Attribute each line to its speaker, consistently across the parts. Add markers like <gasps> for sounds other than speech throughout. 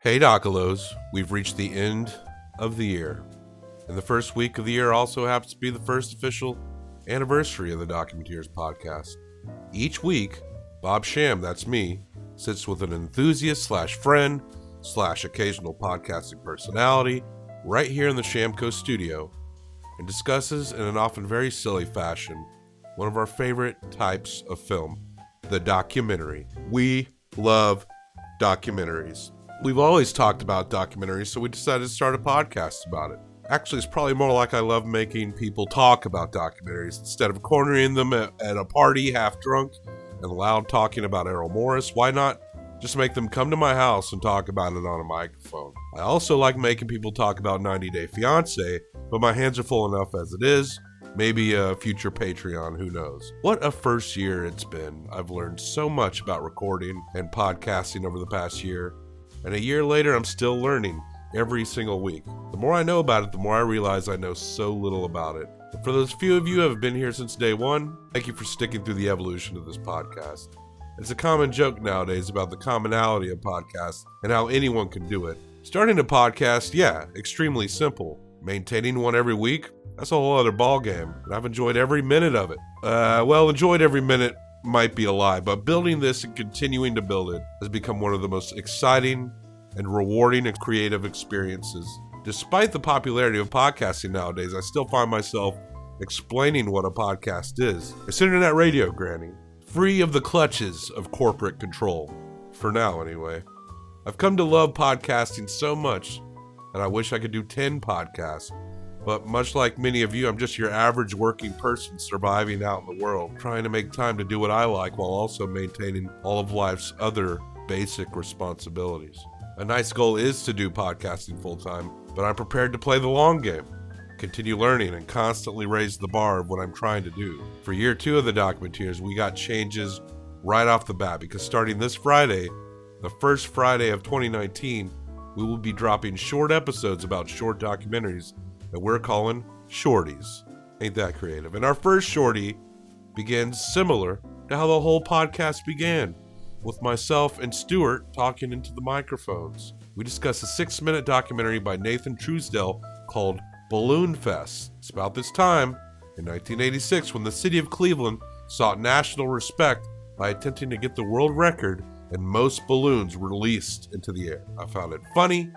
Speaker 1: Hey, Docolos, we've reached the end of the year. And the first week of the year also happens to be the first official anniversary of the Documenteers podcast. Each week, Bob Sham, that's me, sits with an enthusiast slash friend slash occasional podcasting personality right here in the Shamco studio and discusses in an often very silly fashion one of our favorite types of film, the documentary. We love documentaries. We've always talked about documentaries, so we decided to start a podcast about it. Actually, it's probably more like I love making people talk about documentaries instead of cornering them at, at a party half drunk and loud talking about Errol Morris. Why not just make them come to my house and talk about it on a microphone? I also like making people talk about 90 Day Fiancé, but my hands are full enough as it is. Maybe a future Patreon, who knows? What a first year it's been. I've learned so much about recording and podcasting over the past year, and a year later, I'm still learning every single week. The more I know about it, the more I realize I know so little about it. For those few of you who have been here since day one, thank you for sticking through the evolution of this podcast. It's a common joke nowadays about the commonality of podcasts and how anyone can do it. Starting a podcast, yeah, extremely simple. Maintaining one every week, that's a whole other ballgame, and I've enjoyed every minute of it. Uh, well, enjoyed every minute might be a lie, but building this and continuing to build it has become one of the most exciting and rewarding and creative experiences. Despite the popularity of podcasting nowadays, I still find myself explaining what a podcast is. It's internet radio, Granny, free of the clutches of corporate control. For now, anyway. I've come to love podcasting so much, and I wish I could do 10 podcasts. But much like many of you, I'm just your average working person surviving out in the world, trying to make time to do what I like while also maintaining all of life's other basic responsibilities. A nice goal is to do podcasting full time, but I'm prepared to play the long game, continue learning, and constantly raise the bar of what I'm trying to do. For year two of the Documenteers, we got changes right off the bat because starting this Friday, the first Friday of 2019, we will be dropping short episodes about short documentaries that we're calling shorties. Ain't that creative? And our first shorty begins similar to how the whole podcast began with myself and Stuart talking into the microphones. We discuss a six minute documentary by Nathan Truesdell called Balloon Fest. It's about this time in 1986 when the city of Cleveland sought national respect by attempting to get the world record and most balloons released into the air. I found it funny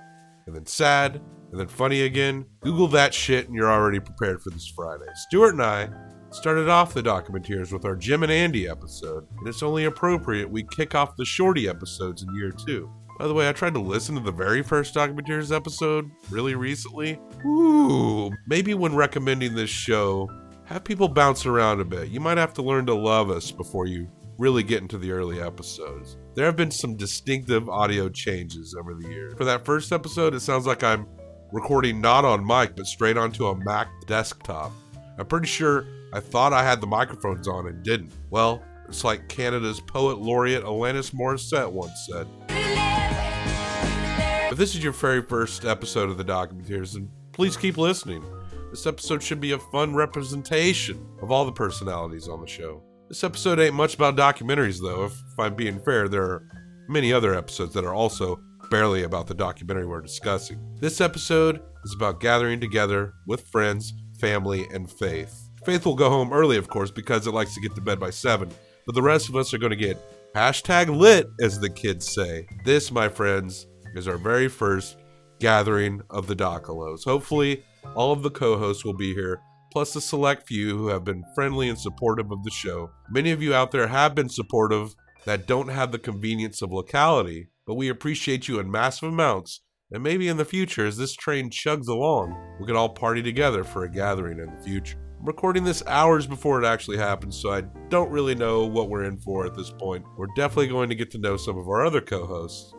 Speaker 1: and then sad and then funny again. Google that shit and you're already prepared for this Friday. Stuart and I started off the Documenteers with our Jim and Andy episode, and it's only appropriate we kick off the Shorty episodes in year two. By the way, I tried to listen to the very first Documenteers episode really recently. Ooh, maybe when recommending this show, have people bounce around a bit. You might have to learn to love us before you really get into the early episodes. There have been some distinctive audio changes over the years. For that first episode, it sounds like I'm recording not on mic but straight onto a Mac desktop. I'm pretty sure I thought I had the microphones on and didn't. Well, it's like Canada's poet laureate Alanis Morissette once said. If this is your very first episode of the Documenteers, then please keep listening. This episode should be a fun representation of all the personalities on the show. This episode ain't much about documentaries, though. If, if I'm being fair, there are many other episodes that are also barely about the documentary we're discussing. This episode is about gathering together with friends, family, and faith. Faith will go home early, of course, because it likes to get to bed by 7, but the rest of us are going to get hashtag lit, as the kids say. This, my friends, is our very first gathering of the Docolos. Hopefully, all of the co hosts will be here, plus the select few who have been friendly and supportive of the show. Many of you out there have been supportive that don't have the convenience of locality, but we appreciate you in massive amounts. And maybe in the future, as this train chugs along, we could all party together for a gathering in the future. I'm recording this hours before it actually happens, so I don't really know what we're in for at this point. We're definitely going to get to know some of our other co hosts.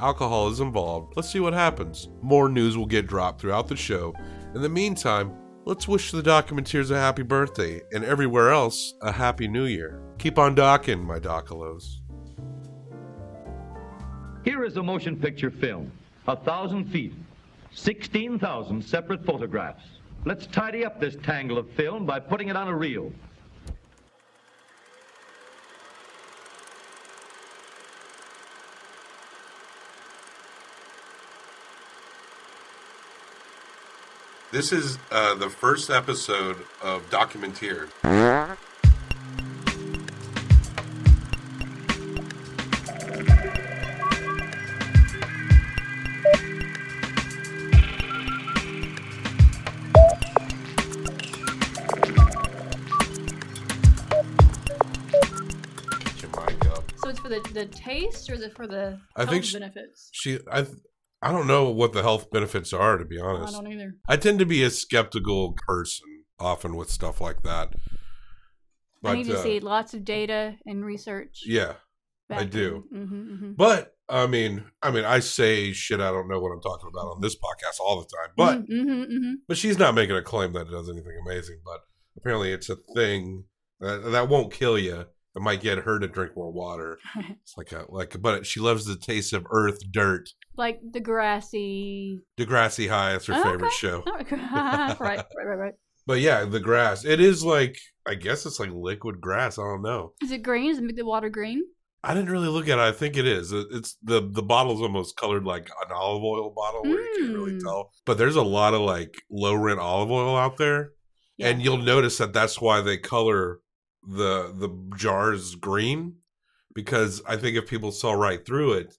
Speaker 1: Alcohol is involved. Let's see what happens. More news will get dropped throughout the show. In the meantime, let's wish the Documenteers a happy birthday and everywhere else a happy new year. Keep on docking, my Docolos.
Speaker 2: Here is a motion picture film. A thousand feet, 16,000 separate photographs. Let's tidy up this tangle of film by putting it on a reel.
Speaker 1: This is uh, the first episode of Documenteer. Get your mic up.
Speaker 3: So it's for the, the taste or is it for the
Speaker 1: I
Speaker 3: health
Speaker 1: think s-
Speaker 3: benefits?
Speaker 1: She, I, I don't know what the health benefits are to be
Speaker 3: I
Speaker 1: honest.
Speaker 3: don't either.
Speaker 1: I tend to be a skeptical person often with stuff like that.
Speaker 3: I need to
Speaker 1: uh,
Speaker 3: see lots of data and research.
Speaker 1: yeah, I
Speaker 3: back
Speaker 1: do.
Speaker 3: and- mhm, mhm.
Speaker 1: but I mean, I mean, I say shit. I don't know what I'm talking about on this podcast all the time. But
Speaker 3: Mhm, mhm, mhm.
Speaker 1: but she's not making a claim that it does anything amazing. But apparently, it's a thing that, that won't kill you. It might get her to drink more
Speaker 3: <laughs>
Speaker 1: water. It's like a like, but she loves the taste of earth, dirt.
Speaker 3: like the grassy.
Speaker 1: Degrassi High is her
Speaker 3: Oh,
Speaker 1: favorite
Speaker 3: okay.
Speaker 1: show.
Speaker 3: right,
Speaker 1: <laughs>
Speaker 3: <laughs> right, right, right.
Speaker 1: But yeah, the grass. It is like I guess it's like liquid grass. I don't know.
Speaker 3: Is it green? Is it the water green?
Speaker 1: I didn't really look at it. I think it is. It- It's the the bottle's almost colored like an olive oil bottle where you can't really
Speaker 3: Mm.
Speaker 1: tell. But there's a lot of like low rent olive oil out there, and you'll notice that that's why they color the the jars green because I think if people saw right through it,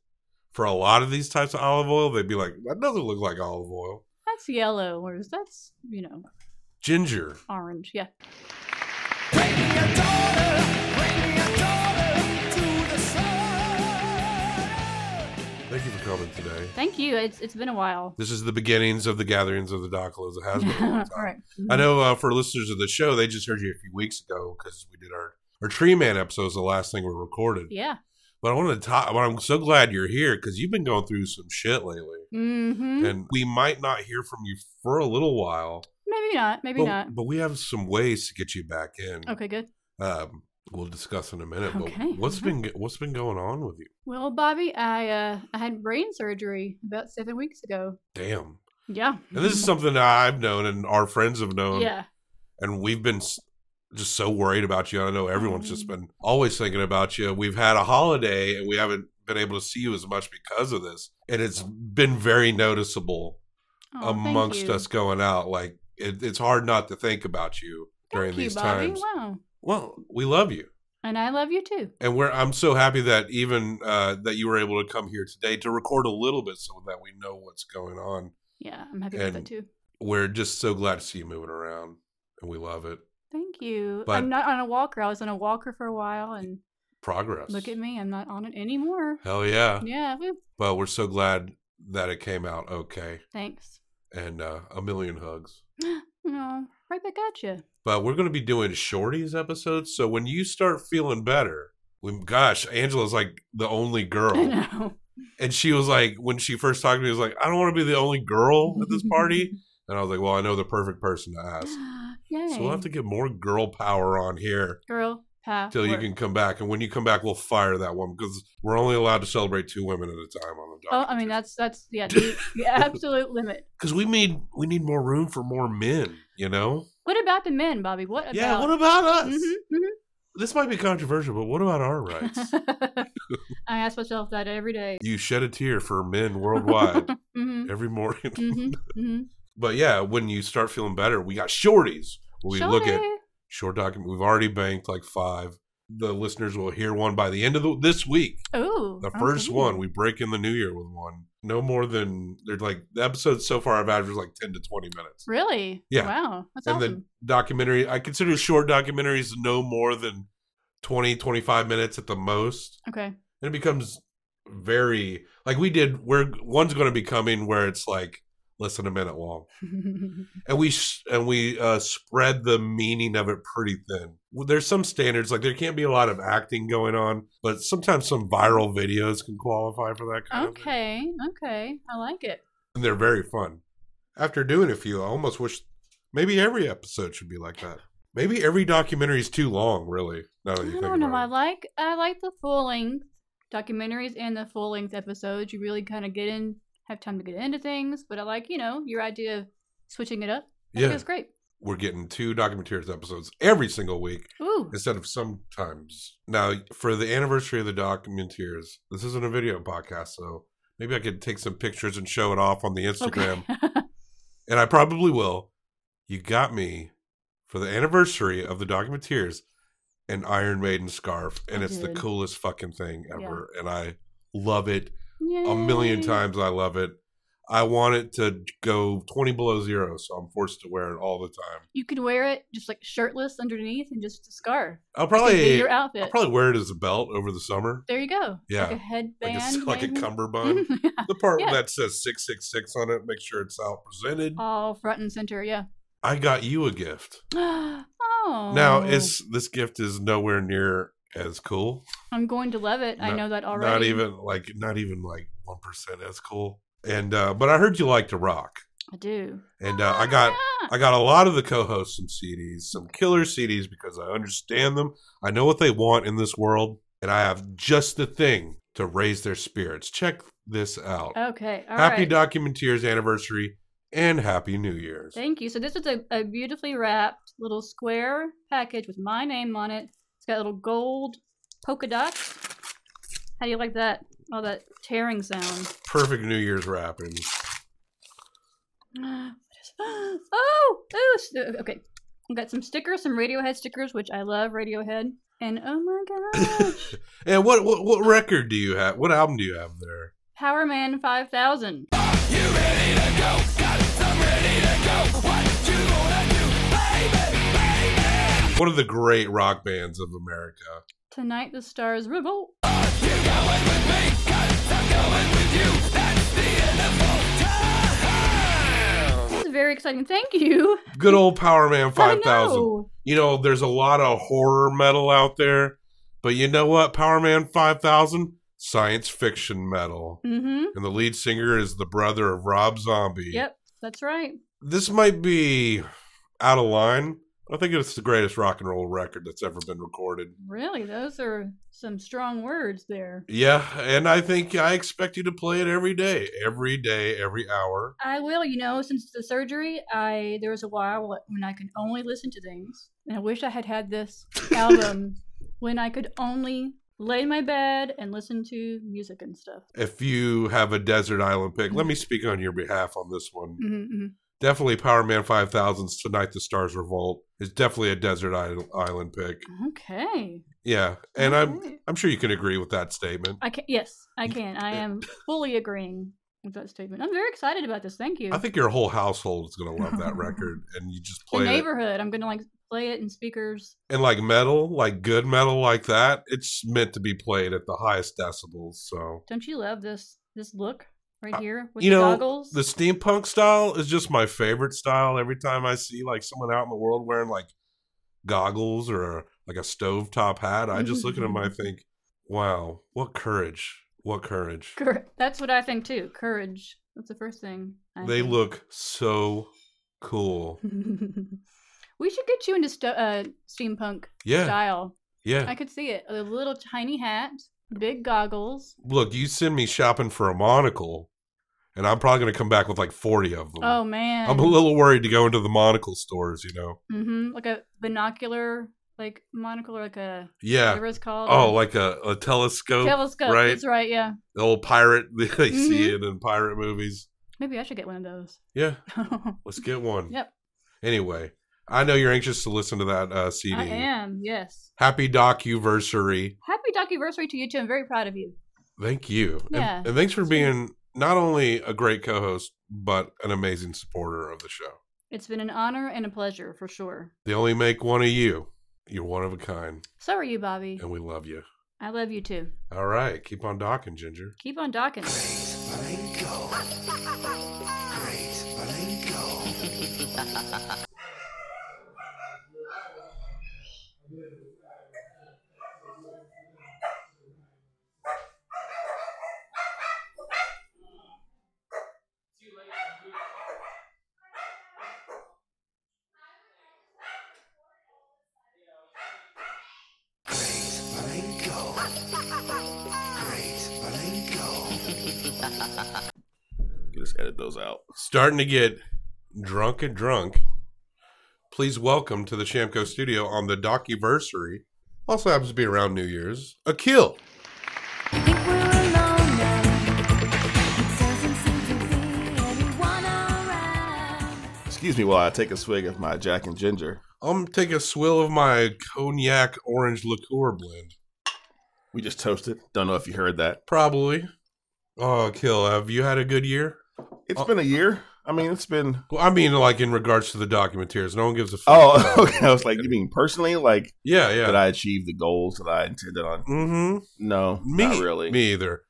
Speaker 1: for a lot of these types of olive oil, they'd be like, that doesn't look like olive oil.
Speaker 3: That's yellow, whereas that's you know
Speaker 1: Ginger.
Speaker 3: orange. Yeah.
Speaker 1: Thank you for coming today.
Speaker 3: Thank you. It's it's been a while.
Speaker 1: This is the beginnings of the gatherings of the Doclos. It has been a long
Speaker 3: All
Speaker 1: time.
Speaker 3: right.
Speaker 1: I know uh, for listeners of the show, they just heard you a few weeks ago because we did our our Tree Man episode was the last thing we recorded.
Speaker 3: Yeah.
Speaker 1: But I wanted to talk. But I'm so glad you're here because you've been going through some shit lately,
Speaker 3: Mm-hmm.
Speaker 1: and we might not hear from you for a little while.
Speaker 3: Maybe not. Maybe
Speaker 1: but,
Speaker 3: not.
Speaker 1: But we have some ways to get you back in.
Speaker 3: Okay. Good.
Speaker 1: Um, we'll discuss in a minute.
Speaker 3: Okay.
Speaker 1: But what's been been what's been going on with you?
Speaker 3: Well, Bobby, I uh, I had brain surgery about seven weeks ago.
Speaker 1: Damn.
Speaker 3: Yeah.
Speaker 1: And this is something that I've known and our friends have known.
Speaker 3: Yeah.
Speaker 1: and we've been s- just so worried about you. I know everyone's just
Speaker 3: Mhm.
Speaker 1: been always thinking about you. We've had a holiday and we haven't been able to see you as much because of this, and it's been very noticeable
Speaker 3: Aw, thank
Speaker 1: amongst
Speaker 3: you.
Speaker 1: us going out. Like it, it's hard not to think about you during
Speaker 3: Thank
Speaker 1: these
Speaker 3: you, Bobby.
Speaker 1: times.
Speaker 3: Wow.
Speaker 1: Well, we love you,
Speaker 3: And I love you too.
Speaker 1: and we're. I'm so happy that even uh, that you were able to come here today to record a little bit so that we know what's going on.
Speaker 3: Yeah, I'm happy about
Speaker 1: And-
Speaker 3: that too.
Speaker 1: We're just so glad to see you moving around, and we love it.
Speaker 3: Thank you.
Speaker 1: But-
Speaker 3: I'm not on a walker. I was on a walker for a while, and
Speaker 1: Progress.
Speaker 3: look at me. I'm not on it anymore.
Speaker 1: Hell yeah.
Speaker 3: Yeah. woo,
Speaker 1: Well, we're so glad that it came out okay,
Speaker 3: Thanks. <gasps>
Speaker 1: and uh, a million hugs.
Speaker 3: No, right back at <gasps> you.
Speaker 1: But we're going to be doing shorties episodes, so when you start feeling better, when, gosh, Angela's like the only
Speaker 3: <laughs> I
Speaker 1: girl,
Speaker 3: know.
Speaker 1: and she was like, when she first talked to me, was like, I don't want to be the only girl at this
Speaker 3: <laughs>
Speaker 1: party, and I was like, well, I know the perfect person to ask.
Speaker 3: Yay.
Speaker 1: So we'll have to get more girl power on here
Speaker 3: Girl, power.
Speaker 1: till you can come back, and when you come back, we'll fire that one because we're only allowed to celebrate two women at a time on the
Speaker 3: Oh, I mean that's that's
Speaker 1: <laughs>
Speaker 3: yeah, the, the absolute limit.
Speaker 1: because we need we need more room for more men, you know.
Speaker 3: What about the men, Bobby? What about?
Speaker 1: Yeah, what about us?
Speaker 3: Mhm,
Speaker 1: This might be controversial, but what about our rights?
Speaker 3: mhm. I ask myself that every day.
Speaker 1: you shed a tear for men worldwide
Speaker 3: Mm-hmm.
Speaker 1: every morning.
Speaker 3: Mm-hmm. Mm-hmm.
Speaker 1: But yeah, when you start feeling better, we got shorties. We look at short document. We've already banked like five. The listeners will hear one by the end of the, this week.
Speaker 3: Oh,
Speaker 1: The first one, we break in the new year with one. No more than they're like the episodes so far I've averaged like ten to twenty minutes.
Speaker 3: Really?
Speaker 1: Yeah.
Speaker 3: Wow, that's
Speaker 1: and
Speaker 3: awesome.
Speaker 1: then documentary I consider short documentaries no more than 20, 25 minutes at the most.
Speaker 3: okay.
Speaker 1: and it becomes very like we did we're one's going to be coming where it's like less than a minute
Speaker 3: <laughs>
Speaker 1: long and we s and we uh spread the meaning of it pretty thin Well, there's some standards like there can't be a lot of acting going on but sometimes some viral videos can qualify for that kind of thing.
Speaker 3: okay. Okay. I like it.
Speaker 1: and they're very fun after doing a few i almost wish maybe every episode should be like that maybe every documentary is too long really now that you
Speaker 3: I
Speaker 1: think
Speaker 3: don't know. I
Speaker 1: about it.
Speaker 3: like I like the full length documentaries and the full length episodes. You really kind of get in, have time to get into things. But I like you know your idea of switching it up. I think
Speaker 1: yeah
Speaker 3: it's great.
Speaker 1: we're getting two documentaries episodes every single week
Speaker 3: Ooh,
Speaker 1: instead of sometimes. Now, for the anniversary of the Documenteers, this isn't
Speaker 3: <laughs>
Speaker 1: a video podcast, so maybe I could take some pictures and show it off on the Instagram
Speaker 3: okay.
Speaker 1: and I probably will. You got me for the anniversary of the Documenteers an Iron Maiden scarf, and
Speaker 3: I
Speaker 1: it's the
Speaker 3: did.
Speaker 1: coolest fucking thing
Speaker 3: Yeah.
Speaker 1: ever. And I love it
Speaker 3: Yay.
Speaker 1: a million times. I love it. I want it to go 20 below zero, so I'm forced to wear it all the time.
Speaker 3: You could wear it just like shirtless underneath and just a scarf.
Speaker 1: I'll
Speaker 3: Could be
Speaker 1: probably
Speaker 3: your
Speaker 1: I'll
Speaker 3: outfit.
Speaker 1: probably wear it as a belt over the summer.
Speaker 3: there you go.
Speaker 1: Yeah.
Speaker 3: Like a
Speaker 1: Like
Speaker 3: headband.
Speaker 1: a, like a
Speaker 3: maybe.
Speaker 1: cummerbund.
Speaker 3: <laughs> Yeah.
Speaker 1: the part
Speaker 3: Yeah.
Speaker 1: that says 666 on it, make sure it's out presented.
Speaker 3: All front and center, yeah. <gasps>
Speaker 1: I got you a gift.
Speaker 3: oh.
Speaker 1: Now, it's this gift is nowhere near as cool.
Speaker 3: I'm going to love it. I
Speaker 1: Not-
Speaker 3: know that already.
Speaker 1: Not even like not even like 1% as cool. And uh but I heard you like to rock.
Speaker 3: I do.
Speaker 1: And uh, I got
Speaker 3: Ah!
Speaker 1: I got a lot of the co-hosts some CDs, some killer CDs because I understand them. I know what they want in this world and I have just the thing to raise their spirits. Check this out.
Speaker 3: Okay. all right.
Speaker 1: happy Documenteers anniversary and happy New Year's.
Speaker 3: Thank you. So this is a, a beautifully wrapped little square package with my name on it. It's got little gold polka dots. How do you like that? All that tearing sound. <gasps>
Speaker 1: Perfect New Year's wrapping.
Speaker 3: What is- <gasps> oh, oh, s- okay. I've got some stickers, some Radiohead stickers, which I love Radiohead. And oh my
Speaker 1: <coughs>
Speaker 3: gosh,
Speaker 1: And what, what what record do you have? What album do you have there?
Speaker 3: Power Man 5000.
Speaker 1: One of the great rock bands of America.
Speaker 3: Tonight the stars revolt. This is very exciting. Thank you.
Speaker 1: Good old Power Man
Speaker 3: I
Speaker 1: 5000.
Speaker 3: know.
Speaker 1: You know, there's a lot of horror metal out there, but you know what? Power Man 5000 science fiction metal.
Speaker 3: Mm-hmm.
Speaker 1: And the lead singer is the brother of Rob Zombie.
Speaker 3: Yep, that's right.
Speaker 1: This might be out of line. but I think it's the greatest rock and roll record that's ever been recorded.
Speaker 3: Really, those are some strong words there.
Speaker 1: Yeah, and I think I expect you to play it every day, every day, every hour.
Speaker 3: I will, you know, since the surgery, I there was a while wh- when I could only listen to things, and I wish I had had this album when I could only lay in my bed and listen to music and stuff.
Speaker 1: If you have a desert island pick, let me speak on your behalf on this one.
Speaker 3: Mm-hmm,
Speaker 1: Definitely Power Man 5000's Tonight the Stars Revolt is definitely a desert isl- island pick.
Speaker 3: Uh-huh. Okay,
Speaker 1: Yeah, and I'm
Speaker 3: Okay.
Speaker 1: I'm sure you can agree with that statement.
Speaker 3: I can. Yes, I can. I am fully agreeing with that statement. I'm very excited about this. Thank you.
Speaker 1: I think your whole household is going to
Speaker 3: <laughs>
Speaker 1: love that record and you just
Speaker 3: the
Speaker 1: play it.
Speaker 3: neighborhood. I'm gonna like play it in speakers.
Speaker 1: And like metal, like good metal like that, it's meant to be played at the highest decibels, so
Speaker 3: Don't you love this this look right
Speaker 1: Uh,
Speaker 3: here with
Speaker 1: you
Speaker 3: the
Speaker 1: know,
Speaker 3: goggles?
Speaker 1: the steampunk style is just my favorite style. Every time I see like someone out in the world wearing like goggles or like a stovetop hat, I just look at them.
Speaker 3: <laughs>
Speaker 1: I think, wow, what courage! What courage!
Speaker 3: Cour- That's what I think too. Courage. That's the first thing. I
Speaker 1: They
Speaker 3: think.
Speaker 1: look so cool.
Speaker 3: <laughs> we should get you into sto- uh, steampunk
Speaker 1: Yeah,
Speaker 3: style.
Speaker 1: yeah.
Speaker 3: I could see it. A little tiny hat, big goggles.
Speaker 1: Look, you send me shopping for a monocle, and I'm probably gonna come back with like forty of them.
Speaker 3: Oh man.
Speaker 1: I'm a little worried to go into the monocle stores. You know?
Speaker 3: hmm Like a binocular, like monocle, or like a
Speaker 1: Yeah.
Speaker 3: whatever it's called.
Speaker 1: Oh, like a, a telescope.
Speaker 3: telescope.
Speaker 1: right.
Speaker 3: That's right. Yeah. Mm-hmm.
Speaker 1: the old pirate. <laughs> They see it in pirate movies.
Speaker 3: Maybe I should get one of those. <laughs>
Speaker 1: Yeah, let's get one.
Speaker 3: yep.
Speaker 1: Anyway, I know you're anxious to listen to that uh, CD.
Speaker 3: I am. Yes.
Speaker 1: Happy docuversary.
Speaker 3: Happy docuversary to you too. I'm very proud of you.
Speaker 1: Thank you. And-
Speaker 3: Yeah,
Speaker 1: And, thanks for
Speaker 3: sweet.
Speaker 1: being not only a great co host, but an amazing supporter of the show.
Speaker 3: It's been an honor and a pleasure for sure.
Speaker 1: They only make one of you. You're one of a kind,
Speaker 3: So are you, Bobby.
Speaker 1: and we love you.
Speaker 3: I love you too.
Speaker 1: All right, keep on docking, Ginger.
Speaker 3: Keep on docking. <laughs>
Speaker 4: You just edit those out.
Speaker 1: Starting to get drunk and drunk. Please welcome to the Shamco studio on the docuversary. Also happens to be around New Year's. Akil.
Speaker 5: Think we're alone now. It doesn't seem to be anyone around.
Speaker 4: Excuse me while I take a swig of my Jack and Ginger.
Speaker 1: I'm taking a swill of my cognac orange liqueur blend.
Speaker 4: We just toasted. Don't know if you heard that.
Speaker 1: Probably. Oh, Kill, have you had a good year?
Speaker 4: It's
Speaker 1: Oh.
Speaker 4: been a year. I mean, it's been.
Speaker 1: Well, I mean, like in regards to the documentaries, no one gives a fuck.
Speaker 4: Oh, <laughs> okay. I was like, you mean personally? Like,
Speaker 1: yeah, yeah.
Speaker 4: did I achieve the goals that I intended on?
Speaker 1: mm-hmm.
Speaker 4: No,
Speaker 1: Me,
Speaker 4: not really.
Speaker 1: me either.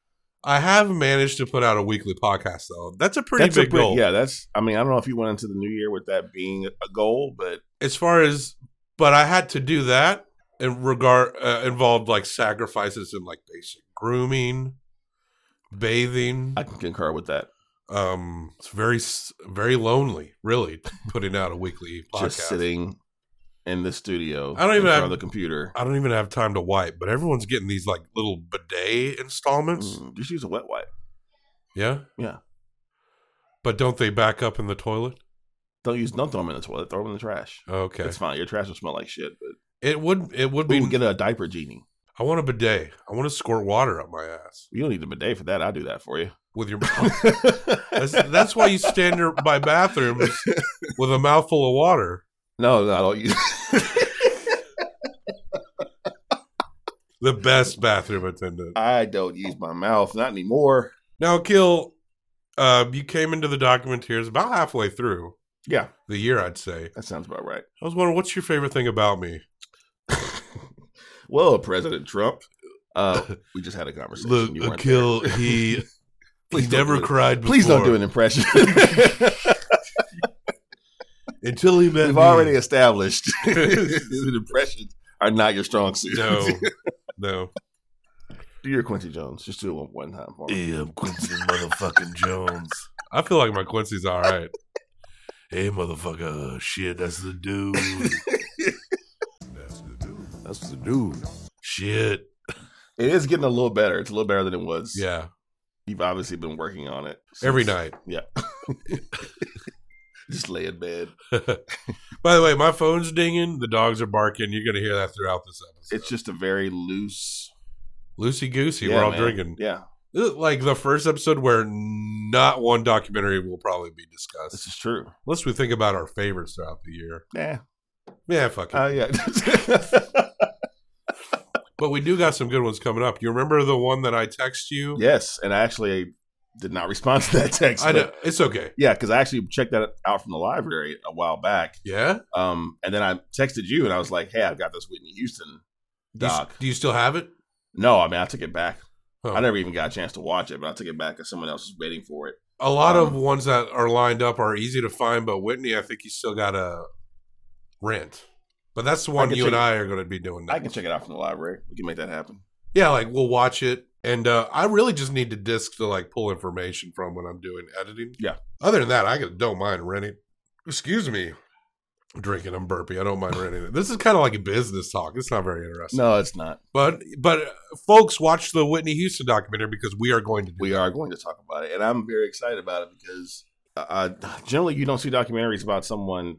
Speaker 1: I have managed to put out a weekly podcast though. That's a pretty
Speaker 4: That's
Speaker 1: big
Speaker 4: a pretty,
Speaker 1: goal.
Speaker 4: Yeah, that's. I mean, I don't know if you went into the new year with that being a goal, but
Speaker 1: As far as, but I had to do that. It regard uh, involved like sacrifices in like basic grooming, bathing.
Speaker 4: I can concur with that.
Speaker 1: um, it's very s- very lonely. Really, putting out a weekly podcast.
Speaker 4: Just sitting in the studio.
Speaker 1: I don't even
Speaker 4: in front
Speaker 1: have-
Speaker 4: of the computer.
Speaker 1: I don't even have time to wipe, but everyone's getting these like little bidet installments.
Speaker 4: Mm, just use a wet wipe.
Speaker 1: Yeah,
Speaker 4: Yeah.
Speaker 1: But don't they back up in the toilet?
Speaker 4: Don't use. Don't throw them in the toilet. Throw them in the trash.
Speaker 1: Okay,
Speaker 4: It's fine. Your trash will smell like shit. But
Speaker 1: it would it would
Speaker 4: we
Speaker 1: be
Speaker 4: can get a diaper genie.
Speaker 1: I want a bidet. I want to squirt water up my ass
Speaker 4: You don't need a bidet for that. I do that for you.
Speaker 1: with
Speaker 4: <laughs>
Speaker 1: your mouth. that's, that's why you stand near my bathroom with a mouthful of water.
Speaker 4: no, no, I don't use. <laughs>
Speaker 1: The best bathroom attendant.
Speaker 4: I don't use my mouth. Not anymore.
Speaker 1: Now, Kill, uh, you came into the documentaries about halfway through
Speaker 4: Yeah,
Speaker 1: the year, I'd say.
Speaker 4: that sounds about right.
Speaker 1: I was wondering, what's your favorite thing about me?
Speaker 4: Well, President Trump.
Speaker 1: <laughs>
Speaker 4: Uh, we just had a conversation. You weren't there. <laughs>
Speaker 1: he,
Speaker 4: Please don't do it.
Speaker 1: cried
Speaker 4: Please don't do an
Speaker 1: <laughs>
Speaker 4: impression. <laughs> We've
Speaker 1: until he met me.
Speaker 4: already
Speaker 1: <laughs>
Speaker 4: established <laughs> that impressions are not your strong suit. <laughs>
Speaker 1: no, no.
Speaker 4: do your Quincy Jones. Just do it one, one time for me.
Speaker 6: Yeah, I'm Quincy motherfucking Jones.
Speaker 1: I feel like my Quincy's all right.
Speaker 6: Hey, motherfucker. Shit, that's the dude. that's the dude. That's the dude. Shit.
Speaker 4: It is getting a little better. It's a little better than it was.
Speaker 1: Yeah,
Speaker 4: You've obviously been working on it since-
Speaker 1: every night.
Speaker 4: Yeah. <laughs> just lay in bed.
Speaker 1: <laughs> By the way, my phone's dinging. The dogs are barking. You're going to hear that throughout this episode.
Speaker 4: It's just a very loose.
Speaker 1: Loosey goosey.
Speaker 4: Yeah,
Speaker 1: we're all
Speaker 4: man.
Speaker 1: drinking.
Speaker 4: Yeah,
Speaker 1: This is Like the first episode where not one documentary will probably be
Speaker 4: this
Speaker 1: discussed.
Speaker 4: is true.
Speaker 1: Unless we think about our favorites throughout the year.
Speaker 4: <laughs> Yeah.
Speaker 1: Yeah, fuck it.
Speaker 4: Oh yeah. <laughs>
Speaker 1: but we do got some good ones coming up. You remember the one that I text you?
Speaker 4: yes, and I actually did not respond to that text.
Speaker 1: I
Speaker 4: but-
Speaker 1: know. It's okay.
Speaker 4: Yeah, because I actually checked that out from the library a while back.
Speaker 1: Yeah? Do
Speaker 4: Um, and then I texted you and I was like, "Hey, I've got this Whitney Houston
Speaker 1: you s-
Speaker 4: doc."
Speaker 1: do you still have it?
Speaker 4: No, I mean I took it back.
Speaker 1: Huh.
Speaker 4: I never even got a chance to watch it, but I took it back because someone else was waiting for it.
Speaker 1: A lot of
Speaker 4: Um,
Speaker 1: ones that are lined up are easy to find, but Whitney, I think you still got to rent. But that's the one
Speaker 4: can
Speaker 1: you and
Speaker 4: check-
Speaker 1: I are going to be doing next.
Speaker 4: I can check it out from the library. We can make that happen.
Speaker 1: yeah like we'll watch it and uh i really just need to disk to like pull information from when i'm doing editing
Speaker 4: Yeah.
Speaker 1: other than that i could- don't mind renting excuse me drinking i'm burpy i don't mind renting it this is kind of like a business talk it's not very interesting
Speaker 4: No, it's not.
Speaker 1: but but uh, folks watch the whitney houston documentary because we are going to do
Speaker 4: We are going to talk about it, and I'm very excited about it because uh, uh, generally you don't see documentaries about someone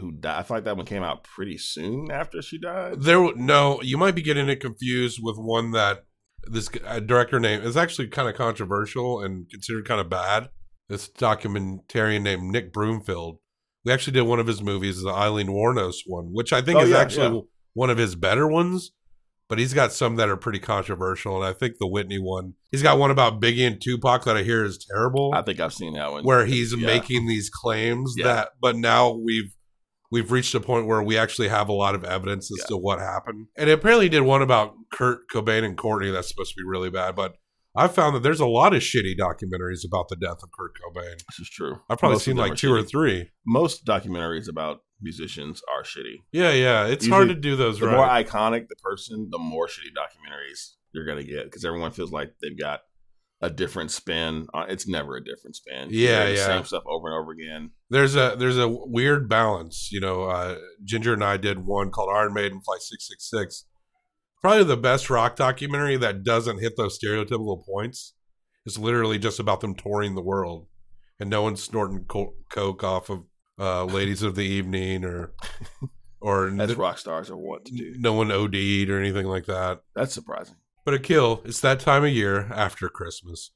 Speaker 4: who died. I feel like that one came out pretty soon after she died.
Speaker 1: there w- no you might be getting it confused with one that this g- uh, director name is actually kind of controversial and considered kind of bad this documentarian named nick broomfield we actually did one of his movies the eileen warnos one which i think
Speaker 4: Oh,
Speaker 1: is
Speaker 4: yeah,
Speaker 1: actually
Speaker 4: yeah.
Speaker 1: one of his better ones but he's got some that are pretty controversial and i think the whitney one he's got one about biggie and tupac that i hear is terrible
Speaker 4: I think I've seen that one.
Speaker 1: where he's
Speaker 4: Yeah. <laughs>
Speaker 1: making these claims
Speaker 4: Yeah.
Speaker 1: that but now we've we've reached a point where we actually have a lot of evidence as
Speaker 4: Yeah.
Speaker 1: to what happened and it apparently did one about kurt cobain and courtney that's supposed to be really bad but i found that there's a lot of shitty documentaries about the death of kurt cobain
Speaker 4: This is true.
Speaker 1: i've probably
Speaker 4: Most of
Speaker 1: seen
Speaker 4: them
Speaker 1: like
Speaker 4: are
Speaker 1: two or
Speaker 4: shitty.
Speaker 1: three
Speaker 4: Most documentaries about musicians are shitty.
Speaker 1: yeah yeah it's hard to
Speaker 4: Usually,
Speaker 1: do those
Speaker 4: the
Speaker 1: right
Speaker 4: more iconic the person, the more shitty documentaries you're gonna get because everyone feels like they've got a different spin. On, it's never a different spin. You
Speaker 1: Yeah,
Speaker 4: hear the
Speaker 1: yeah.
Speaker 4: Same stuff over and over again.
Speaker 1: there's a there's a weird balance you know uh ginger and i did one called iron maiden flight 666 probably the best rock documentary that doesn't hit those stereotypical points it's literally just about them touring the world and no one's snorting co- coke off of uh ladies of the
Speaker 4: <laughs>
Speaker 1: evening or or
Speaker 4: That's
Speaker 1: n-
Speaker 4: rock stars are want to do.
Speaker 1: no one od'd or anything like that
Speaker 4: That's surprising.
Speaker 1: but a kill it's that time of year after christmas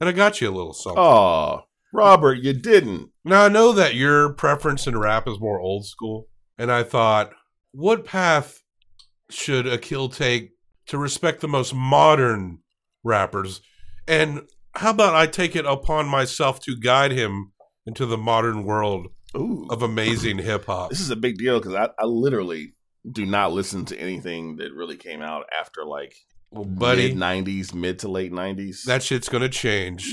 Speaker 1: and i got you a little something
Speaker 4: Oh, Robert, you didn't.
Speaker 1: Now I know that your preference in rap is more old school, and I thought, what path should Akil take to respect the most modern rappers? And how about I take it upon myself to guide him into the modern world
Speaker 4: Ooh,
Speaker 1: of amazing hip hop?
Speaker 4: this is a big deal because I, I literally do not listen to anything that really came out after like
Speaker 1: Well, buddy,
Speaker 4: mid '90s, mid to late '90s.
Speaker 1: that shit's gonna change.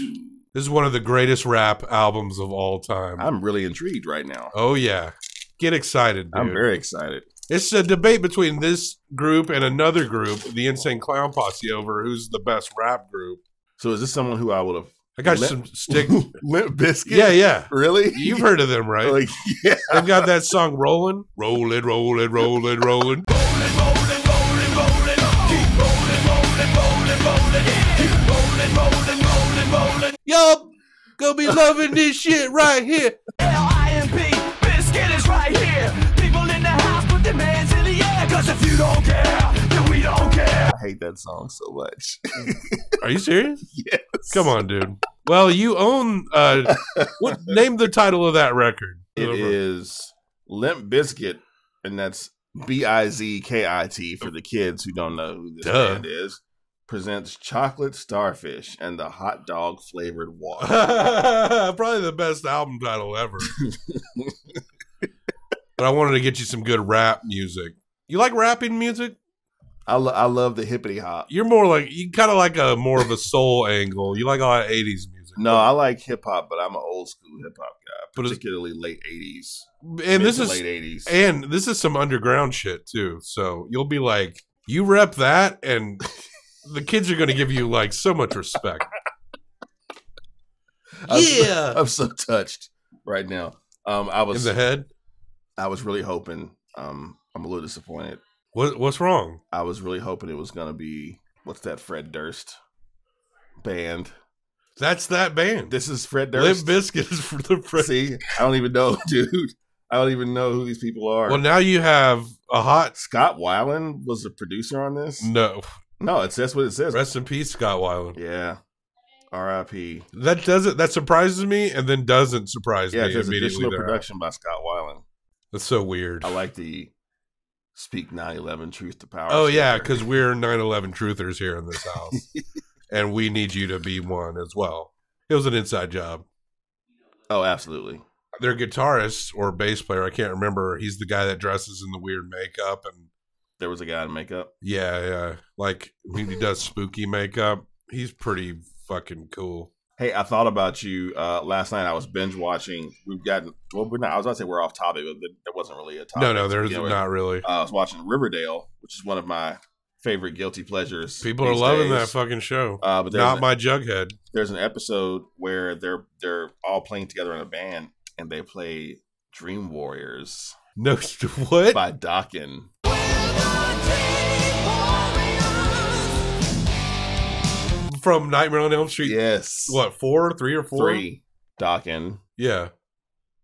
Speaker 1: This is one of the greatest rap albums of all time.
Speaker 4: I'm really intrigued right now.
Speaker 1: oh yeah, get excited!
Speaker 4: I'm
Speaker 1: dude.
Speaker 4: very excited.
Speaker 1: It's a debate between this group and another group, the Insane Clown Posse, over who's the best rap group.
Speaker 4: So is this someone who I would have
Speaker 1: I got
Speaker 4: Lim-
Speaker 1: some stick.
Speaker 4: <laughs> Limp Biscuit?
Speaker 1: yeah, yeah.
Speaker 4: Really?
Speaker 1: You've heard of them, right?
Speaker 4: Like, yeah.
Speaker 1: They've got that song "Rolling, Rolling, Rolling, Rolling, Rolling." Yup, gonna be loving this shit right here.
Speaker 7: L-I-M-P, biscuit is right here. People in the house put their hands in the air. Cause if you don't care, then we don't care.
Speaker 4: I hate that song so much. <laughs>
Speaker 1: Are you serious?
Speaker 4: yes.
Speaker 1: Come on, dude. Well, you own. Uh,
Speaker 4: <laughs>
Speaker 1: what name the title of that record? <laughs>
Speaker 4: It is Limp Biscuit, and that's B I Z K I T for the kids who don't know who this
Speaker 1: Duh.
Speaker 4: band is. Presents Chocolate Starfish and the Hot Dog Flavored Water.
Speaker 1: <laughs> Probably the best album title
Speaker 4: <laughs>
Speaker 1: ever. but I wanted to get you some good rap music. You like rapping music?
Speaker 4: I, lo- I love the hippity hop.
Speaker 1: You're more like you kind of like a more of a soul angle. You like a lot of '80s music.
Speaker 4: No, I like hip hop, but I'm an old school hip hop guy,
Speaker 1: But it's-
Speaker 4: particularly late 80s. mid
Speaker 1: and this
Speaker 4: to
Speaker 1: is
Speaker 4: late 80s.
Speaker 1: and this is some underground shit too. So you'll be like, you rep that, and
Speaker 4: <laughs>
Speaker 1: the kids are going to give you like so much respect.
Speaker 4: I'm-
Speaker 1: yeah,
Speaker 4: I'm so touched right now. Um, I
Speaker 1: in
Speaker 4: was
Speaker 1: the head.
Speaker 4: I was really hoping. Um, I'm a little disappointed.
Speaker 1: What what's wrong?
Speaker 4: I was really hoping it was gonna be what's that Fred Durst band?
Speaker 1: That's that band.
Speaker 4: This is Fred
Speaker 1: Limp
Speaker 4: Durst.
Speaker 1: Bizkit is for the pre-
Speaker 4: See, I don't even know, <laughs> dude. I don't even know who these people are.
Speaker 1: Well, now you have a hot
Speaker 4: Scott Weiland was the producer on this.
Speaker 1: no.
Speaker 4: No, it says what it says.
Speaker 1: Rest in peace, Scott Weiland.
Speaker 4: yeah, R.I.P.
Speaker 1: That doesn't that surprises me, and then doesn't surprise
Speaker 4: Yeah,
Speaker 1: me
Speaker 4: there's
Speaker 1: immediately.
Speaker 4: additional
Speaker 1: thereafter.
Speaker 4: production by Scott Weiland.
Speaker 1: That's so weird.
Speaker 4: I like the Speak 9/11 Truth to Power.
Speaker 1: Oh yeah,
Speaker 4: sticker.
Speaker 1: because we're 9/11 truthers here in this house,
Speaker 4: <laughs>
Speaker 1: and we need you to be one as well. It was an inside job.
Speaker 4: oh, absolutely.
Speaker 1: Their guitarist or bass player, I can't remember. He's the guy that dresses in the weird makeup and
Speaker 4: There was a guy in makeup.
Speaker 1: yeah, yeah, like when he does spooky makeup. He's pretty fucking cool.
Speaker 4: Hey, I thought about you uh, last night. I was binge watching. We've gotten well. We're not. I was gonna say we're off topic, but that wasn't really a topic.
Speaker 1: No, no,
Speaker 4: to
Speaker 1: there's
Speaker 4: begin with.
Speaker 1: not really.
Speaker 4: Uh, I was watching Riverdale, which is one of my favorite guilty pleasures.
Speaker 1: People are
Speaker 4: these
Speaker 1: loving that
Speaker 4: days.
Speaker 1: fucking show.
Speaker 4: Uh, but there's,
Speaker 1: Not
Speaker 4: an,
Speaker 1: my Jughead.
Speaker 4: there's an episode where they're they're all playing together in a band, and they play Dream Warriors
Speaker 1: No, <laughs> what?
Speaker 4: by Dokken.
Speaker 1: From Nightmare on Elm Street.
Speaker 4: Yes,
Speaker 1: What four, three or four?
Speaker 4: three Dokken?
Speaker 1: Yeah,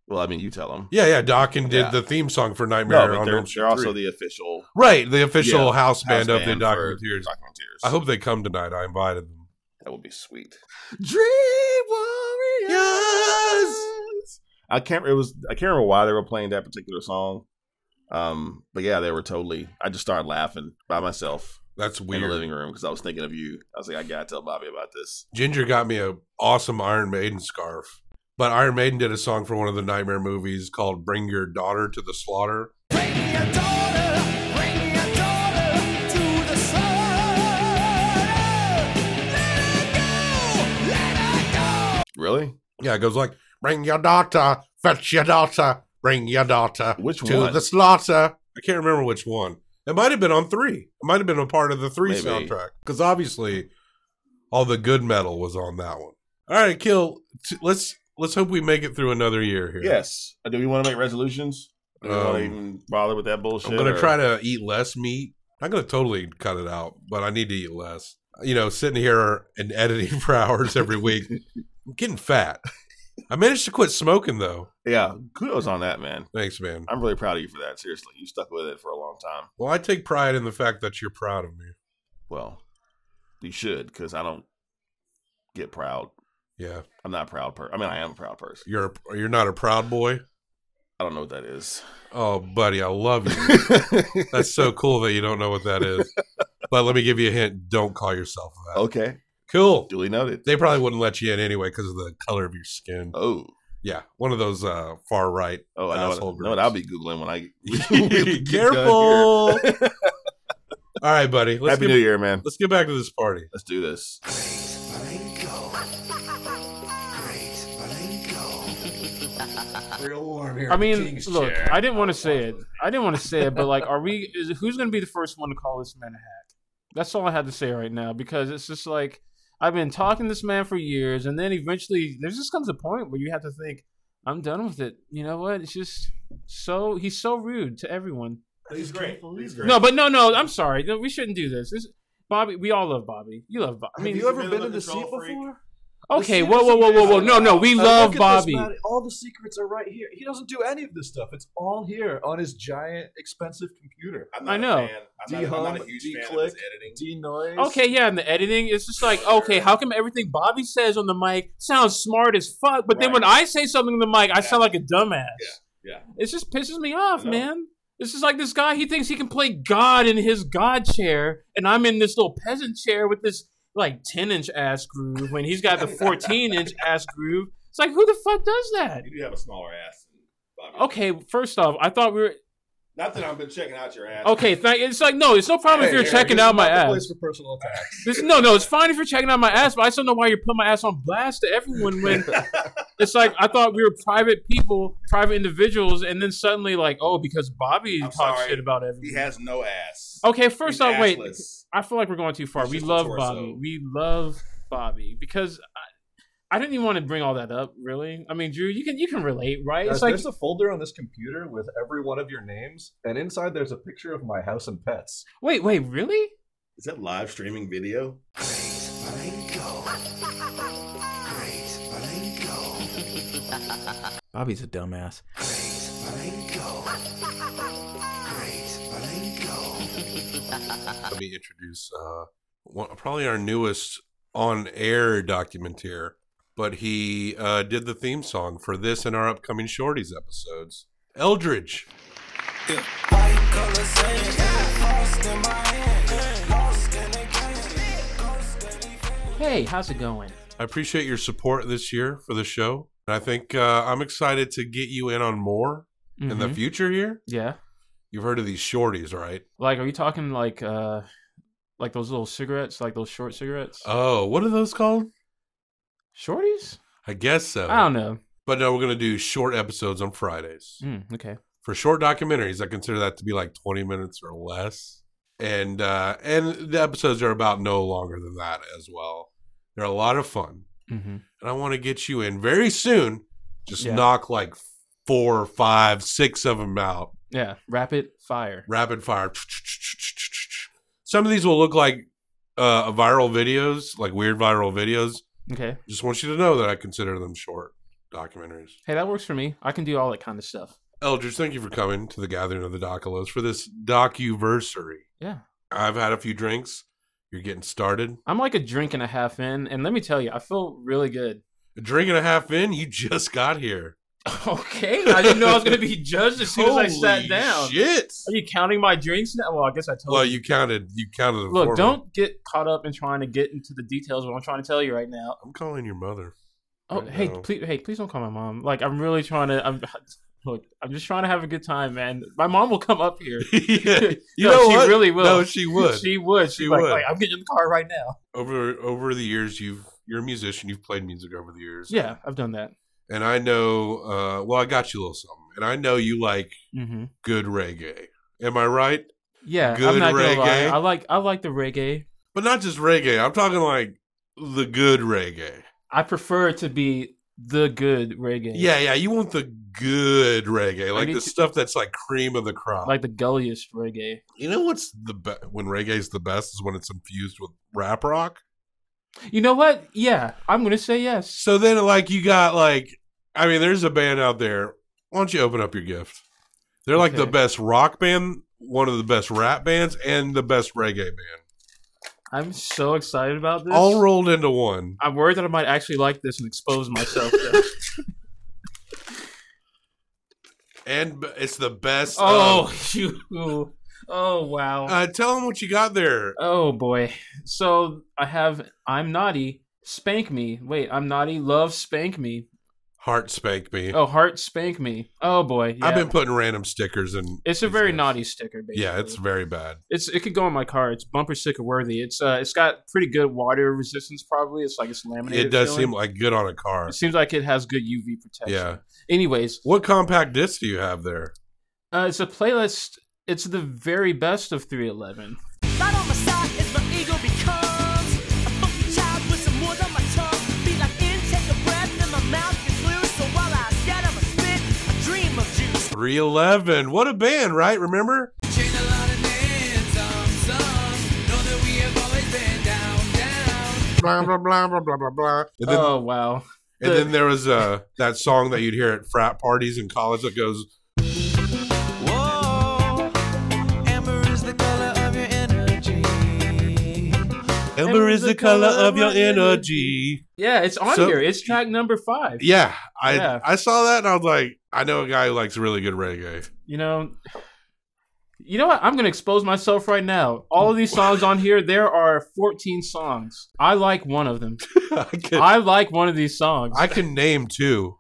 Speaker 4: Well, I mean, you tell them.
Speaker 1: yeah, yeah. Dokken did
Speaker 4: Yeah.
Speaker 1: the theme song for
Speaker 4: No,
Speaker 1: Nightmare
Speaker 4: but
Speaker 1: on
Speaker 4: they're,
Speaker 1: Elm Street.
Speaker 4: they're also
Speaker 1: 3.
Speaker 4: the official
Speaker 1: Right, the official
Speaker 4: Yeah,
Speaker 1: house band
Speaker 4: house
Speaker 1: of the
Speaker 4: band for
Speaker 1: Documenteers.
Speaker 4: Documenteers.
Speaker 1: I hope they come tonight. I invited them.
Speaker 4: That would be sweet. Dream Warriors. I can't. It was. I can't remember why they were playing that particular song. Um, but yeah, they were totally. I just started laughing by myself
Speaker 1: That's
Speaker 4: in the
Speaker 1: weird.
Speaker 4: living room because I was thinking of you. I was like, I gotta tell Bobby about this.
Speaker 1: Ginger got me a awesome Iron Maiden scarf. But Iron Maiden did a song for one of the Nightmare movies called "Bring Your Daughter to the Slaughter."
Speaker 7: Bring your daughter, bring your daughter to the <laughs> sun. Let her go, let her go.
Speaker 4: Really?
Speaker 1: Yeah, it goes like, "Bring your daughter, fetch your daughter, bring your daughter
Speaker 4: Which
Speaker 1: to
Speaker 4: one?
Speaker 1: the slaughter." I can't remember which one. It might have been on three. It might have been a part of the three
Speaker 4: Maybe.
Speaker 1: soundtrack because obviously, all the good metal was on that one. All right, kill. T- let's let's hope we make it through another year here.
Speaker 4: Yes. Uh, Do we want to make resolutions? Do we want
Speaker 1: Um,
Speaker 4: to even bother with that bullshit?
Speaker 1: I'm gonna
Speaker 4: or-
Speaker 1: try to eat less meat. I'm gonna totally cut it out, but I need to eat less. You know, sitting here and <laughs> editing for hours every week, I'm getting fat. I managed to quit smoking though.
Speaker 4: Yeah. Kudos on that, man.
Speaker 1: Thanks, man.
Speaker 4: I'm really proud of you for that. Seriously, you stuck with it for a long time.
Speaker 1: Well, I take pride in the fact that you're proud of me.
Speaker 4: Well, you should because I don't get proud
Speaker 1: Yeah,
Speaker 4: I'm not a proud person. I mean, I am a proud person.
Speaker 1: you're a- you're not a proud boy.
Speaker 4: I don't know what that is.
Speaker 1: Oh, buddy, I love you.
Speaker 4: <laughs>
Speaker 1: That's so cool that you don't know what that is. But let me give you a hint: don't call yourself that.
Speaker 4: okay,
Speaker 1: Cool.
Speaker 4: duly noted.
Speaker 1: They probably wouldn't let you in anyway because of the color of your skin.
Speaker 4: Oh,
Speaker 1: Yeah, one of those uh, far right.
Speaker 4: oh, I know. What,
Speaker 1: Asshole
Speaker 4: know what
Speaker 1: groups.
Speaker 4: I'll be googling when I
Speaker 1: <laughs>
Speaker 4: <laughs> get- get done here.
Speaker 1: Careful. All
Speaker 4: <laughs>
Speaker 1: right, buddy. Let's
Speaker 4: Happy
Speaker 1: get,
Speaker 4: New Year, man.
Speaker 1: Let's get back to this party.
Speaker 4: Let's do this.
Speaker 8: I mean, look, I didn't want to say
Speaker 4: <laughs>
Speaker 8: it. I didn't want to say it, but like, are we? Is who's going to be the first one to call this man a hack? That's all I had to say right now because it's just like I've been talking to this man for years, and then eventually there just comes a point where you have to think, I'm done with it. You know what? It's just so he's so rude to everyone.
Speaker 4: He's great. He's great.
Speaker 8: No, but no, no. I'm sorry. No, we shouldn't do this. this Bobby, we all love Bobby. You love Bobby. I mean,
Speaker 9: Have you ever
Speaker 4: he's a
Speaker 9: been in
Speaker 4: bit
Speaker 9: the
Speaker 4: of a
Speaker 9: seat
Speaker 4: control freak.
Speaker 9: before?
Speaker 8: okay.
Speaker 9: The
Speaker 8: Whoa, whoa,
Speaker 9: secrets
Speaker 8: whoa,
Speaker 9: he
Speaker 8: whoa, whoa.
Speaker 9: is-
Speaker 8: No, no. We
Speaker 9: Now,
Speaker 8: love
Speaker 9: look at this,
Speaker 8: Bobby.
Speaker 9: man. All the secrets are right here. He doesn't do any of this stuff. It's all here on his giant, expensive computer.
Speaker 4: I'm
Speaker 8: not I a know. fan.
Speaker 9: D-Hun, D-Click, D-Noise.
Speaker 8: Okay, yeah, and the editing it's just like, okay, how come everything Bobby says on the mic sounds smart as fuck, but then when I say something on the mic, I sound like a dumbass.
Speaker 4: Yeah, yeah.
Speaker 8: It just pisses me off,
Speaker 4: No.
Speaker 8: man. It's just like this guy, he thinks he can play God in his God chair, and I'm in this little peasant chair with this like 10 inch ass groove when he's got the 14 inch ass groove. It's like, who the fuck does that?
Speaker 4: You do have a smaller ass. than Bobby.
Speaker 8: Okay, first off, I thought we were
Speaker 4: Not that I've been checking out your ass.
Speaker 8: okay. Th- it's like no, it's no problem if
Speaker 9: Hey,
Speaker 8: you're
Speaker 9: hey,
Speaker 8: checking
Speaker 9: this is
Speaker 8: out my
Speaker 9: not the
Speaker 8: ass.
Speaker 9: place for personal attacks.
Speaker 8: This, no, no, it's fine if you're checking out my ass, but I still know why you're putting my ass on blast to
Speaker 4: <laughs>
Speaker 8: everyone when it's like I thought we were private people, private individuals, and then suddenly like, oh, because Bobby
Speaker 4: I'm
Speaker 8: talks
Speaker 4: sorry.
Speaker 8: shit about everyone.
Speaker 4: He has no ass.
Speaker 8: okay,
Speaker 4: He's
Speaker 8: first off, wait,
Speaker 4: assless.
Speaker 8: I feel like we're going too far.
Speaker 4: It's
Speaker 8: We
Speaker 4: just a
Speaker 8: love
Speaker 4: torso.
Speaker 8: Bobby. We love Bobby because I, I didn't even want to bring all that up. Really, I mean, Drew, you can you can relate, right?
Speaker 9: Guys,
Speaker 8: It's like
Speaker 9: there's a folder on this computer with every one of your names, and inside there's a picture of my house and pets.
Speaker 8: wait, wait, really?
Speaker 4: Is that live streaming video?
Speaker 10: Bobby's a dumbass.
Speaker 1: Let me introduce uh, one, probably our newest on-air documenteer. But he uh, did the theme song for this and our upcoming Shorties episodes. Eldridge.
Speaker 8: Hey, how's it going?
Speaker 1: I appreciate your support this year for the show. And I think uh, I'm excited to get you in on more in the
Speaker 8: Mhm.
Speaker 1: future here.
Speaker 8: yeah.
Speaker 1: You've heard of these shorties, right?
Speaker 8: Like, are you talking like uh, like those little cigarettes, like those short cigarettes,
Speaker 1: Oh, what are those called?
Speaker 8: shorties?
Speaker 1: I guess so.
Speaker 8: I don't know.
Speaker 1: But no, we're going to do short episodes on Fridays.
Speaker 8: Mm, okay.
Speaker 1: For short documentaries, I consider that to be like 20 minutes or less. And uh, and the episodes are about no longer than that as well. They're a lot of fun.
Speaker 8: Mm-hmm.
Speaker 1: And I want to get you in very soon. Just
Speaker 8: Yeah.
Speaker 1: knock like four or five, six of them out.
Speaker 8: Yeah. Rapid fire.
Speaker 1: rapid fire. Some of these will look like uh, viral videos, like weird viral videos.
Speaker 8: Okay.
Speaker 1: Just want you to know that I consider them short documentaries.
Speaker 8: Hey, that works for me. I can do all that kind of stuff.
Speaker 1: Eldridge, thank you for coming to the gathering of the Docolos for this docuversary.
Speaker 8: Yeah.
Speaker 1: I've had a few drinks. You're getting started.
Speaker 8: I'm like a drink and a half in, and let me tell you, I feel really good.
Speaker 1: A drink and a half in, you just got here.
Speaker 8: <laughs> Okay. I didn't know I was gonna be judged as soon as I
Speaker 1: Holy
Speaker 8: sat down.
Speaker 1: Shit.
Speaker 8: Are you counting my drinks now? Well, I guess I told
Speaker 1: Well,
Speaker 8: you.
Speaker 1: you counted. You counted. them for
Speaker 8: Look,
Speaker 1: me.
Speaker 8: don't get caught up in trying to get into the details of what I'm trying to tell you right now.
Speaker 1: I'm calling your mother.
Speaker 8: Oh,
Speaker 1: Right
Speaker 8: hey,
Speaker 1: now.
Speaker 8: please, hey, please don't call my mom. Like, I'm really trying to. I'm <laughs> look, I'm just trying to have a good time, man. My mom will come up here.
Speaker 1: <laughs>
Speaker 8: <laughs>
Speaker 1: yeah. You
Speaker 8: No,
Speaker 1: know
Speaker 8: she
Speaker 1: what?
Speaker 8: really will.
Speaker 1: No,
Speaker 8: <laughs>
Speaker 1: she would.
Speaker 8: She would.
Speaker 1: She
Speaker 8: She like,
Speaker 1: would.
Speaker 8: like, I'm getting in the car right now.
Speaker 1: over over the years you've you're a musician you've played music over the years
Speaker 8: Yeah, I've done that.
Speaker 1: and i know uh well i got you a little something and i know you like
Speaker 8: Mm-hmm.
Speaker 1: good reggae am i right
Speaker 8: Yeah,
Speaker 1: Good
Speaker 8: I'm not gonna lie.
Speaker 1: reggae.
Speaker 8: I like I like the reggae.
Speaker 1: but not just reggae i'm talking like the good reggae
Speaker 8: I prefer it to be the good reggae.
Speaker 1: yeah yeah you want the good reggae like
Speaker 8: need
Speaker 1: the
Speaker 8: to-
Speaker 1: stuff that's like cream of the crop
Speaker 8: like the gulliest reggae.
Speaker 1: you know what's the best when reggae's the best is when it's infused with rap rock
Speaker 8: You know what? Yeah, I'm gonna say yes.
Speaker 1: so then like you got like i mean there's a band out there why don't you open up your gift they're like the
Speaker 8: Okay.
Speaker 1: best rock band one of the best rap bands and the best reggae band
Speaker 8: I'm so excited about this.
Speaker 1: all rolled into one.
Speaker 8: I'm worried that I might actually like this and expose myself. to-
Speaker 1: <laughs> And b- it's the best. um,
Speaker 8: oh,
Speaker 1: of.
Speaker 8: <laughs> you. Oh, wow.
Speaker 1: Uh, tell them what you got there.
Speaker 8: Oh boy. So I have I'm naughty, spank me. Wait, I'm naughty, love spank me.
Speaker 1: Heart spank me.
Speaker 8: Oh, heart spank me. Oh boy. Yeah.
Speaker 1: I've been putting random stickers in.
Speaker 8: it's a
Speaker 1: these
Speaker 8: very
Speaker 1: guys.
Speaker 8: naughty sticker basically.
Speaker 1: Yeah, it's very bad.
Speaker 8: it's it could go on my car. It's bumper sticker worthy. It's uh it's got pretty good water resistance probably. It's like it's laminated.
Speaker 1: It does
Speaker 8: feeling.
Speaker 1: seem like good on a car.
Speaker 8: it seems like it has good UV protection.
Speaker 1: Yeah.
Speaker 8: Anyways,
Speaker 1: What compact disc do you have there?
Speaker 8: uh, it's a playlist. It's the very best of 311.
Speaker 7: Right on my side is my ego becomes a funky child with some wood on my tongue. Be like in, take a breath, then my mouth gets loose. So while I scared of a spit, I dream of you.
Speaker 1: 311. What a band, right? Remember?
Speaker 7: Chain a lot of names, um, some. Know that we have always been down,
Speaker 1: Blah
Speaker 7: down.
Speaker 1: blah blah blah blah blah blah. And then,
Speaker 8: oh wow.
Speaker 1: and then there was uh, that song that you'd hear at frat parties in college that goes,
Speaker 7: Whoa, amber is the color of your energy.
Speaker 1: "Amber is the color of your energy."
Speaker 8: Yeah, it's on
Speaker 1: So-
Speaker 8: here. It's track number five.
Speaker 1: Yeah, I
Speaker 8: Yeah.
Speaker 1: I saw that and I was like, I know a guy who likes really good reggae. <laughs>
Speaker 8: You know, you know what? I'm gonna expose myself right now. All of these songs on here, there are 14 songs. I like one of them.
Speaker 1: I can I,
Speaker 8: I like one of these songs
Speaker 1: can name two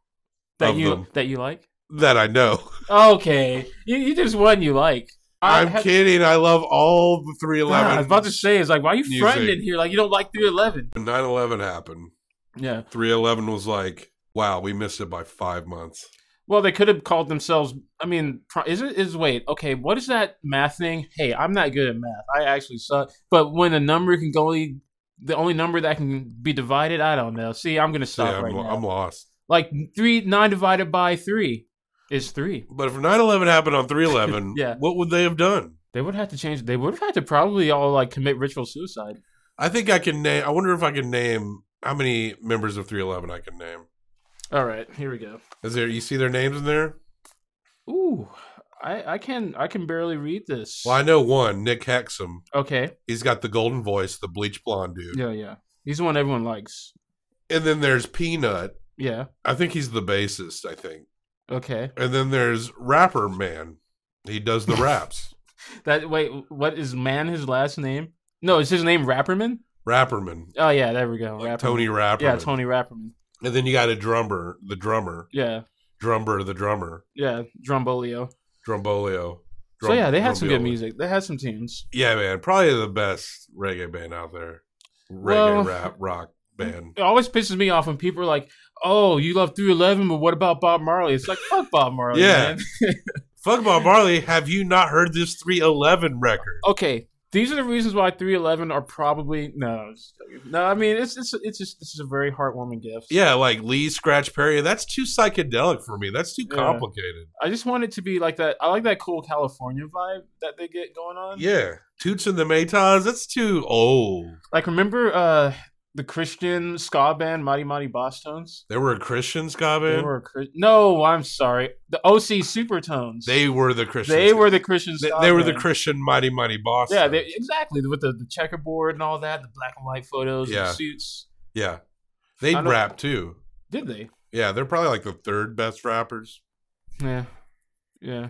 Speaker 8: that
Speaker 1: of
Speaker 8: you
Speaker 1: them.
Speaker 8: that you like.
Speaker 1: that I know.
Speaker 8: Okay, you, you just one you like. I
Speaker 1: I'm
Speaker 8: had-
Speaker 1: kidding. I love all the 311.
Speaker 8: I was about to say, it's like, why are <laughs> you
Speaker 1: Music.
Speaker 8: fronting in here? Like you don't like 311.
Speaker 1: When 9/11 happened.
Speaker 8: Yeah.
Speaker 1: 311 was like, wow, we missed it by five months.
Speaker 8: Well, they could have called themselves. I mean, pro- is it is wait? Okay, what is that math thing? Hey, I'm not good at math. I actually suck. But when a number can go only the only number that can be divided, I don't know. See, I'm gonna
Speaker 1: So
Speaker 8: stop
Speaker 1: yeah,
Speaker 8: right
Speaker 1: I'm,
Speaker 8: now.
Speaker 1: I'm lost.
Speaker 8: like three nine divided by three is three.
Speaker 1: But if 9/11 happened on 311,
Speaker 8: <laughs> Yeah.
Speaker 1: what would they have done?
Speaker 8: They would have to change. They would have had to probably all like commit ritual suicide.
Speaker 1: I think I can name. I wonder if I can name how many members of 311 I can name.
Speaker 8: All right, here we go.
Speaker 1: Is there? You see their names in there?
Speaker 8: Ooh, I I can I can barely read this.
Speaker 1: Well, I know one, Nick Hexum.
Speaker 8: Okay.
Speaker 1: He's got the golden voice, the bleach blonde dude.
Speaker 8: Yeah, yeah. He's the one everyone likes.
Speaker 1: And then there's Peanut.
Speaker 8: Yeah.
Speaker 1: I think he's the bassist. I think.
Speaker 8: Okay.
Speaker 1: And then there's Rapper Man. He does
Speaker 8: <laughs>
Speaker 1: the raps.
Speaker 8: That wait, what is man his last name? No, is his name Rapperman?
Speaker 1: Rapperman,
Speaker 8: Oh yeah, there we go.
Speaker 1: like
Speaker 8: Rapperman.
Speaker 1: Tony Rapperman.
Speaker 8: Yeah, Tony Rapperman.
Speaker 1: And then you got a drummer, the drummer,
Speaker 8: Yeah.
Speaker 1: drummer, the drummer,
Speaker 8: Yeah, Drumbolio.
Speaker 1: Drumbolio.
Speaker 8: so
Speaker 1: Drum-
Speaker 8: yeah, they had some good
Speaker 1: Drumbiolo.
Speaker 8: music. They had some tunes.
Speaker 1: Yeah, man, probably the best reggae band out there. Reggae
Speaker 8: Well-
Speaker 1: rap rock band.
Speaker 8: It always pisses me off when people are like, "Oh, you love 311, but what about Bob Marley?" It's like, "Fuck Bob Marley."
Speaker 1: Yeah.
Speaker 8: man.
Speaker 1: <laughs> Fuck Bob Marley. Have you not heard this 311 record?
Speaker 8: Okay, these are the reasons why 311 are probably no, I'm just joking. no. I mean, it's it's it's just this is a very heartwarming gift.
Speaker 1: Yeah, like Lee Scratch Perry. That's too psychedelic for me. That's too
Speaker 8: Yeah.
Speaker 1: complicated.
Speaker 8: I just want it to be like that. I like that cool California vibe that they get going on.
Speaker 1: Yeah. Toots and the Maytals. That's too old.
Speaker 8: Like, remember uh the Christian ska band Mighty Mighty Boss Tones?
Speaker 1: There were a Christian ska
Speaker 8: They
Speaker 1: band.
Speaker 8: were a Chris- no, I'm sorry. The OC Supertones.
Speaker 1: the Christian.
Speaker 8: they were the Christian.
Speaker 1: They,
Speaker 8: ska
Speaker 1: they were the
Speaker 8: band.
Speaker 1: Christian mighty mighty boss.
Speaker 8: Yeah,
Speaker 1: Tones.
Speaker 8: they, exactly with the, the checkerboard and all that, the black and white photos, and
Speaker 1: Yeah.
Speaker 8: the suits.
Speaker 1: yeah. They
Speaker 8: I don't-
Speaker 1: rap too.
Speaker 8: Did they?
Speaker 1: Yeah, they're probably like the third best rappers.
Speaker 8: Yeah, yeah.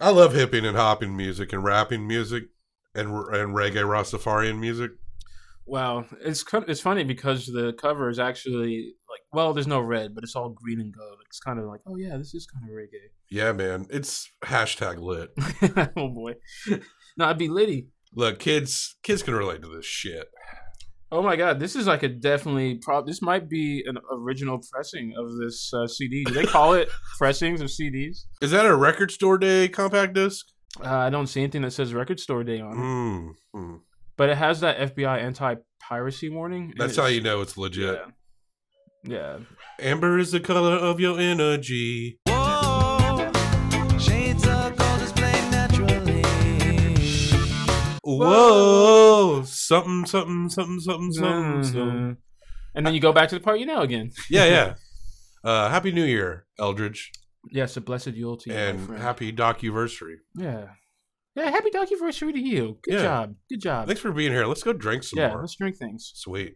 Speaker 1: I love hipping and hopping music and rapping music and and reggae Rastafarian music.
Speaker 8: Wow, it's kind it's funny because the cover is actually like well, there's no red, but it's all green and gold. It's kind of like oh yeah, this is kind of reggae.
Speaker 1: Yeah, man, it's hashtag lit.
Speaker 8: <laughs> oh boy, no, I'd be litty.
Speaker 1: Look, kids, kids can relate to this shit.
Speaker 8: Oh my god, this is like a definitely prob. This might be an original pressing of this uh, CD. Do they call
Speaker 1: <laughs>
Speaker 8: it pressings of CDs?
Speaker 1: Is that a record store day compact disc?
Speaker 8: Uh, I don't see anything that says record store day on it,
Speaker 1: Mm, mm.
Speaker 8: but it has that FBI anti piracy warning. and
Speaker 1: That's
Speaker 8: it's-
Speaker 1: how you know it's legit.
Speaker 8: Yeah.
Speaker 1: Amber is the color of your energy.
Speaker 7: Shades of gold displayed naturally.
Speaker 1: Whoa, something,
Speaker 8: <laughs>
Speaker 1: something, something, something, something. something.
Speaker 8: Mhm. And then you go back to the part you know again.
Speaker 1: <laughs> Yeah, yeah. Uh, happy New Year, Eldridge,
Speaker 8: Yes, a blessed Yule to you, my
Speaker 1: and
Speaker 8: friend.
Speaker 1: happy docuversary.
Speaker 8: <laughs> yeah. Yeah, happy docuversary to you. Good
Speaker 1: Yeah.
Speaker 8: job. Good job.
Speaker 1: Thanks for being here. Let's go drink some
Speaker 8: yeah,
Speaker 1: more.
Speaker 8: let's drink things.
Speaker 1: Sweet.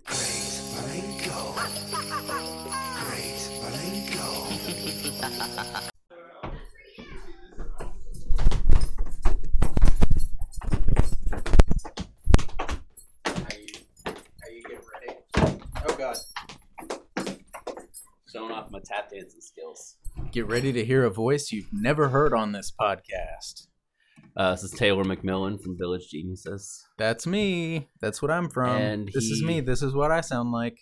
Speaker 10: Are you getting ready? Oh god. Showing off my tap dancing skills.
Speaker 11: Get ready to hear a voice you've never heard on this podcast.
Speaker 10: Uh, this is Taylor McMillan from Village Geniuses.
Speaker 11: That's me. That's what I'm from.
Speaker 10: And
Speaker 11: this is
Speaker 10: he-
Speaker 11: me. This is what I sound like.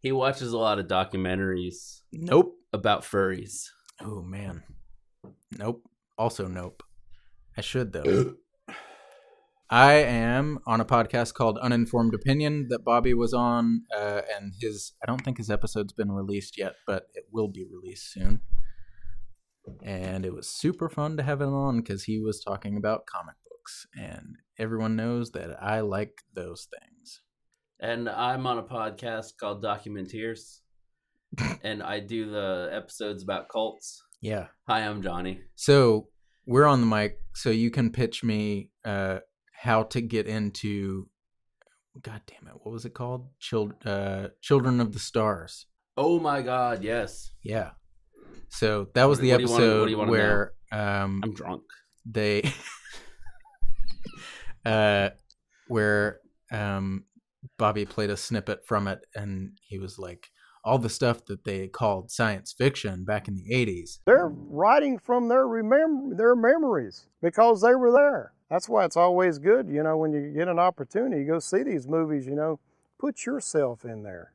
Speaker 10: He watches a lot of documentaries.
Speaker 11: Nope.
Speaker 10: About furries.
Speaker 11: Oh man. Nope. Also nope. I should though. I am on a podcast called Uninformed Opinion that Bobby was on, uh, and his I don't think his episode's been released yet, but it will be released soon. And it was super fun to have him on because he was talking about comic books, and everyone knows that I like those things.
Speaker 10: And I'm on a podcast
Speaker 11: <laughs>
Speaker 10: called Documenteers. and I do the episodes about cults.
Speaker 11: Yeah.
Speaker 10: Hi, I'm Johnny.
Speaker 11: So we're on the mic, so you can pitch me uh, how to get into. God damn it! What was it called? Child, uh, Children of the Stars.
Speaker 10: Oh my god, yes.
Speaker 11: Yeah. So that was
Speaker 10: What-
Speaker 11: the
Speaker 10: what do you wanna- what
Speaker 11: episode
Speaker 10: do you wanna
Speaker 11: where um,
Speaker 10: I'm drunk.
Speaker 11: They, <laughs> uh, where um, Bobby played a snippet from it, and he was like, "All the stuff that they called science fiction back in the '80s
Speaker 12: They're writing from their remem- their memories because they were there. That's why it's always good, you know, when you get an opportunity, go see these movies, you know, put yourself in there.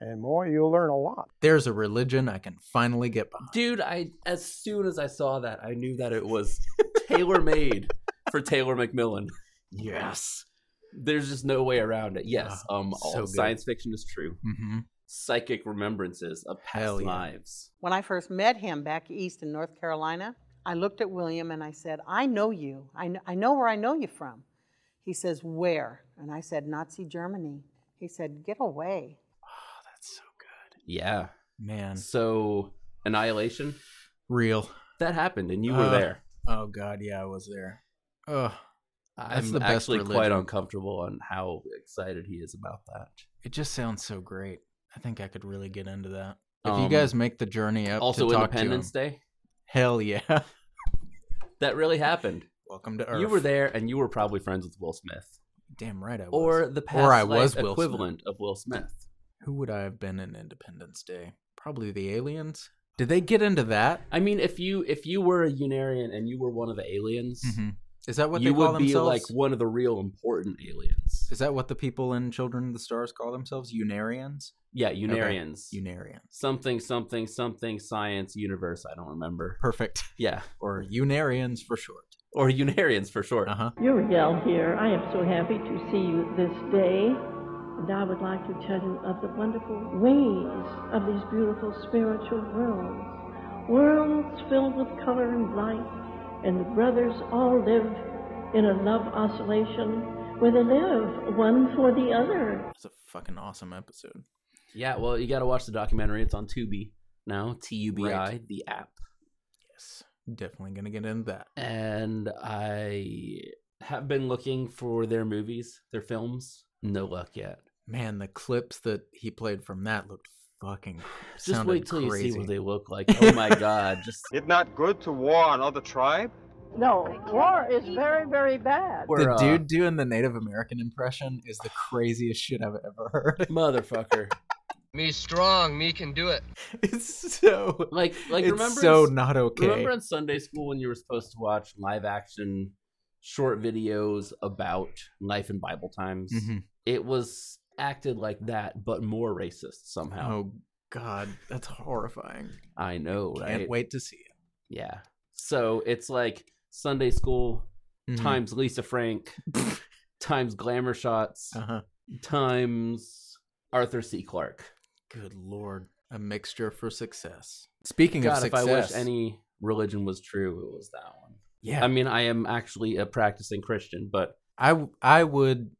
Speaker 12: And more, you'll learn a lot.
Speaker 11: there's a religion I can finally get behind.
Speaker 10: Dude, I as soon as I saw that, I knew that
Speaker 11: <laughs>
Speaker 10: it was tailor made for Taylor McMillan.
Speaker 11: Yes.
Speaker 10: There's just no way around it. Yes.
Speaker 11: Ah,
Speaker 10: um all
Speaker 11: so good.
Speaker 10: science fiction is true.
Speaker 11: Mhm.
Speaker 10: Psychic remembrances of past
Speaker 11: Hell yeah.
Speaker 10: lives.
Speaker 13: When I first met him back east in North Carolina, I looked at William and I said, I know you. I know, I know where I know you from. He says, Where? And I said, Nazi Germany. He said, Get away.
Speaker 10: Yeah.
Speaker 11: Man.
Speaker 10: So Annihilation?
Speaker 11: Real.
Speaker 10: That happened and you were
Speaker 11: Uh,
Speaker 10: there.
Speaker 11: Oh God, yeah, I was there. Ugh.
Speaker 10: I'm actually quite uncomfortable on how excited he is about that.
Speaker 11: It just sounds so great. I think I could really get into that. If you
Speaker 10: Um,
Speaker 11: guys make the journey up,
Speaker 10: also
Speaker 11: to talk
Speaker 10: Independence
Speaker 11: to him,
Speaker 10: Day?
Speaker 11: Hell yeah. <laughs>
Speaker 10: That really happened.
Speaker 11: Welcome to
Speaker 10: You
Speaker 11: Earth.
Speaker 10: were there and you were probably friends with Will Smith.
Speaker 11: Damith. Damn right I was.
Speaker 10: Or the past
Speaker 11: or I
Speaker 10: life
Speaker 11: was Will
Speaker 10: equivalent of Will Smith.
Speaker 11: Smith. Who would I have been in Independence Day? Probably the aliens. Did they get into that?
Speaker 10: I mean, if you if you were a Unarian and you were one of the aliens,
Speaker 11: Mhm. Is that what
Speaker 10: you
Speaker 11: they call
Speaker 10: would
Speaker 11: themselves?
Speaker 10: be like one of the real important aliens?
Speaker 11: Is that what the people in Children of the Stars call themselves? Unarians?
Speaker 10: Yeah,
Speaker 11: Okay.
Speaker 10: Unarians.
Speaker 11: Unarians.
Speaker 10: Something, something, something. Science, universe. I don't remember.
Speaker 11: Perfect.
Speaker 10: Yeah,
Speaker 11: Or Unarians for short. Uh-huh.
Speaker 10: or Unarians for short. Uh
Speaker 11: huh.
Speaker 14: Uriel here. I am so happy to see you this day, and I would like to tell you of the wonderful ways of these beautiful spiritual worlds. Worlds filled with color and light, and the brothers all live in a love oscillation where they live one for the other.
Speaker 11: That's a fucking awesome episode.
Speaker 10: Yeah. Well, you got to watch the documentary. It's on Tubi now. T U B I,
Speaker 11: Right.
Speaker 10: the app.
Speaker 11: Yes. Definitely gonna get into that.
Speaker 10: And I have been looking for their movies, their films. No luck yet.
Speaker 11: Man, the clips that he played from that looked fucking.
Speaker 10: Just
Speaker 11: sounded
Speaker 10: wait till
Speaker 11: crazy.
Speaker 10: you see what they look like.
Speaker 11: <laughs>
Speaker 10: Oh my god! Just
Speaker 15: It not good to war another tribe?
Speaker 14: No, war is very, very bad.
Speaker 11: the
Speaker 10: uh,
Speaker 11: dude doing the Native American impression is
Speaker 10: <sighs>
Speaker 11: the craziest shit I've ever heard. <laughs>
Speaker 10: Motherfucker.
Speaker 16: Me strong, me can do it.
Speaker 11: It's <laughs> so
Speaker 10: like like
Speaker 11: it's
Speaker 10: remember
Speaker 11: so
Speaker 10: in-
Speaker 11: not okay.
Speaker 10: Remember in Sunday school when you were supposed to watch live action short videos about life in Bible times?
Speaker 11: Mhm.
Speaker 10: It was acted like that, but more racist somehow.
Speaker 11: Oh God, that's horrifying.
Speaker 10: I know,
Speaker 11: Can't
Speaker 10: right?
Speaker 11: wait to see it.
Speaker 10: Yeah. So it's like Sunday school
Speaker 11: Mhm.
Speaker 10: times
Speaker 11: <laughs>
Speaker 10: Lisa Frank times glamour shots
Speaker 11: Uh-huh.
Speaker 10: times Arthur C. Clarke.
Speaker 11: Good lord, a mixture for success. Speaking of
Speaker 10: God,
Speaker 11: success,
Speaker 10: if I wish any religion was true, it was that one.
Speaker 11: Yeah.
Speaker 10: I mean, I am actually a practicing Christian, but
Speaker 11: I I would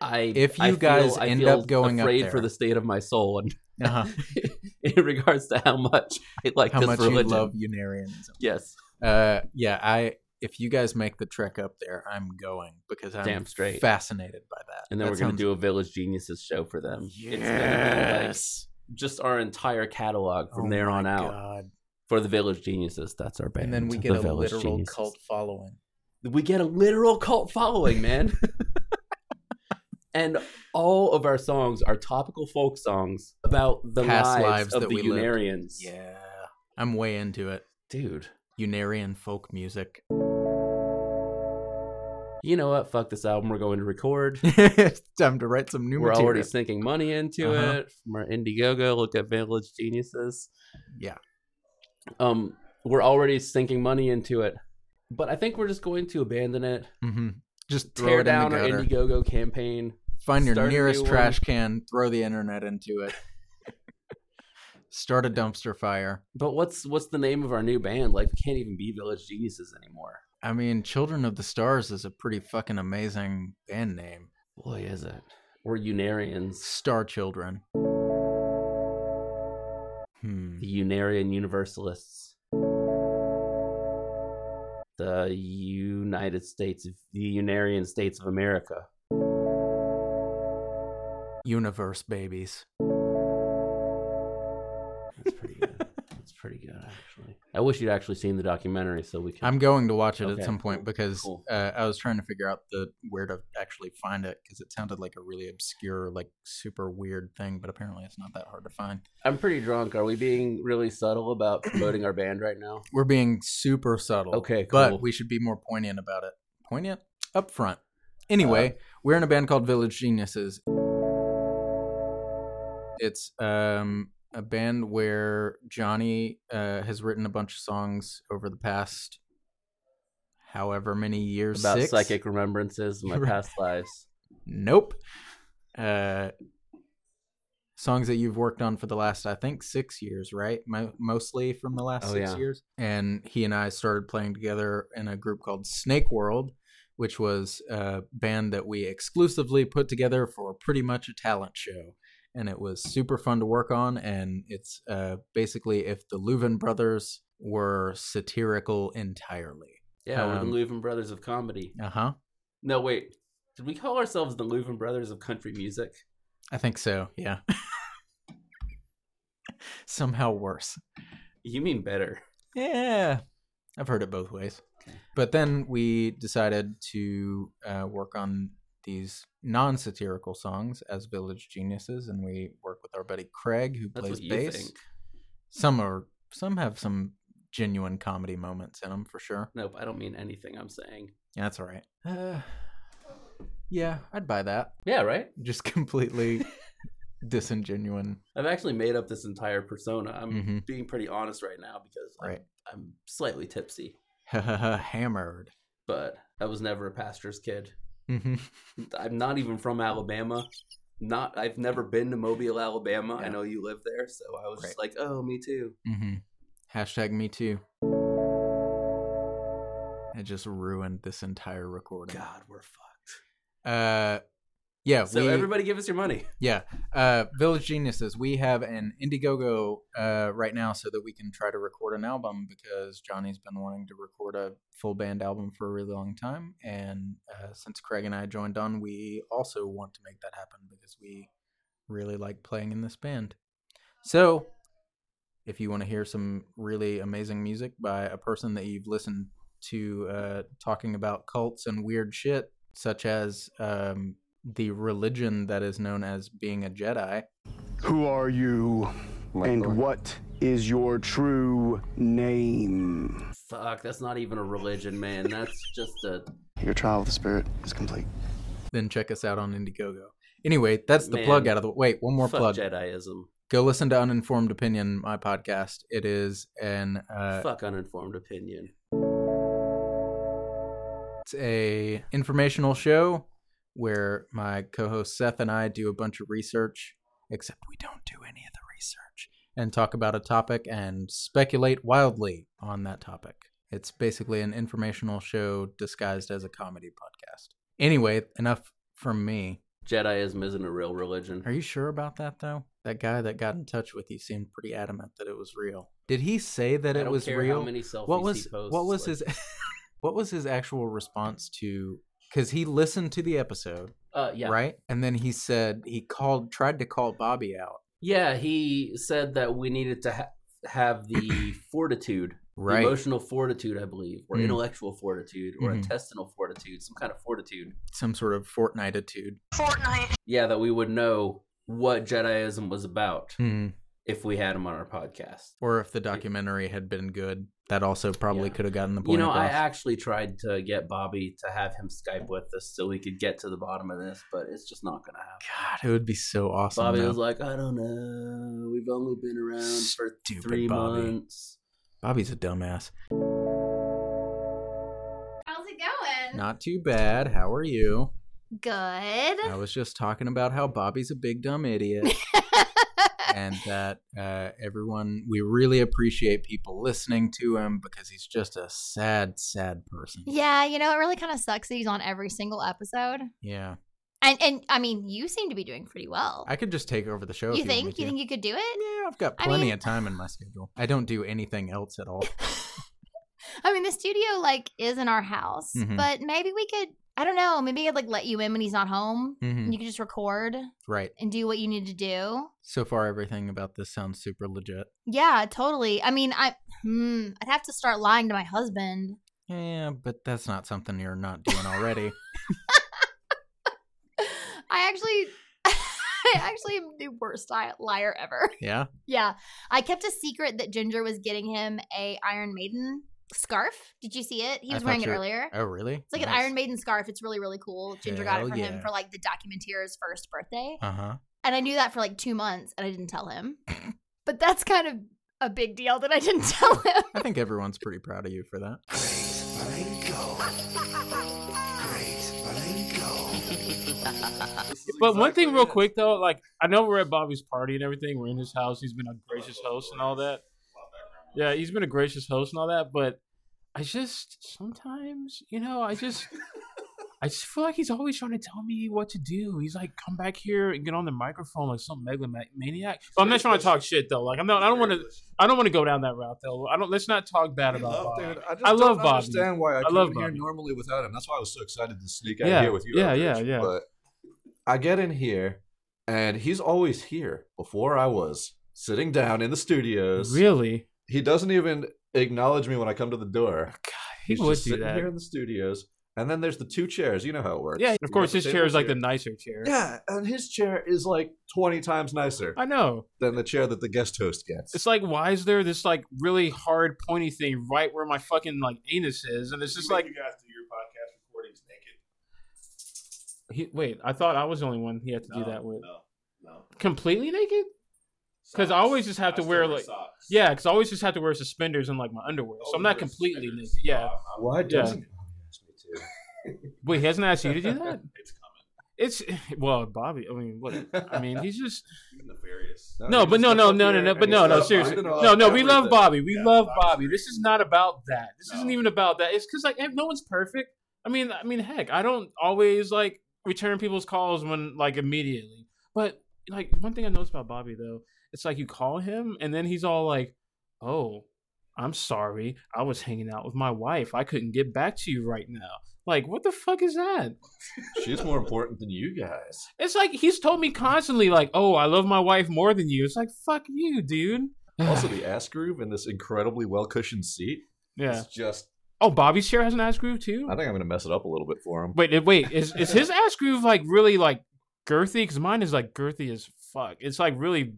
Speaker 10: I
Speaker 11: if you
Speaker 10: I
Speaker 11: guys
Speaker 10: feel, I
Speaker 11: end
Speaker 10: feel
Speaker 11: up going up
Speaker 10: afraid
Speaker 11: there
Speaker 10: for the state of my soul and
Speaker 11: Uh-huh.
Speaker 10: <laughs> in regards to how much I like
Speaker 11: how
Speaker 10: this
Speaker 11: much
Speaker 10: religion.
Speaker 11: you love Unarianism.
Speaker 10: Yes.
Speaker 11: Uh, yeah, I if you guys make the trek up there, I'm going because I'm
Speaker 10: Damn straight.
Speaker 11: fascinated by that.
Speaker 10: And then
Speaker 11: That
Speaker 10: we're going
Speaker 11: sounds
Speaker 10: to do a Village Geniuses show for them. It's gonna be, like,
Speaker 11: Yes.
Speaker 10: just our entire catalog from
Speaker 11: Oh
Speaker 10: there
Speaker 11: my
Speaker 10: on out
Speaker 11: God.
Speaker 10: for the Village Geniuses. That's our band.
Speaker 11: And then we
Speaker 10: the
Speaker 11: get a
Speaker 10: Village
Speaker 11: literal
Speaker 10: Geniuses.
Speaker 11: cult following.
Speaker 10: We get a literal cult following,
Speaker 11: <laughs>
Speaker 10: man. and all of our songs are topical folk songs about the
Speaker 11: Past
Speaker 10: lives,
Speaker 11: lives
Speaker 10: of
Speaker 11: that
Speaker 10: the
Speaker 11: we lived.
Speaker 10: Unarians.
Speaker 11: Yeah. I'm way into it.
Speaker 10: Dude.
Speaker 11: Unarian folk music.
Speaker 10: You know what? Fuck this album. We're going
Speaker 11: <laughs>
Speaker 10: to record.
Speaker 11: Time to write some new
Speaker 10: We're
Speaker 11: material.
Speaker 10: already sinking money into
Speaker 11: Uh-huh.
Speaker 10: it from our Indiegogo. Look at Village Geniuses.
Speaker 11: Yeah.
Speaker 10: Um, we're already sinking money into it, but I think we're just going to abandon it.
Speaker 11: hmm Just throw
Speaker 10: tear
Speaker 11: it in
Speaker 10: down
Speaker 11: the
Speaker 10: our
Speaker 11: gutter.
Speaker 10: Indiegogo campaign.
Speaker 11: Find your
Speaker 10: start a
Speaker 11: nearest
Speaker 10: new
Speaker 11: trash
Speaker 10: one.
Speaker 11: can, throw the internet into it. Start a dumpster fire.
Speaker 10: But what's what's the name of our new band? Like, we can't even be Village Geniuses anymore.
Speaker 11: I mean, Children of the Stars is a pretty fucking amazing band name.
Speaker 10: Boy, is it. We're Unarians.
Speaker 11: Star Children. Hmm.
Speaker 10: The Unarian Universalists. The United States, of, the Unarian States of America.
Speaker 11: Universe Babies. <laughs>
Speaker 10: That's pretty good, actually. I wish you'd actually seen the documentary so we can.
Speaker 11: I'm going to watch it
Speaker 10: Okay,
Speaker 11: at some point
Speaker 10: cool,
Speaker 11: because
Speaker 10: cool.
Speaker 11: uh, I was trying to figure out the where to actually find it because it sounded like a really obscure, like super weird thing, but apparently it's not that hard to find.
Speaker 10: I'm pretty drunk. Are we being really subtle about promoting our band right now?
Speaker 11: We're being super subtle.
Speaker 10: Okay, cool.
Speaker 11: But we should be more poignant about it. Poignant? Up front. Anyway,
Speaker 10: Uh,
Speaker 11: we're in a band called Village Geniuses. It's um, a band where Johnny uh, has written a bunch of songs over the past however many years.
Speaker 10: About
Speaker 11: six?
Speaker 10: psychic remembrances of
Speaker 11: <laughs>
Speaker 10: my
Speaker 11: Right.
Speaker 10: past lives.
Speaker 11: Nope. Uh, songs that you've worked on for the last, I think, six years, right? Mo- mostly from the last
Speaker 10: Oh,
Speaker 11: six
Speaker 10: yeah.
Speaker 11: years. And he and I started playing together in a group called Snake World, which was a band that we exclusively put together for pretty much a talent show. And it was super fun to work on. And it's uh, basically if the Leuven brothers were satirical entirely. Um,
Speaker 10: Yeah, we're the Leuven Brothers of Comedy.
Speaker 11: Uh huh.
Speaker 10: No, wait. Did we call ourselves the Leuven Brothers of Country Music?
Speaker 11: I think so. Yeah. <laughs> Somehow worse.
Speaker 10: You mean better.
Speaker 11: Yeah. I've heard it both ways. But then we decided to uh, work on these non satirical songs as Village Geniuses, and we work with our buddy Craig, who
Speaker 10: That's
Speaker 11: plays
Speaker 10: what you
Speaker 11: bass.
Speaker 10: think.
Speaker 11: Some are some have some genuine comedy moments in them for sure.
Speaker 10: Nope, I don't mean anything I'm <sighs> saying.
Speaker 11: Yeah, that's all right. Uh, yeah, I'd buy that.
Speaker 10: Yeah, right?
Speaker 11: Just
Speaker 10: <laughs>
Speaker 11: completely disingenuine. <laughs>
Speaker 10: I've actually made up this entire persona. I'm
Speaker 11: Mhm.
Speaker 10: being pretty honest Mm-hmm. right now because I'm,
Speaker 11: Right.
Speaker 10: I'm slightly tipsy,
Speaker 11: Hammered.
Speaker 10: but I was never a pastor's kid. Mm-hmm.
Speaker 11: Mhm.
Speaker 10: <laughs> I'm not even from Alabama. Not I've never been to Mobile, Alabama. I know you live there, so I was just like, "Oh, me too."
Speaker 11: Mm-hmm. Hashtag me too. It just ruined this entire recording.
Speaker 10: God, we're fucked.
Speaker 11: Uh, yeah.
Speaker 10: So
Speaker 11: we-
Speaker 10: everybody, give us your money.
Speaker 11: Yeah. Uh, Village Geniuses. We have an Indiegogo uh, right now so that we can try to record an album because Johnny's been wanting to record a full band album for a really long time, and uh, since Craig and I joined on, we also want to make that happen because we really like playing in this band. So, if you want to hear some really amazing music by a person that you've listened to uh, talking about cults and weird shit, such as um, the religion that is known as being a Jedi,
Speaker 17: Who are you? And what is your true name?
Speaker 10: Fuck, that's not even a religion, man. That's just a
Speaker 17: Your trial of the spirit is complete.
Speaker 11: then check us out on Indiegogo. Anyway, that's the
Speaker 10: Man,
Speaker 11: plug out of the wait. One more
Speaker 10: fuck
Speaker 11: plug.
Speaker 10: Jediism.
Speaker 11: Go listen to Uninformed Opinion, my podcast. It is an uh,
Speaker 10: fuck uninformed opinion.
Speaker 11: It's a informational show where my co-host Seth and I do a bunch of research, except we don't do any of the research, and talk about a topic and speculate wildly on that topic. It's basically an informational show disguised as a comedy podcast. Anyway, enough from me.
Speaker 10: Jediism isn't a real religion.
Speaker 11: Are you sure about that though? That guy that got in touch with you seemed pretty adamant that it was real. Did he say that
Speaker 10: I
Speaker 11: it
Speaker 10: don't
Speaker 11: was
Speaker 10: care how
Speaker 11: real?
Speaker 10: many selfies
Speaker 11: what was
Speaker 10: he posts,
Speaker 11: what was
Speaker 10: like-
Speaker 11: his <laughs> What was his actual response to? Because he listened to the episode.
Speaker 10: Uh, yeah.
Speaker 11: Right, and then he said he called, tried to call Bobby out.
Speaker 10: Yeah, he said that we needed to ha-
Speaker 11: <coughs>
Speaker 10: have the fortitude, the
Speaker 11: Right.
Speaker 10: emotional fortitude, I believe, or
Speaker 11: Mm.
Speaker 10: intellectual fortitude, or
Speaker 11: Mhm.
Speaker 10: intestinal fortitude, some kind of fortitude.
Speaker 11: Some sort of fortnititude.
Speaker 10: Fortnite. Yeah, that we would know what Jediism was about
Speaker 11: Mhm.
Speaker 10: if we had him on our podcast.
Speaker 11: Or if the documentary had been good, that also probably could have gotten the point.
Speaker 10: You know, I
Speaker 11: across.
Speaker 10: actually tried to get Bobby to have him Skype with us so we could get to the bottom of this, but it's just not going to happen.
Speaker 11: God, it would be so awesome.
Speaker 10: Bobby
Speaker 11: though.
Speaker 10: was like, I don't know. We've only been around for
Speaker 11: Stupid
Speaker 10: three
Speaker 11: Bobby.
Speaker 10: months.
Speaker 11: Bobby's a dumbass.
Speaker 18: How's it going?
Speaker 11: Not too bad. How are you?
Speaker 18: Good.
Speaker 11: I was just talking about how Bobby's a big
Speaker 18: <laughs>
Speaker 11: dumb idiot. and that uh, everyone, we really appreciate people listening to him because he's just a sad, sad person.
Speaker 18: Yeah, you know, it really kind of sucks that he's on every single episode.
Speaker 11: Yeah.
Speaker 18: And and I mean, you seem to be doing pretty well.
Speaker 11: I could just take over the show. if
Speaker 18: You
Speaker 11: you want me
Speaker 18: think? You
Speaker 11: to.
Speaker 18: think you could do it?
Speaker 11: Yeah, I've got
Speaker 18: I
Speaker 11: plenty
Speaker 18: mean-
Speaker 11: of time in my schedule. I don't do anything else
Speaker 18: <laughs>
Speaker 11: at all.
Speaker 18: I mean, the studio like is in our house,
Speaker 11: Mhm.
Speaker 18: but maybe we could. I don't know. Maybe I'd like let you in when he's not home,
Speaker 11: Mhm.
Speaker 18: and you could just record
Speaker 11: right.
Speaker 18: and do what you need to do.
Speaker 11: So far, everything about this sounds super legit.
Speaker 18: Yeah, totally. I mean, I hmm, I'd have to start lying to my husband.
Speaker 11: Yeah, but that's not something you're not
Speaker 18: <laughs>
Speaker 11: doing already.
Speaker 18: I actually, <laughs> I actually am the worst li- liar ever. <laughs>
Speaker 11: yeah.
Speaker 18: Yeah, I kept a secret that Ginger was getting him a Iron Maiden scarf. Did you see it? He
Speaker 11: I
Speaker 18: was
Speaker 11: thought
Speaker 18: wearing it
Speaker 11: you were-
Speaker 18: earlier.
Speaker 11: Oh, really?
Speaker 18: It's like an Iron Maiden scarf. It's really really cool. Ginger got it
Speaker 11: Hell
Speaker 18: for
Speaker 11: yeah.
Speaker 18: him for like the documenteer's first birthday,
Speaker 11: Uh huh.
Speaker 18: and I knew that for like two months, and I didn't tell him. <laughs> but that's kind of a big deal that I didn't <laughs> tell him.
Speaker 11: I think everyone's pretty proud of you for that.
Speaker 8: But <laughs> one thing, real quick though, like I know we're at Bobby's party and everything. We're in his house. He's been a gracious host and all that. Yeah, he's been a gracious host and all that. But I just sometimes, you know, I just, I just feel like he's always trying to tell me what to do. He's like, come back here and get on the microphone like some megalomaniac. But I'm not trying to talk shit though. Like I'm not. I don't want to. I don't want to go down that route though. I don't. Let's not talk bad about Bobby.
Speaker 9: Dude,
Speaker 8: I,
Speaker 9: I, just
Speaker 8: love
Speaker 9: don't
Speaker 8: Bobby.
Speaker 9: understand why I,
Speaker 8: I love
Speaker 9: couldn't
Speaker 8: Bobby.
Speaker 9: here normally without him. That's why I was so excited to sneak out
Speaker 19: Yeah,
Speaker 9: here with you.
Speaker 19: yeah,
Speaker 9: Aldridge,
Speaker 19: yeah, yeah.
Speaker 9: But
Speaker 19: I get in here, and he's always here before I was sitting down in the studios.
Speaker 8: Really?
Speaker 19: He doesn't even acknowledge me when I come to the door. God,
Speaker 8: he
Speaker 19: he's
Speaker 8: would
Speaker 19: just
Speaker 8: do
Speaker 19: sitting
Speaker 8: that.
Speaker 19: here in the studios. And then there's the two chairs. You know how it works.
Speaker 8: Yeah, and
Speaker 19: You
Speaker 8: of course
Speaker 19: got the
Speaker 8: his
Speaker 19: table
Speaker 8: chair is like
Speaker 19: here.
Speaker 8: the nicer chair.
Speaker 19: Yeah, and his chair is like 20 times nicer.
Speaker 8: I know.
Speaker 19: Than the chair that the guest host gets.
Speaker 8: It's like why is there this like really hard pointy thing right where my fucking like anus is, and it's just like
Speaker 4: you guys do your podcast recordings naked.
Speaker 8: he, wait, I thought I was the only one he had to do that with.
Speaker 4: no.
Speaker 8: Completely naked? Because I always just have to wear like yeah, because I always just have to wear suspenders and like my underwear, so I'm not completely naked. Yeah.
Speaker 19: Why
Speaker 8: Yeah.
Speaker 19: doesn't
Speaker 8: Wait, he hasn't asked you to do that? it's <sighs> coming. It's well, Bobby. I mean, what? I mean, he's just
Speaker 4: nefarious.
Speaker 8: No, but no, no, no, no, no, but no, no, seriously, no, no. We love Bobby. We love Bobby. This is not about that. This isn't even about that. It's because like no one's perfect. I mean, I mean, heck, I don't always like return people's calls when like immediately. But like one thing I noticed about Bobby though, it's like you call him and then he's all like, "Oh, I'm sorry, I was hanging out with my wife. I couldn't get back to you right now." Like, what the fuck is that?
Speaker 19: She's more important than you guys.
Speaker 8: It's like he's told me constantly, like, "Oh, I love my wife more than you." It's like, fuck you, dude.
Speaker 19: also, the ass groove in this incredibly well cushioned seat.
Speaker 8: Yeah.
Speaker 19: It's just.
Speaker 8: Oh, Bobby's chair has an ass groove too.
Speaker 19: I think I'm going to mess it up a little bit for him.
Speaker 8: Wait, it- wait, is is his ass groove like really like girthy? Because mine is like girthy as fuck. It's like really,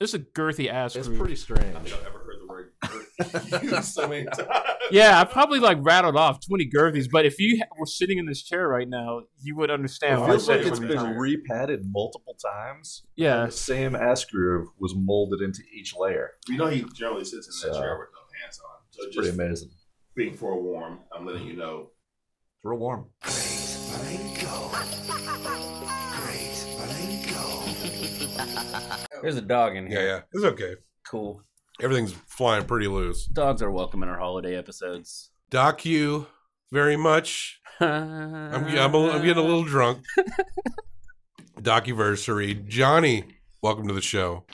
Speaker 8: it's a girthy ass
Speaker 19: It's
Speaker 8: groove.
Speaker 19: pretty strange.
Speaker 4: I've never heard the word girthy <laughs> used so many times.
Speaker 8: <laughs> Yeah, I probably like rattled off twenty girthies, but if you were sitting in this chair right now, you would understand.
Speaker 19: it
Speaker 8: why I
Speaker 19: feels
Speaker 8: said
Speaker 19: like
Speaker 8: it
Speaker 19: it's
Speaker 8: was
Speaker 19: been
Speaker 8: weird.
Speaker 19: repadded multiple times.
Speaker 8: Yeah.
Speaker 19: and The same ass groove was molded into each layer.
Speaker 4: You know he generally sits in that
Speaker 19: So,
Speaker 4: chair with no pants on. So
Speaker 19: It's
Speaker 4: just
Speaker 19: pretty amazing.
Speaker 4: being forewarned, I'm letting you know.
Speaker 19: It's real warm.
Speaker 10: There's a dog in here.
Speaker 1: Yeah, yeah. It's okay.
Speaker 10: Cool.
Speaker 1: Everything's flying pretty loose.
Speaker 10: Dogs are welcome in our holiday episodes.
Speaker 1: Doc you very
Speaker 10: <laughs>
Speaker 1: much. I'm, I'm, a, I'm getting a little drunk. Docuversary. Johnny, welcome to the show.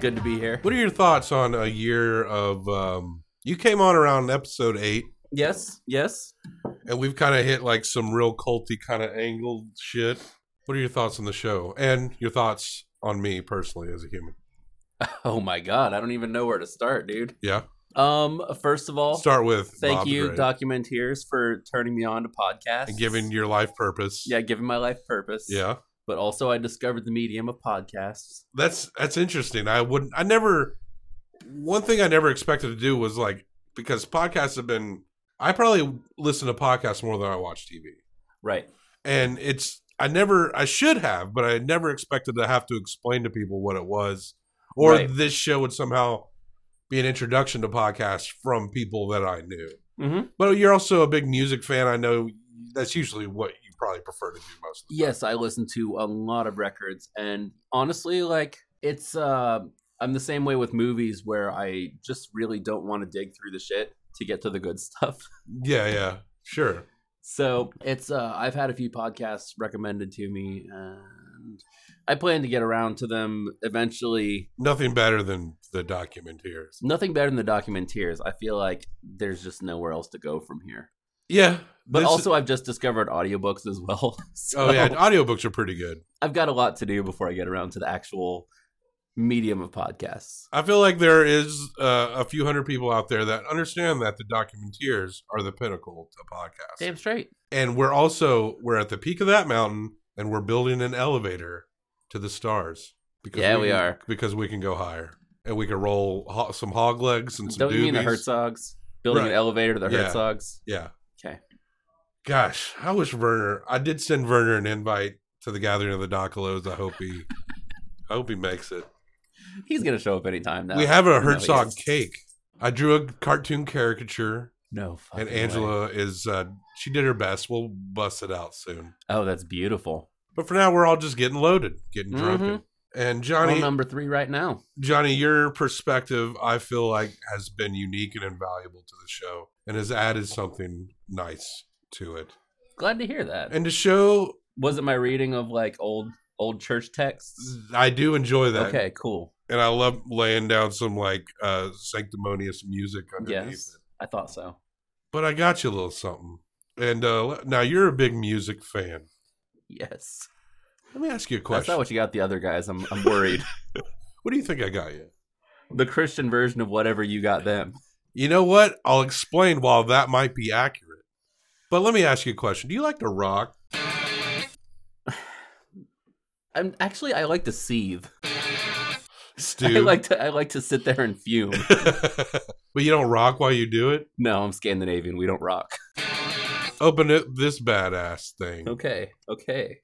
Speaker 10: Good to be here.
Speaker 1: What are your thoughts on a year of? Um, you came on around episode eight.
Speaker 10: Yes, yes.
Speaker 1: And we've kind of hit like some real culty kind of angled shit. What are your thoughts on the show and your thoughts on me personally as a human?
Speaker 10: <laughs> Oh my god, I don't even know where to start, dude.
Speaker 1: Yeah.
Speaker 10: Um, first of all,
Speaker 1: Start with
Speaker 10: thank
Speaker 1: Bob the
Speaker 10: you,
Speaker 1: Great.
Speaker 10: Documenteers, for turning me on to podcasts
Speaker 1: And giving your life purpose.
Speaker 10: Yeah, giving my life purpose.
Speaker 1: Yeah.
Speaker 10: But also, I discovered the medium of podcasts.
Speaker 1: That's that's interesting. I wouldn't. I never. One thing I never expected to do was like because podcasts have been. I probably listen to podcasts more than I watch TV.
Speaker 10: Right.
Speaker 1: And it's I never I should have, but I never expected to have to explain to people what it was, or
Speaker 10: Right.
Speaker 1: this show would somehow be an introduction to podcasts from people that I knew.
Speaker 10: Mhm.
Speaker 1: But you're also a big music fan. I know that's usually what you probably prefer to do most.
Speaker 10: Yes, I listen to a lot of records, and honestly, like it's uh, I'm the same way with movies where I just really don't want to dig through the shit to get to the good <laughs> stuff.
Speaker 1: Yeah, yeah, sure.
Speaker 10: So it's uh, I've had a few podcasts recommended to me, and I plan to get around to them eventually.
Speaker 1: Nothing better than the documenteers.
Speaker 10: Nothing better than the documenteers. I feel like there's just nowhere else to go from here.
Speaker 1: Yeah,
Speaker 10: but
Speaker 1: this-
Speaker 10: also I've just discovered audiobooks as well. <laughs>
Speaker 1: Oh yeah,
Speaker 10: so-
Speaker 1: audiobooks are pretty good.
Speaker 10: I've got a lot to do before I get around to the actual medium of podcasts.
Speaker 1: I feel like there is uh, a few hundred people out there that understand that the documenteers are the pinnacle to podcasts.
Speaker 10: Damn straight.
Speaker 1: And we're also we're at the peak of that mountain, and we're building an elevator to the stars.
Speaker 10: Yeah, we
Speaker 1: can-
Speaker 10: are.
Speaker 1: because we can go higher, and we can roll ho- some hog legs and some.
Speaker 10: Don't you mean the
Speaker 1: doobies.
Speaker 10: Herzogs? Building an elevator to the
Speaker 1: yeah.
Speaker 10: Herzogs?
Speaker 1: Yeah.
Speaker 10: Okay.
Speaker 1: Gosh, I wish Werner. I did send Werner an invite to the gathering of the Docolos. I hope he, I hope he makes it.
Speaker 10: He's gonna show up anytime now.
Speaker 1: We have a
Speaker 10: No, he
Speaker 1: Herzog
Speaker 10: isn't.
Speaker 1: cake. I drew a cartoon caricature.
Speaker 10: No
Speaker 1: and
Speaker 10: fucking
Speaker 1: Angela is uh, she did her best. We'll bust it out soon.
Speaker 10: Oh, that's beautiful.
Speaker 1: But for now, we're all just getting loaded, getting drunken.
Speaker 10: Mhm.
Speaker 1: And Johnny,
Speaker 10: On number three right now.
Speaker 1: Johnny, your perspective, I feel like, has been unique and invaluable to the show, and has added something nice to it.
Speaker 10: Glad to hear that.
Speaker 1: And to show
Speaker 10: was it my reading of like old old church texts?
Speaker 1: I do enjoy that.
Speaker 10: Okay, cool.
Speaker 1: And I love laying down some like uh sanctimonious music underneath
Speaker 10: Yes, I thought so.
Speaker 1: But I got you a little something. And uh now you're a big music fan.
Speaker 10: Yes.
Speaker 1: Let me ask you a
Speaker 10: That's
Speaker 1: question.
Speaker 10: not what you got the other guys. I'm I'm worried.
Speaker 1: <laughs> what do you think I got you?
Speaker 10: The Christian version of whatever you got them.
Speaker 1: You know what? I'll explain while that might be accurate. But let me ask you a question. Do you like to rock?
Speaker 10: <sighs> I'm actually I like to seethe.
Speaker 1: Stu.
Speaker 10: I like to I like to sit there and fume.
Speaker 1: <laughs> but you don't rock while you do it?
Speaker 10: No, I'm Scandinavian. We don't rock.
Speaker 1: Open up this badass thing.
Speaker 10: Okay. Okay.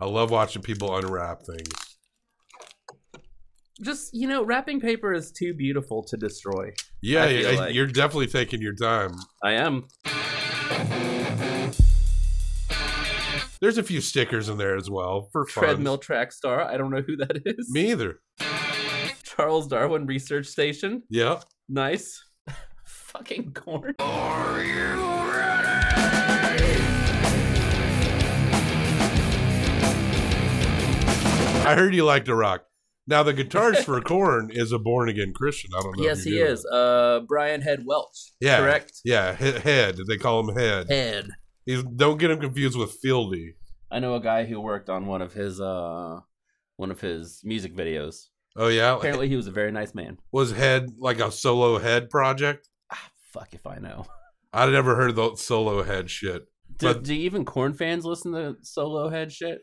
Speaker 1: I love watching people unwrap things.
Speaker 10: Just you know, wrapping paper is too beautiful to destroy.
Speaker 1: Yeah,
Speaker 10: I feel
Speaker 1: yeah,
Speaker 10: like.
Speaker 1: you're definitely taking your time.
Speaker 10: I am.
Speaker 1: There's a few stickers in there as well for fun.
Speaker 10: treadmill track star. I don't know who that is.
Speaker 1: Me either.
Speaker 10: Charles Darwin Research Station.
Speaker 1: Yeah.
Speaker 10: Nice. Fucking corn.
Speaker 1: I heard you like to rock. Now the
Speaker 10: <laughs>
Speaker 1: guitarist for Corn is a born again Christian. I don't know.
Speaker 10: Yes,
Speaker 1: if you
Speaker 10: he
Speaker 1: knew
Speaker 10: is. Uh, Brian Head Welch.
Speaker 1: that. Yeah,
Speaker 10: Correct.
Speaker 1: Yeah, he- Head. They call him Head.
Speaker 10: Head.
Speaker 1: He's, don't get him confused with Fieldy.
Speaker 10: I know a guy who worked on one of his uh one of his music videos.
Speaker 1: Oh yeah.
Speaker 10: Apparently, he was a very nice man.
Speaker 1: Was Head like a solo Head project?
Speaker 10: Ah, Fuck if I know.
Speaker 1: I'd never heard the solo Head shit.
Speaker 10: Do,
Speaker 1: but
Speaker 10: do even corn fans listen to solo head shit?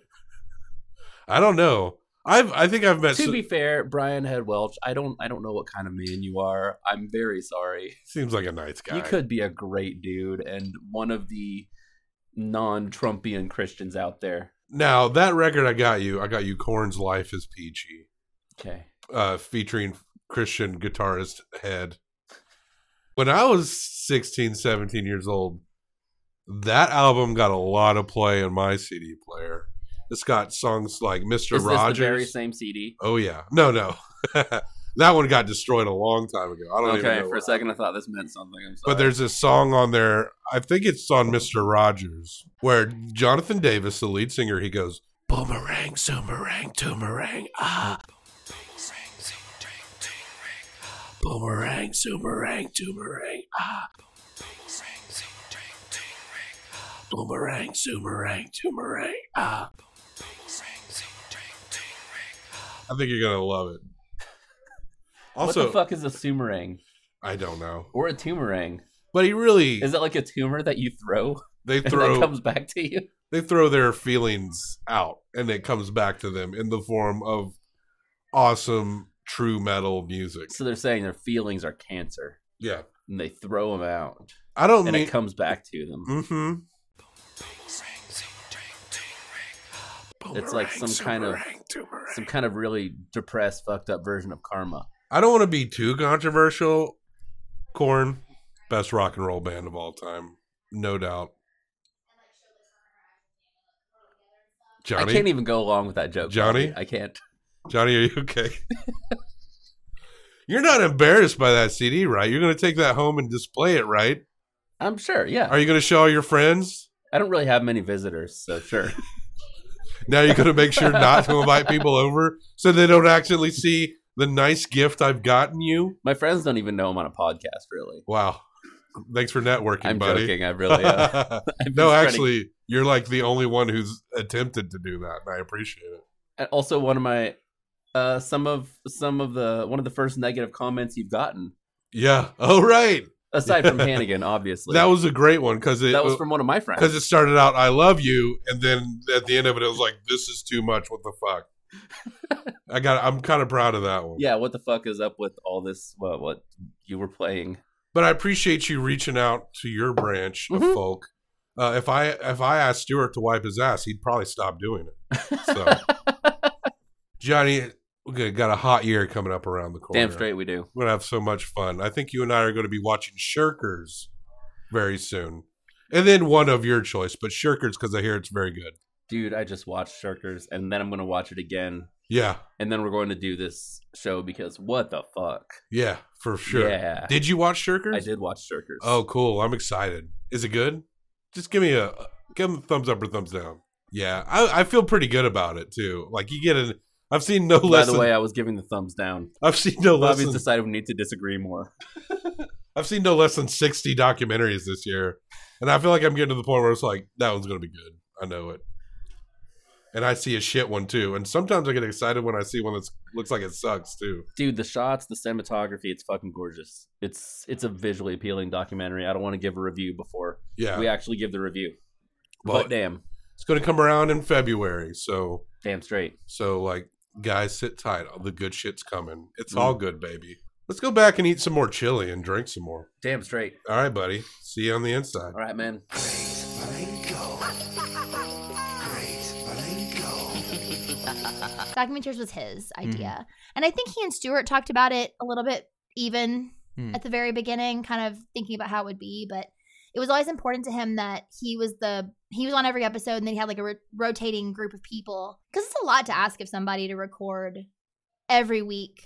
Speaker 1: I don't know. I've I think I've met.
Speaker 10: to
Speaker 1: so-
Speaker 10: be fair, Brian Head Welch, I don't I don't know what kind of man you are. I'm very sorry.
Speaker 1: Seems like a nice guy.
Speaker 10: You could be a great dude and one of the non-Trumpian Christians out there.
Speaker 1: now that record I got you, I got you. Corn's life is peachy.
Speaker 10: Okay.
Speaker 1: uh, featuring Christian guitarist Head. When I was 16, 17 years old, that album got a lot of play on my CD player. It's got songs like Mr.
Speaker 10: Is this the
Speaker 1: Rogers.
Speaker 10: very same CD?
Speaker 1: Oh yeah. No, <laughs> no. That one got destroyed a long time ago. I don't even
Speaker 10: okay,
Speaker 1: know.
Speaker 10: for a second I thought this meant something. I'm sorry.
Speaker 1: But there's this song on there. I think it's on Mr. Rogers, where Jonathan Davis, the lead singer, he goes,
Speaker 6: Boomerang, zoomerang, toomerang, ah. Boomerang, zoomerang, toomerang, ah. Boomerang, zoomerang, toomerang, ah.
Speaker 1: I think you're gonna love it.
Speaker 10: <laughs> what
Speaker 1: Also,
Speaker 10: the fuck is a sumerang?
Speaker 1: I don't know.
Speaker 10: Or a tumerang.
Speaker 1: But he really
Speaker 10: is it like a tumor that you throw?
Speaker 1: They
Speaker 10: and that
Speaker 1: throw-
Speaker 10: comes back to you.
Speaker 1: they throw their feelings out, and it comes back to them in the form of awesome true metal music.
Speaker 10: So they're saying their feelings are cancer.
Speaker 1: Yeah.
Speaker 10: And they throw them out.
Speaker 1: I don't
Speaker 10: And
Speaker 1: mean-
Speaker 10: it comes back to them.
Speaker 1: Mm-hmm.
Speaker 10: It's like some kind of some kind of really depressed, fucked up version of karma.
Speaker 1: I don't want to be too controversial. Corn, best rock and roll band of all time, no doubt. Johnny,
Speaker 10: I can't even go along with that joke.
Speaker 1: Johnny?
Speaker 10: Bobby. I can't.
Speaker 1: Johnny, are you okay? <laughs> You're not embarrassed by that CD, right? You're going to take that home and display it, right?
Speaker 10: I'm sure. Yeah.
Speaker 1: Are you going to show all your friends?
Speaker 10: I don't really have many visitors, so sure.
Speaker 1: <laughs> Now you're going to make sure not to invite people over so they don't accidentally see the nice gift I've gotten you.
Speaker 10: My friends don't even know I'm on a podcast, really.
Speaker 1: Wow. Thanks for networking,
Speaker 10: I'm
Speaker 1: buddy.
Speaker 10: joking, I
Speaker 1: <laughs>
Speaker 10: really, uh, I'm
Speaker 1: no,
Speaker 10: just
Speaker 1: actually, you're like the only one who's attempted to do that, and I appreciate it.
Speaker 10: And also one of my uh some of some of the one of the first negative comments you've gotten.
Speaker 1: Yeah. Oh, right.
Speaker 10: Aside
Speaker 1: <laughs>
Speaker 10: from Hannigan, obviously.
Speaker 1: That was a great one because
Speaker 10: That was from one of my friends.
Speaker 1: Because it started out, "I love you," and then at the end of it, it was like, "This is too much. What the fuck?" I got. I'm kind of proud of that one.
Speaker 10: Yeah, what the fuck is up with all this what what you were playing?
Speaker 1: But I appreciate you reaching out to your branch of
Speaker 10: Mhm.
Speaker 1: folk. Uh, if I if I asked Stuart to wipe his ass, he'd probably stop doing it.
Speaker 10: <laughs>
Speaker 1: So, Johnny, we got- got a hot year coming up around the corner.
Speaker 10: Damn straight we do.
Speaker 1: We're gonna have so much fun. I think you and I are going to be watching Shirkers very soon, and then one of your choice, but Shirkers because I hear it's very good.
Speaker 10: Dude, I just watched Shirkers and then I'm gonna watch it again.
Speaker 1: Yeah.
Speaker 10: And then we're going to do this show because what the fuck?
Speaker 1: Yeah, for sure.
Speaker 10: Yeah.
Speaker 1: Did you watch Shirkers?
Speaker 10: I did watch Shirkers.
Speaker 1: Oh, cool! I'm excited. Is it good? Just give me a give him a thumbs up or thumbs down. Yeah, I, I feel pretty good about it too. Like you get an I've seen no
Speaker 10: By
Speaker 1: less.
Speaker 10: the way,
Speaker 1: than,
Speaker 10: I was giving the thumbs down.
Speaker 1: I've seen no less
Speaker 10: Bobby's
Speaker 1: than-
Speaker 10: decided we need to disagree more.
Speaker 1: <laughs> I've seen no less than sixty documentaries this year, and I feel like I'm getting to the point where it's like that one's gonna be good. I know it. And I see a shit one too. And sometimes I get excited when I see one that looks like it sucks too.
Speaker 10: Dude, the shots, the cinematography, it's fucking gorgeous. It's it's a visually appealing documentary. I don't want to give a review before
Speaker 1: Yeah.
Speaker 10: we actually give the review.
Speaker 1: Well,
Speaker 10: but damn.
Speaker 1: It's going to come around in February, so
Speaker 10: damn straight.
Speaker 1: So like, guys, sit tight. All the good shit's coming. It's
Speaker 10: Mm.
Speaker 1: all good, baby. Let's go back and eat some more chili and drink some more.
Speaker 10: Damn straight.
Speaker 1: All right, buddy. See you on the inside.
Speaker 10: All right, man.
Speaker 11: <laughs>
Speaker 18: Documentaries was his
Speaker 11: Mm.
Speaker 18: idea. And I think he and Stuart talked about it a little bit even
Speaker 11: Mm.
Speaker 5: Hmm.
Speaker 18: at the very beginning, kind of thinking about how it would be, but it was always important to him that he was the he was on every episode and then he had like a ro- rotating group of people cuz it's a lot to ask of somebody to record every week.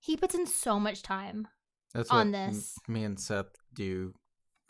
Speaker 18: He puts in so much time
Speaker 11: That's
Speaker 18: on
Speaker 11: what m-
Speaker 18: this.
Speaker 11: me and Seth do,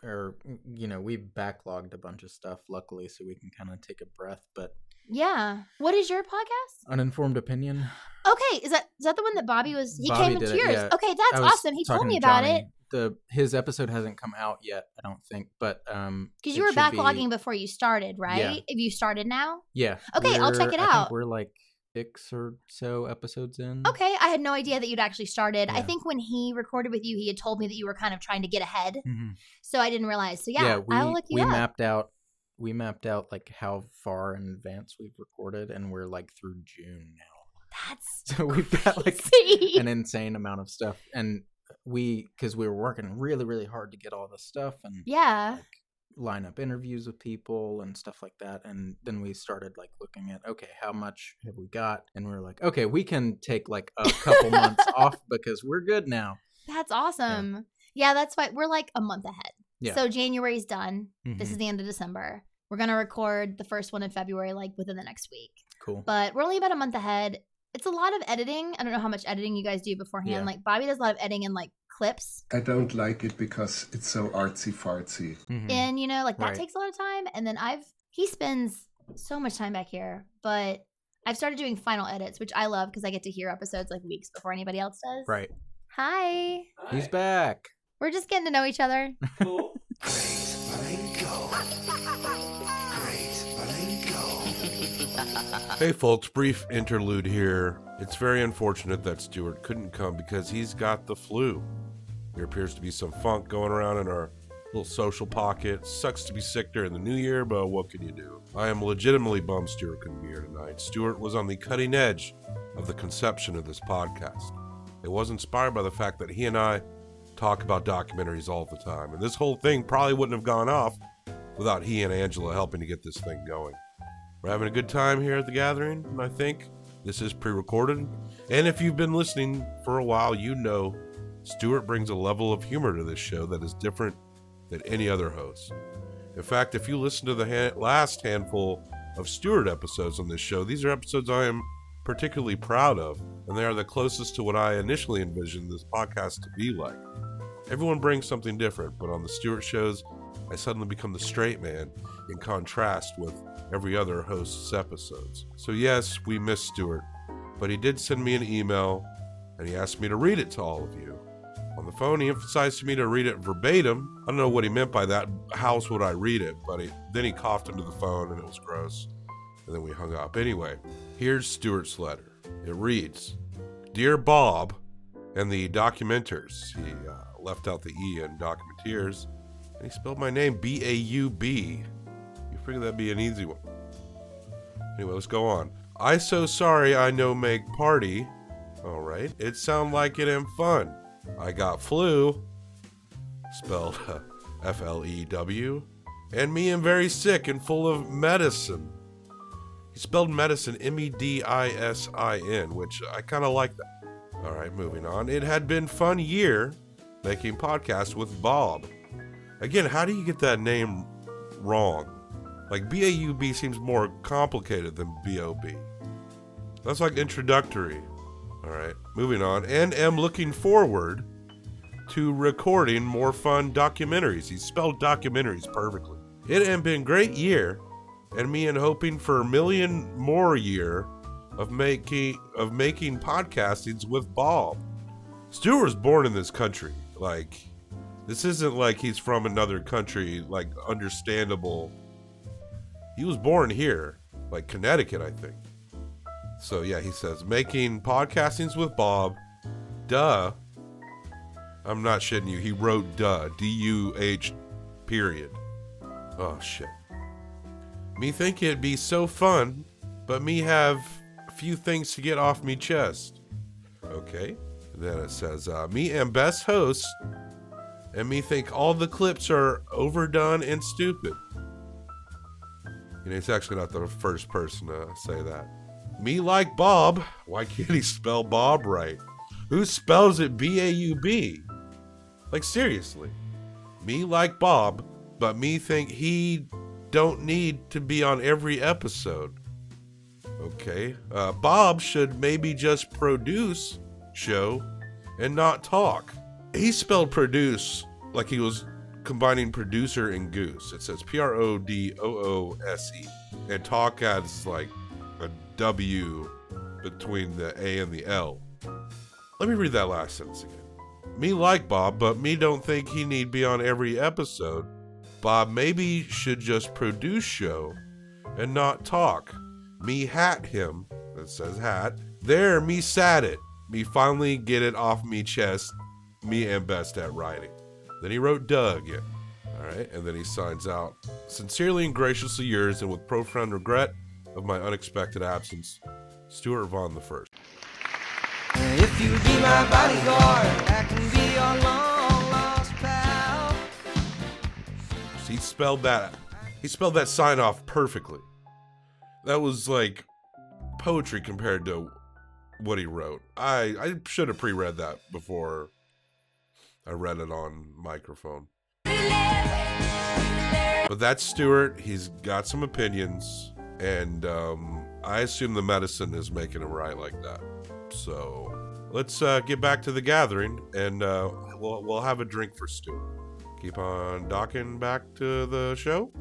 Speaker 11: or you know, we backlogged a bunch of stuff. Luckily, so we can kind of take a breath. But
Speaker 18: Yeah. What is your podcast?
Speaker 11: uninformed opinion.
Speaker 18: Okay, is that is that the one that Bobby was he
Speaker 11: Bobby
Speaker 18: came
Speaker 11: did
Speaker 18: to
Speaker 11: it,
Speaker 18: yours?
Speaker 11: yeah.
Speaker 18: Okay, that's
Speaker 11: I was
Speaker 18: awesome. He told
Speaker 11: talking
Speaker 18: me
Speaker 11: to
Speaker 18: about
Speaker 11: Johnny.
Speaker 18: it.
Speaker 11: The his episode hasn't come out yet, I don't think. But um,
Speaker 18: Because
Speaker 11: it
Speaker 18: you were
Speaker 11: should be-
Speaker 18: backlogging before you started, right? If you started now?
Speaker 11: Yeah.
Speaker 18: Okay, I'll check
Speaker 11: we're-
Speaker 18: it
Speaker 11: I think
Speaker 18: out.
Speaker 11: we're like six or so episodes in.
Speaker 18: Okay, I had no idea that you'd actually started. I
Speaker 11: Mm-hmm. Yeah.
Speaker 18: think when he recorded with you, he had told me that you were kind of trying to get ahead.
Speaker 11: Mhm.
Speaker 18: So I didn't realize. So yeah,
Speaker 11: we
Speaker 18: I'll look you
Speaker 11: we
Speaker 18: up.
Speaker 11: mapped out we mapped out like how far in advance we've recorded, and we're like through June now.
Speaker 18: That's
Speaker 11: <laughs> so we've got like
Speaker 18: crazy.
Speaker 11: an insane amount of stuff, and we because we were working really really hard to get all this stuff and
Speaker 18: yeah.
Speaker 11: line up interviews with people and stuff like that and then we started like looking at okay how much have we got and we were like okay we can take like a
Speaker 18: <laughs>
Speaker 11: couple months off because we're good now
Speaker 18: That's awesome. Yeah. that's why we're like a month ahead.
Speaker 11: Yeah.
Speaker 18: So January's done. This
Speaker 11: Mhm.
Speaker 18: is the end of December. We're going to record the first one in February, like within the next week.
Speaker 11: cool
Speaker 18: But we're only about a month ahead. it's a lot of editing. I don't know how much editing you guys do beforehand.
Speaker 20: Yeah.
Speaker 18: Like Bobby does a lot of editing in like clips,
Speaker 20: I don't like it because it's so artsy fartsy.
Speaker 18: and you know, like that
Speaker 20: Right.
Speaker 18: takes a lot of time. And then I've he spends so much time back here, but I've started doing final edits, which I love because I get to hear episodes like weeks before anybody else does.
Speaker 11: Right.
Speaker 18: Hi,
Speaker 11: He's back.
Speaker 18: we're just getting to know each other.
Speaker 1: Hey, folks, brief interlude here. It's very unfortunate that Stuart couldn't come because he's got the flu. There appears to be some funk going around in our little social pocket. Sucks to be sick during the new year, but what can you do? I am legitimately bummed Stuart couldn't be here tonight. Stuart was on the cutting edge of the conception of this podcast. It was inspired by the fact that he and I talk about documentaries all the time, and this whole thing probably wouldn't have gone off without he and Angela helping to get this thing going. We're having a good time here at the gathering, and I think this is pre recorded. And if you've been listening for a while, you know Stuart brings a level of humor to this show that is different than any other host. In fact, if you listen to the ha- last handful of Stuart episodes on this show, these are episodes I am particularly proud of, and they are the closest to what I initially envisioned this podcast to be like. Everyone brings something different, but on the Stewart shows, I suddenly become the straight man in contrast with every other host's episodes. So, yes, we miss Stewart, but he did send me an email and he asked me to read it to all of you. On the phone, he emphasized to me to read it verbatim. I don't know what he meant by that. How else would I read it? But he, then he coughed into the phone and it was gross. And then we hung up. Anyway, here's Stewart's letter. It reads Dear Bob and the documenters, he uh, left out the E in documenteers, and he spelled my name B A U B. You figure that'd be an easy one. Anyway, let's go on. I so sorry I no make party. All right. It sound like it am fun. I got flu, spelled <laughs> F L E W, and me am very sick and full of medicine. He spelled medicine M E D I S I N, which I kind of like that. All right, moving on. It had been fun year making podcasts with Bob. Again, how do you get that name wrong? Like B A U B seems more complicated than B O B. That's like introductory. All right, moving on. And am looking forward to recording more fun documentaries. He spelled documentaries perfectly. It had been great year, and me and hoping for a million more year of making of making podcastings with Bob. Stewart was born in this country. Like, this isn't like he's from another country. Like, understandable. He was born here, like Connecticut, I think. So yeah, he says making podcastings with Bob. Duh. I'm not shitting you. He wrote duh. D U H period. Oh shit. Me think it'd be so fun, but me have a few things to get off me chest. Okay. Then it says, uh, me am best host, and me think all the clips are overdone and stupid. You know, he's actually not the first person to say that. Me like Bob. Why can't he spell Bob right? Who spells it B A U B? Like seriously. Me like Bob, but me think he don't need to be on every episode. Okay. Uh, Bob should maybe just produce show and not talk. He spelled produce like he was combining producer and goose. It says P R O D O O S E. And talk adds like a W between the A and the L. Let me read that last sentence again. Me like Bob, but me don't think he need be on every episode. Bob maybe should just produce show and not talk. Me hat him, that says hat. There, me sat it. Me finally get it off me chest. Me am best at writing. Then he wrote Doug. Yeah. All right, and then he signs out. Sincerely and graciously yours, and with profound regret of my unexpected absence, Stuart Vaughn the first.
Speaker 7: If you be my bodyguard, I can be your long lost pal.
Speaker 1: He spelled that. He spelled that sign off perfectly. That was like poetry compared to what he wrote. I I should have pre-read that before I read it on microphone. But that's Stewart. He's got some opinions, and um, I assume the medicine is making him right like that. So let's uh, get back to the gathering, and uh, we'll we'll have a drink for Stu. Keep on docking back to the show.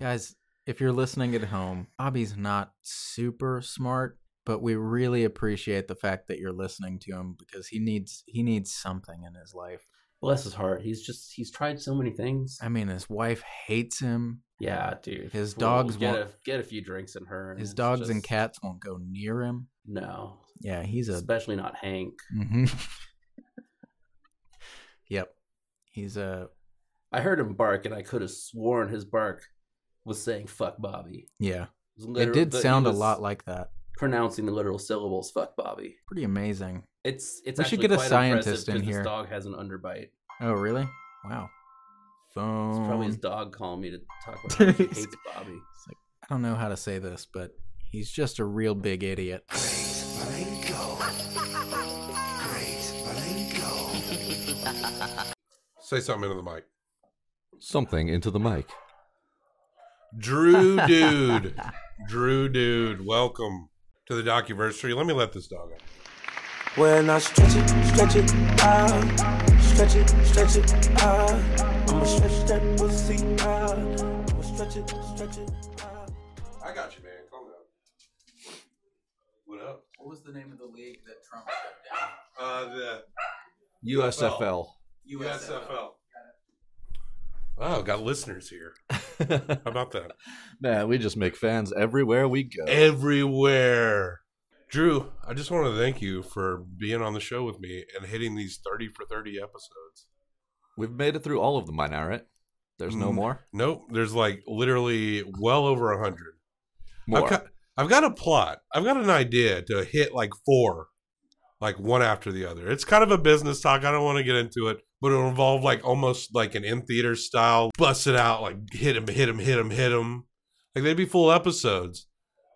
Speaker 11: Guys, if you're listening at home, Bobby's not super smart, but we really appreciate the fact that you're listening to him because he needs he needs something in his life.
Speaker 10: Bless his heart. He's just he's tried so many things.
Speaker 11: I mean, his wife hates him.
Speaker 10: Yeah, dude.
Speaker 11: His
Speaker 10: We'll
Speaker 11: dogs
Speaker 10: get
Speaker 11: won't.
Speaker 10: a, get a few drinks in her. and
Speaker 11: His
Speaker 10: it's
Speaker 11: dogs
Speaker 10: just-
Speaker 11: and cats won't go near him.
Speaker 10: No.
Speaker 11: Yeah, he's a
Speaker 10: especially not Hank.
Speaker 17: <laughs>
Speaker 11: hmm Yep. He's uh, a.
Speaker 10: I heard him bark, and I could have sworn his bark was saying "fuck Bobby."
Speaker 11: Yeah.
Speaker 10: was
Speaker 11: it
Speaker 10: literal-
Speaker 11: did
Speaker 10: the- he
Speaker 11: sound a
Speaker 10: was
Speaker 11: lot like that.
Speaker 10: Pronouncing the literal syllables "fuck Bobby."
Speaker 11: Pretty amazing.
Speaker 10: It's it's.
Speaker 11: We should
Speaker 10: actually
Speaker 11: get a
Speaker 10: quite
Speaker 11: scientist
Speaker 10: impressive
Speaker 11: in
Speaker 10: 'cause
Speaker 11: here.
Speaker 10: This dog has an underbite.
Speaker 11: Oh, really? Wow. Phone.
Speaker 10: It's probably his dog calling me to talk
Speaker 11: <laughs>
Speaker 10: about how he
Speaker 11: It's-
Speaker 10: hates Bobby.
Speaker 11: it's like, I don't know how to say this, but he's just a real big idiot.
Speaker 1: Say something into the mic.
Speaker 21: Something into the mic.
Speaker 1: Drew Dude. Drew Dude, welcome to the docuversary. Let me let this dog out.
Speaker 22: <laughs> When I stretch it, stretch it out, stretch it, stretch it out. I'ma stretch that pussy out. I'ma stretch it, stretch it out.
Speaker 1: I got you, man. Calm down. What up?
Speaker 11: What was the name of the league that Trump shut down?
Speaker 1: Uh, the
Speaker 21: USFL.
Speaker 1: USFL. Wow, got listeners here. How about that?
Speaker 21: Man, we just make fans everywhere we go.
Speaker 1: Everywhere. Drew, I just want to thank you for being on the show with me and hitting these 30 for 30 episodes.
Speaker 21: We've made it through all of them by now, right? There's no
Speaker 1: Mm,
Speaker 21: more.
Speaker 1: Nope. There's like literally well over a 100.
Speaker 21: More.
Speaker 1: I've got, I've got a plot. I've got an idea to hit like four, like one after the other. It's kind of a business talk. I don't want to get into it, but it'll involve like almost like an in theater style bust it out, like hit him, hit him, hit him, hit him. Like they'd be full episodes,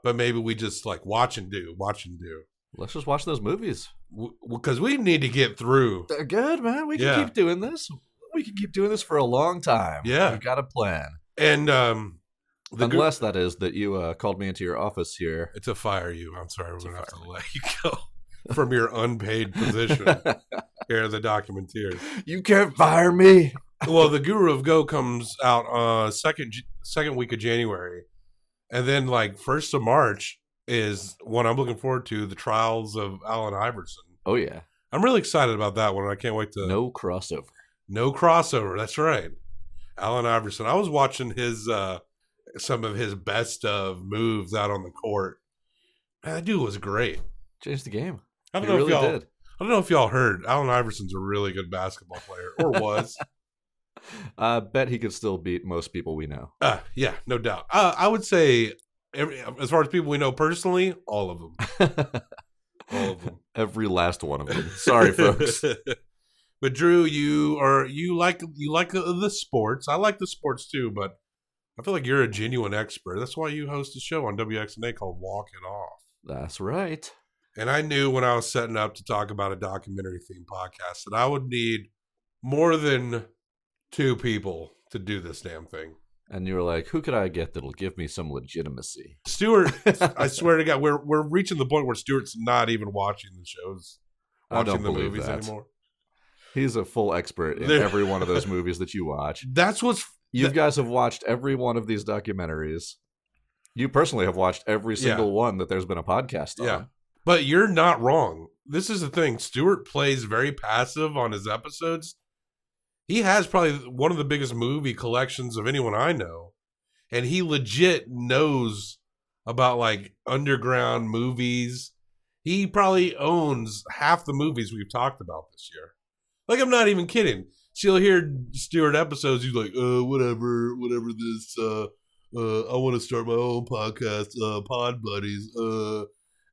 Speaker 1: but maybe we just like watch and do, watch and do.
Speaker 21: Let's just watch those movies
Speaker 1: because we need to get through.
Speaker 21: They're Uh, good, man. We
Speaker 1: Yeah.
Speaker 21: can keep doing this. We can keep doing this for a long time.
Speaker 1: Yeah.
Speaker 21: We've got a plan.
Speaker 1: And um the gr-
Speaker 21: unless that is that you uh, called me into your office here.
Speaker 1: It's a fire you. I'm sorry, we're gonna have to let you go <laughs> from your unpaid
Speaker 21: <laughs>
Speaker 1: position here at the Documenteers.
Speaker 21: You can't fire me.
Speaker 1: well, the Guru of Go comes out uh second J- second week of January, and then like first of March is one I'm looking forward to. The Trials of Allen Iverson.
Speaker 21: Oh yeah.
Speaker 1: I'm really excited about that one. and I can't wait to
Speaker 21: no crossover.
Speaker 1: No crossover. That's right. Allen Iverson. I was watching his uh some of his best of moves out on the court. Man, that dude was great.
Speaker 21: Changed the game.
Speaker 1: I don't
Speaker 21: He
Speaker 1: know
Speaker 21: really
Speaker 1: if y'all.
Speaker 21: did.
Speaker 1: I don't know if y'all heard. Allen Iverson's a really good basketball player, or
Speaker 21: <laughs>
Speaker 1: was.
Speaker 21: I bet he could still beat most people we know.
Speaker 1: Uh, yeah, no doubt. Uh, I would say, every, as far as people we know personally, all of them.
Speaker 21: <laughs>
Speaker 1: all of them.
Speaker 21: Every last one of them.
Speaker 1: <laughs>
Speaker 21: Sorry, folks.
Speaker 1: but Drew, you are you like you like the, the sports. I like the sports too, but I feel like you're a genuine expert. That's why you host a show on WXNA called Walk It Off.
Speaker 21: That's right.
Speaker 1: And I knew when I was setting up to talk about a documentary themed podcast that I would need more than two people to do this damn thing.
Speaker 21: And you were like, who could I get that'll give me some legitimacy? <laughs>
Speaker 1: Stuart, I swear to God, we're we're reaching the point where Stuart's not even watching the shows,
Speaker 21: I don't
Speaker 1: watching the
Speaker 21: believe
Speaker 1: movies
Speaker 21: that.
Speaker 1: anymore.
Speaker 21: He's a full expert in
Speaker 1: There-
Speaker 21: every one of
Speaker 1: <laughs>
Speaker 21: those movies that you watch.
Speaker 1: That's what's.
Speaker 21: You guys have watched every one of these documentaries. You personally have watched every
Speaker 1: Yeah.
Speaker 21: single one that there's been a podcast on.
Speaker 1: Yeah, but you're not wrong. This is the thing. Stuart plays very passive on his episodes. He has probably one of the biggest movie collections of anyone I know, and he legit knows about like underground movies. He probably owns half the movies we've talked about this year. Like I'm not even kidding. She'll hear Stewart episodes. He's like, uh, whatever, whatever this. Uh, uh, I want to start my own podcast, uh, Pod Buddies. Uh,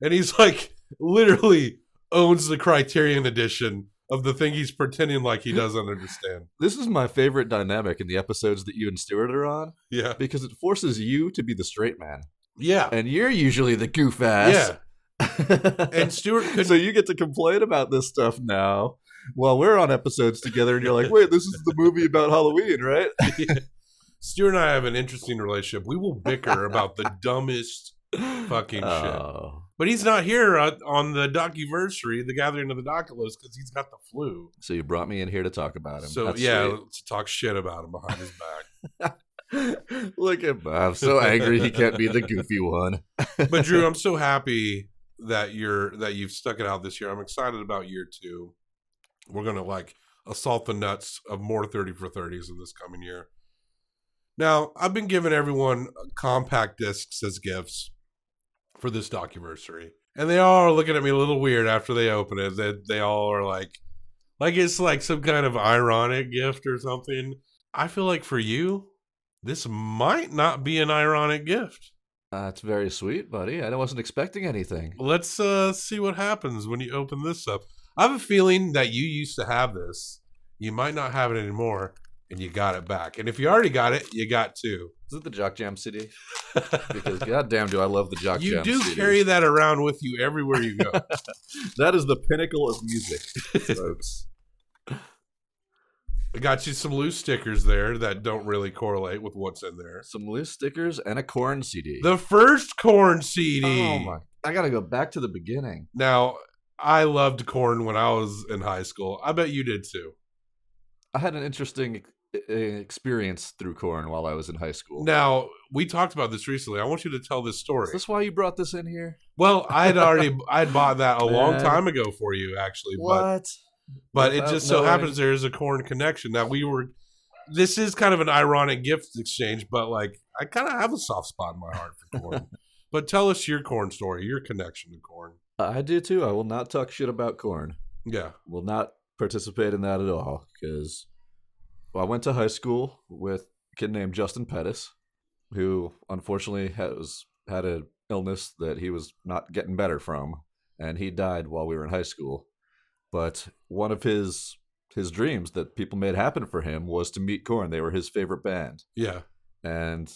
Speaker 1: and he's like, literally owns the Criterion edition of the thing he's pretending like he doesn't understand.
Speaker 21: This is my favorite dynamic in the episodes that you and Stuart are on.
Speaker 1: Yeah.
Speaker 21: Because it forces you to be the straight man.
Speaker 1: Yeah.
Speaker 21: And you're usually the goof ass. <laughs>
Speaker 1: Yeah. and Stuart could
Speaker 21: So you get to complain about this stuff now
Speaker 1: <laughs>
Speaker 21: while we're on episodes together and you're like, wait, this is the movie about Halloween, right?
Speaker 1: Stu and I have an interesting relationship. We will bicker about
Speaker 21: <laughs>
Speaker 1: the dumbest fucking shit.
Speaker 21: Oh.
Speaker 1: But he's not here uh, on the docuversary, the gathering of the doculos, because he's got the flu.
Speaker 21: So you brought me in here to talk about him.
Speaker 1: So
Speaker 21: That's
Speaker 1: yeah,
Speaker 21: sweet.
Speaker 1: to talk shit about him behind his back.
Speaker 21: <laughs> Look at Bob. So angry he can't be the goofy one.
Speaker 1: <laughs> but
Speaker 21: <laughs>
Speaker 1: Drew, I'm so happy that you're that you've stuck it out this year. I'm excited about year two. We're gonna like assault the nuts of more 30 for 30s in this coming year. Now, I've been giving everyone uh, compact discs as gifts for this docuversary. And they all are looking at me a little weird after they open it. They, they all are like, like it's like some kind of ironic gift or something. I feel like for you, this might not be an ironic gift.
Speaker 21: That's very sweet, buddy. I wasn't expecting anything.
Speaker 1: Let's uh, see what happens when you open this up. I have a feeling that you used to have this. You might not have it anymore, and you got it back. And if you already got it, you got two.
Speaker 21: Is it the Jock Jam CD? Because goddamn, do I love the Jock
Speaker 1: You
Speaker 21: Jam
Speaker 1: do
Speaker 21: CD.
Speaker 1: carry that around with you everywhere you go.
Speaker 21: that is the pinnacle of <laughs> music, folks.
Speaker 1: I got you some loose stickers there that don't really correlate with what's in there.
Speaker 21: Some loose stickers and a corn CD.
Speaker 1: The first corn CD.
Speaker 21: Oh my! I gotta go back to the beginning.
Speaker 1: Now, I loved corn when I was in high school. I bet you did too.
Speaker 21: I had an interesting e- e- experience through corn while I was in high school.
Speaker 1: Now, we talked about this recently. I want you to tell this story.
Speaker 21: Is this why you brought this in here?
Speaker 1: Well, I had
Speaker 21: <laughs>
Speaker 1: already I had bought that a long
Speaker 21: Man.
Speaker 1: time ago for you, actually.
Speaker 21: What?
Speaker 1: But, but it
Speaker 21: Without
Speaker 1: just so
Speaker 21: knowing.
Speaker 1: happens there is a corn connection that we were. This is kind of an ironic gift exchange, but like I kind of have a soft spot in my heart for
Speaker 21: <laughs>
Speaker 1: corn. but tell us your corn story, your connection to corn.
Speaker 21: I do too. I will not talk shit about corn.
Speaker 1: Yeah.
Speaker 21: Will not participate in that at all because I went to high school with a kid named Justin Pettis, who unfortunately has had an illness that he was not getting better from, and he died while we were in high school. But one of his his dreams that people made happen for him was to meet Corn. They were his favorite band.
Speaker 1: Yeah.
Speaker 21: And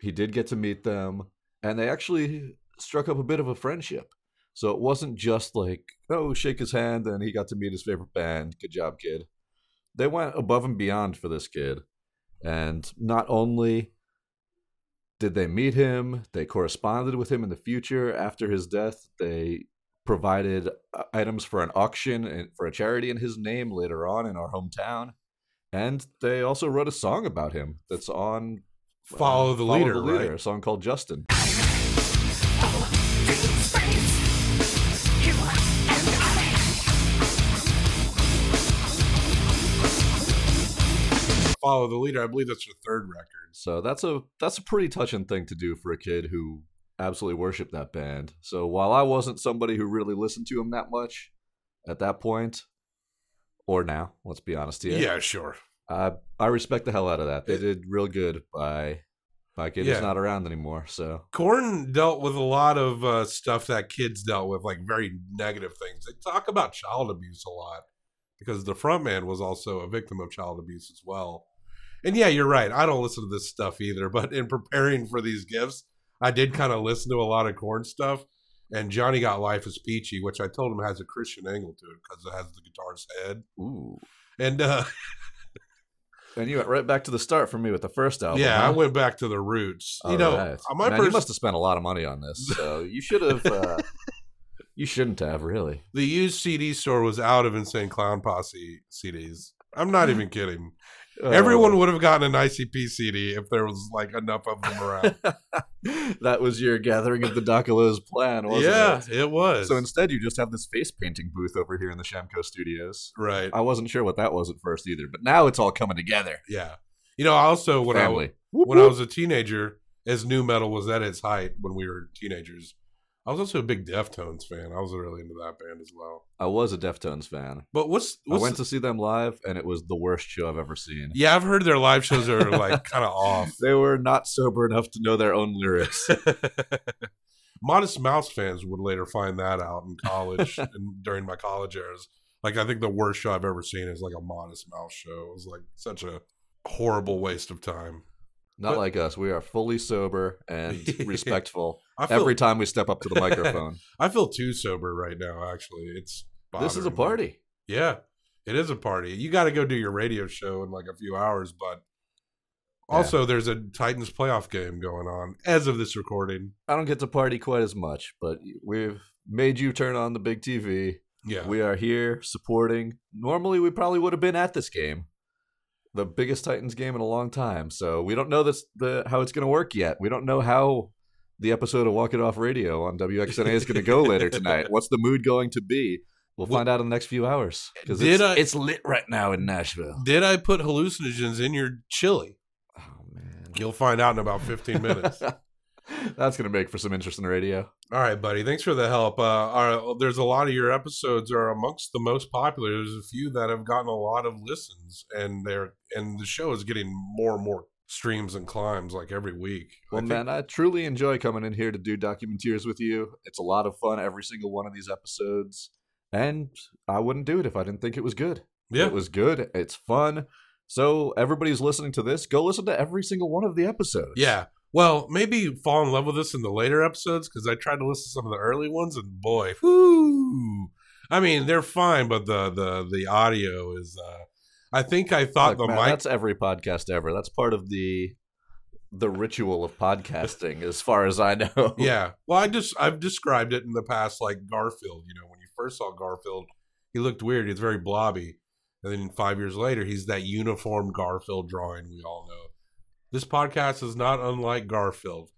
Speaker 21: he did get to meet them, and they actually struck up a bit of a friendship. So it wasn't just like, oh, shake his hand and he got to meet his favorite band. Good job, kid. They went above and beyond for this kid. And not only did they meet him, they corresponded with him in the future. After his death, they provided uh, items for an auction and for a charity in his name later on in our hometown. And they also wrote a song about him that's on uh,
Speaker 1: Follow the Leader, right?
Speaker 21: a song called Justin.
Speaker 1: Follow the leader. I believe that's your third record.
Speaker 21: So that's a that's a pretty touching thing to do for a kid who absolutely worshipped that band. So while I wasn't somebody who really listened to him that much at that point, or now, let's be honest here.
Speaker 1: Yeah, sure.
Speaker 21: I I respect the hell out of that. They did real good by by kid
Speaker 1: Yeah.
Speaker 21: who's not around anymore.
Speaker 1: <laughs>
Speaker 21: So
Speaker 1: Corn dealt with a lot of uh, stuff that kids dealt with, like very negative things. They talk about child abuse a lot because the frontman was also a victim of child abuse as well. And yeah, you're right. I don't listen to this stuff either, <laughs> but in preparing for these gifts, I did kind of listen to a lot of corn stuff. And Johnny got Life is Peachy, which I told him has a Christian angle to it because it has the guitar's head.
Speaker 21: Ooh.
Speaker 1: And uh,
Speaker 21: and you went right back to the start for me with the first album.
Speaker 1: yeah, I
Speaker 21: huh?
Speaker 1: went back to the roots. you know,
Speaker 21: Alright.
Speaker 1: uh, my
Speaker 21: Man, you
Speaker 1: pers-
Speaker 21: must have spent a lot of money on this.
Speaker 1: <laughs>
Speaker 21: So you should have. Uh, you shouldn't have really.
Speaker 1: the used CD store was out of Insane Clown Posse CDs. I'm not even kidding.
Speaker 21: Oh.
Speaker 1: Everyone would have gotten an ICP CD if there was like enough of them around.
Speaker 21: <laughs> That was your gathering of the Doculos plan, wasn't
Speaker 1: Yeah,
Speaker 21: it?
Speaker 1: it was.
Speaker 21: So instead, you just have this face painting booth over here in the Shamco Studios.
Speaker 1: Right.
Speaker 21: I wasn't sure what that was at first either, but now it's all coming together.
Speaker 1: yeah. You know, also when
Speaker 21: Family.
Speaker 1: I wa- when I was a teenager, as new metal was at its height when we were teenagers, I was also a big Deftones fan. I was really into that band as well.
Speaker 21: I was a Deftones fan.
Speaker 1: But what's,
Speaker 21: I
Speaker 1: what's
Speaker 21: went to see them live, and it was the worst show I've ever seen.
Speaker 1: Yeah, I've heard their live shows are like <laughs>
Speaker 21: <laughs>
Speaker 1: kind of off.
Speaker 21: They were not sober enough to know their own lyrics.
Speaker 1: <laughs> Modest Mouse fans would later find that out in
Speaker 21: <laughs>
Speaker 1: college and during my college years. Like, I think the worst show I've ever seen is like a Modest Mouse show. It was like such a horrible waste of time.
Speaker 21: Not
Speaker 1: But-
Speaker 21: like us. We are fully sober
Speaker 1: <laughs>
Speaker 21: and respectful
Speaker 1: I feel-
Speaker 21: every time we step up to
Speaker 1: <laughs>
Speaker 21: the microphone.
Speaker 1: I feel too sober right now. Actually, it's
Speaker 21: This is a
Speaker 1: bothering me.
Speaker 21: party.
Speaker 1: Yeah, it is a party. You got to go do your radio show in like a few hours, but Also, there's a Titans playoff game going on as of this recording.
Speaker 21: I don't get to party quite as much, but we've made you turn on the big TV.
Speaker 1: Yeah.
Speaker 21: We are here supporting. Normally, we probably would have been at this game, the biggest Titans game in a long time. So we don't know this, the, how it's going to work yet. We don't know how the episode of Walk It Off Radio on WXNA is going to go
Speaker 1: <laughs>
Speaker 21: later tonight. What's the mood going to be? We'll find out in the next few hours because
Speaker 1: Did
Speaker 21: it's,
Speaker 1: I-
Speaker 21: it's lit right now in Nashville.
Speaker 1: Did I put hallucinogens in your chili? Oh man, you'll find out in about 15
Speaker 21: <laughs>
Speaker 1: minutes.
Speaker 21: That's going to make for some interesting radio.
Speaker 1: All right, buddy. Thanks for the help. Uh, our, there's a lot of your episodes are amongst the most popular. There's a few that have gotten a lot of listens, and they're and the show is getting more and more streams and climbs like every week.
Speaker 21: Well,
Speaker 1: think-
Speaker 21: man, I truly enjoy coming in here to do documenteers with you. It's a lot of fun every single one of these episodes, and I wouldn't do it if I didn't think it was good.
Speaker 1: Yeah.
Speaker 21: it was good. It's fun. So everybody's listening to this. Go listen to every single one of the episodes.
Speaker 1: Yeah. Well, maybe fall in love with us in the later episodes because I tried to listen to some of the early ones, and boy, whoo! I mean, they're fine, but the the the audio is. Uh, I think I thought
Speaker 21: Look,
Speaker 1: the
Speaker 21: man,
Speaker 1: mic
Speaker 21: That's every podcast ever. That's part of the the ritual of podcasting, as far as I know.
Speaker 1: <laughs> yeah. Well, I just I've described it in the past like Garfield. You know, when you first saw Garfield, he looked weird. He's very blobby, and then five years later, he's that uniform Garfield drawing we all know. This podcast is not unlike Garfield,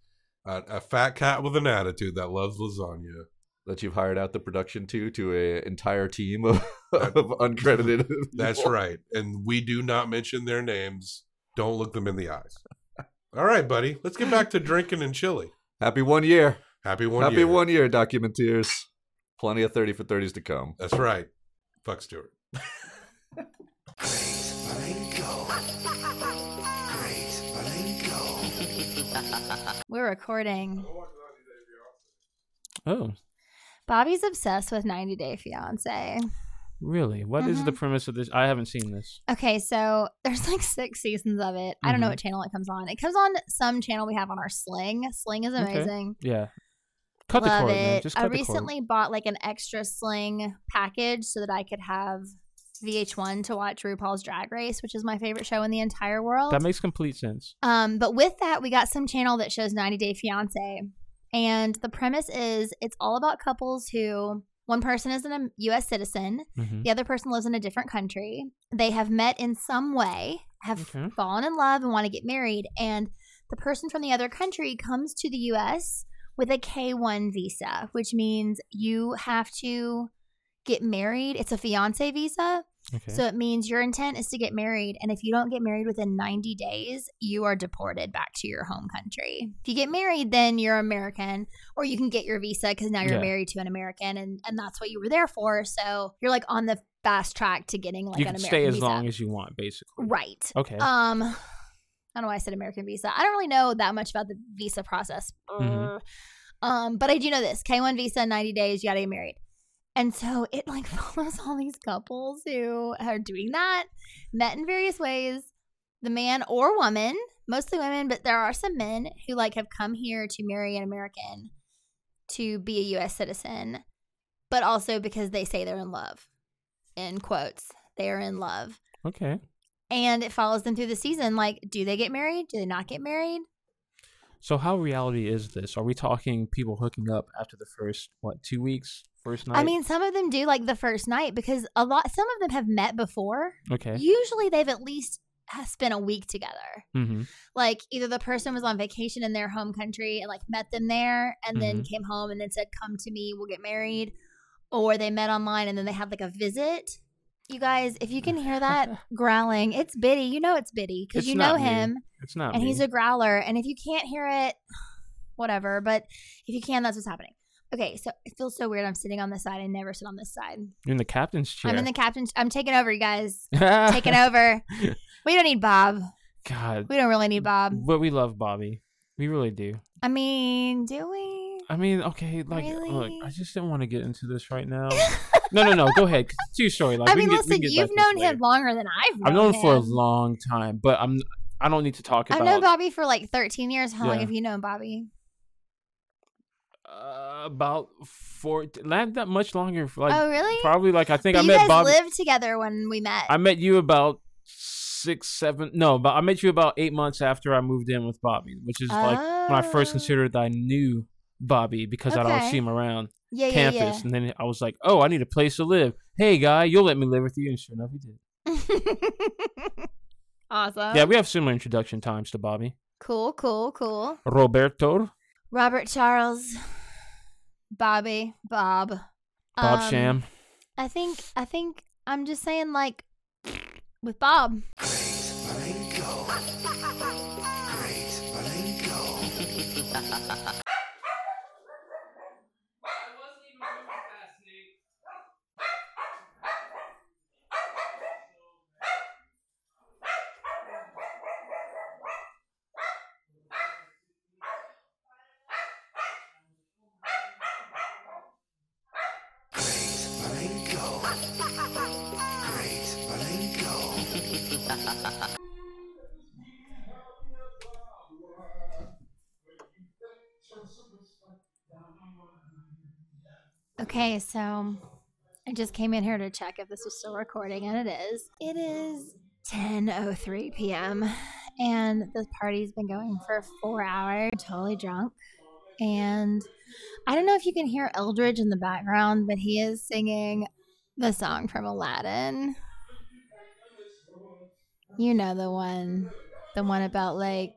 Speaker 1: a, a fat cat with an attitude that loves lasagna.
Speaker 21: That you've hired out the production to to a entire team of, <laughs> of uncredited.
Speaker 1: <laughs> That's
Speaker 21: people.
Speaker 1: right, and we do not mention their names. Don't look them in the eyes. All right, buddy. Let's get back to drinking and chili.
Speaker 21: Happy one year.
Speaker 1: Happy one
Speaker 21: Happy
Speaker 1: year.
Speaker 21: one year, documenteers. Plenty of 30 for 30s to come.
Speaker 1: That's right. Fuck Stewart.
Speaker 18: We're recording.
Speaker 8: Oh,
Speaker 18: Bobby's obsessed with 90 Day Fiance.
Speaker 8: really? What is the
Speaker 18: Mhm.
Speaker 8: premise of this? I haven't seen this.
Speaker 18: Okay, so <laughs> there's like six seasons of it. I don't know
Speaker 8: Mhm.
Speaker 18: what channel it comes on. It comes on some channel we have on our Sling. Sling is
Speaker 8: Okay.
Speaker 18: amazing.
Speaker 8: Yeah. Cut
Speaker 18: Love
Speaker 8: the cord,
Speaker 18: it.
Speaker 8: man. Just cut
Speaker 18: I
Speaker 8: the cord.
Speaker 18: recently bought like an extra Sling package so that I could have VH1 to watch RuPaul's Drag Race, which is my favorite show in the entire world.
Speaker 8: That makes complete sense.
Speaker 18: Um, but with that, we got some channel that shows 90 Day Fiance. And the premise is it's all about couples who one person is an, a U.S. citizen,
Speaker 8: Mm-hmm.
Speaker 5: Mhm.
Speaker 18: the other person lives in a different country. They have met in some way, have
Speaker 8: Mm-hmm.
Speaker 5: Okay.
Speaker 18: fallen in love, and want to get married. And the person from the other country comes to the U.S. with a K 1 visa, which means you have to get married. It's a fiance visa.
Speaker 5: Okay.
Speaker 18: So it means your intent is to get married. And if you don't get married within 90 days, you are deported back to your home country. If you get married, then you're American or you can get your visa because now you're
Speaker 8: Yeah.
Speaker 18: married to an American and, and that's what you were there for. So you're like on the fast track to getting like
Speaker 8: you
Speaker 18: an
Speaker 8: can
Speaker 18: American
Speaker 8: stay as
Speaker 18: visa.
Speaker 8: long as you want, basically.
Speaker 18: Right.
Speaker 8: Okay.
Speaker 18: Um, I don't know why I said American visa. I don't really know that much about the visa process.
Speaker 5: Mhm.
Speaker 18: Um, but I do know this: K one visa, ninety days, you gotta get married. And so it like <laughs> follows all these couples who are doing that, met in various ways, the man or woman, mostly women, but there are some men who like have come here to marry an American, to be a U.S. citizen, but also because they say they're in love. In quotes, they are in love
Speaker 8: Okay.
Speaker 18: and it follows them through the season. Like, do they get married? Do they not get married?
Speaker 8: So how reality is this? Are we talking people hooking up after the first what two weeks? First night.
Speaker 18: I mean, some of them do like the first night because a lot, some of them have met before.
Speaker 8: Okay.
Speaker 18: Usually they've at least ha- spent a week together.
Speaker 8: Mm-hmm.
Speaker 18: Like, either the person was on vacation in their home country and like met them there and then
Speaker 5: Mhm.
Speaker 8: Mm-hmm.
Speaker 18: came home and then said, Come to me, we'll get married. Or they met online and then they had like a visit. You guys, if you can hear that
Speaker 8: <laughs>
Speaker 18: growling, it's Biddy. You know it's Biddy because
Speaker 8: It's
Speaker 18: you know
Speaker 8: not me.
Speaker 18: him.
Speaker 8: It's not
Speaker 18: and
Speaker 8: me.
Speaker 18: he's a growler. And if you can't hear it, <sighs> whatever. But if you can, that's what's happening. Okay, so it feels so weird. I'm sitting on this side. I never sit on this side.
Speaker 8: You're in the captain's chair.
Speaker 18: I'm in the captain's. I'm taking over, you
Speaker 8: <laughs>
Speaker 18: guys. taking over. We don't need Bob.
Speaker 8: God.
Speaker 18: We don't really need Bob.
Speaker 8: But we love Bobby. We really do.
Speaker 18: I mean, do we?
Speaker 8: I mean, okay, like, look, I just didn't want to get into this right
Speaker 18: <laughs>
Speaker 8: now. no, no, no. Go ahead. Continue story. Like,
Speaker 18: I
Speaker 8: Oh, we
Speaker 18: mean,
Speaker 8: can get- we
Speaker 18: listen,
Speaker 8: can get
Speaker 18: you've
Speaker 8: back to
Speaker 18: known him longer than I've
Speaker 8: this.
Speaker 18: known
Speaker 8: I've known him
Speaker 18: him.
Speaker 8: for a long time, but I'm. I don't need to talk
Speaker 18: I've
Speaker 8: about.
Speaker 18: known Bobby for like 13 years. How long
Speaker 8: Yeah.
Speaker 18: have you known Bobby?
Speaker 8: uh, about four, not that much longer. for, Like,
Speaker 18: Oh, really?
Speaker 8: Probably like I think
Speaker 18: But
Speaker 8: I
Speaker 18: you
Speaker 8: met
Speaker 18: guys
Speaker 8: Bobby.
Speaker 18: lived together when we met.
Speaker 8: I met you about six, seven. No, but I met you about eight months after I moved in with Bobby, which is like when I first considered I knew Bobby because I'd always
Speaker 18: Oh. Okay.
Speaker 8: see him around
Speaker 18: Yeah, yeah,
Speaker 8: campus,
Speaker 18: yeah.
Speaker 8: and then I was like, "Oh, I need a place to live. Hey, guy, you'll let me live with you." And sure enough, he did.
Speaker 18: Awesome.
Speaker 8: yeah, we have similar introduction times to Bobby
Speaker 18: Cool, cool, cool.
Speaker 8: Roberto,
Speaker 18: Robert Charles, Bobby, Bob,
Speaker 8: Bob
Speaker 18: Um,
Speaker 8: Sham.
Speaker 18: I think I think I'm just saying like with Bob. Okay, so I just came in here to check if this was still recording, and it is. It is 10:03 p.m. and the party's been going for four hours. Totally drunk, and I don't know if you can hear Eldridge in the background, but he is singing the song from Aladdin. You know the one, the one about like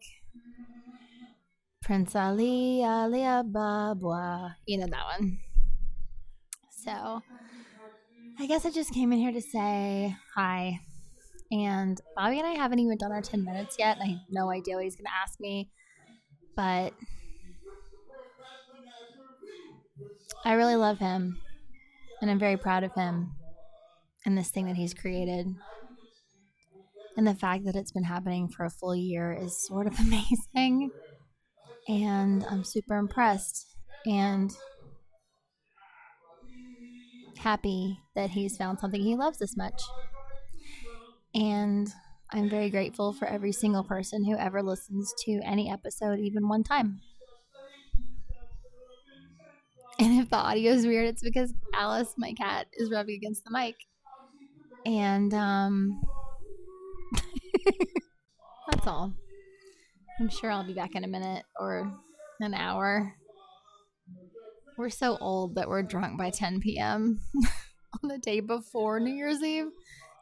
Speaker 18: Prince Ali, Ali Ababa. You know that one. So I guess I just came in here to say hi. And Bobby and I haven't even done our 10 minutes yet. and I have no idea what he's going to ask me. But I really love him. And I'm very proud of him and this thing that he's created. And the fact that it's been happening for a full year is sort of <laughs> amazing. And I'm super impressed. And happy that he's found something he loves this much. And I'm very grateful for every single person who ever listens to any episode, even one time. And if the audio is weird, it's because Alice, my cat, is rubbing against the mic. And um, that's all. I'm sure I'll be back in a minute or an hour. We're so old that we're drunk by 10 p.m. <laughs> on the day before New Year's Eve,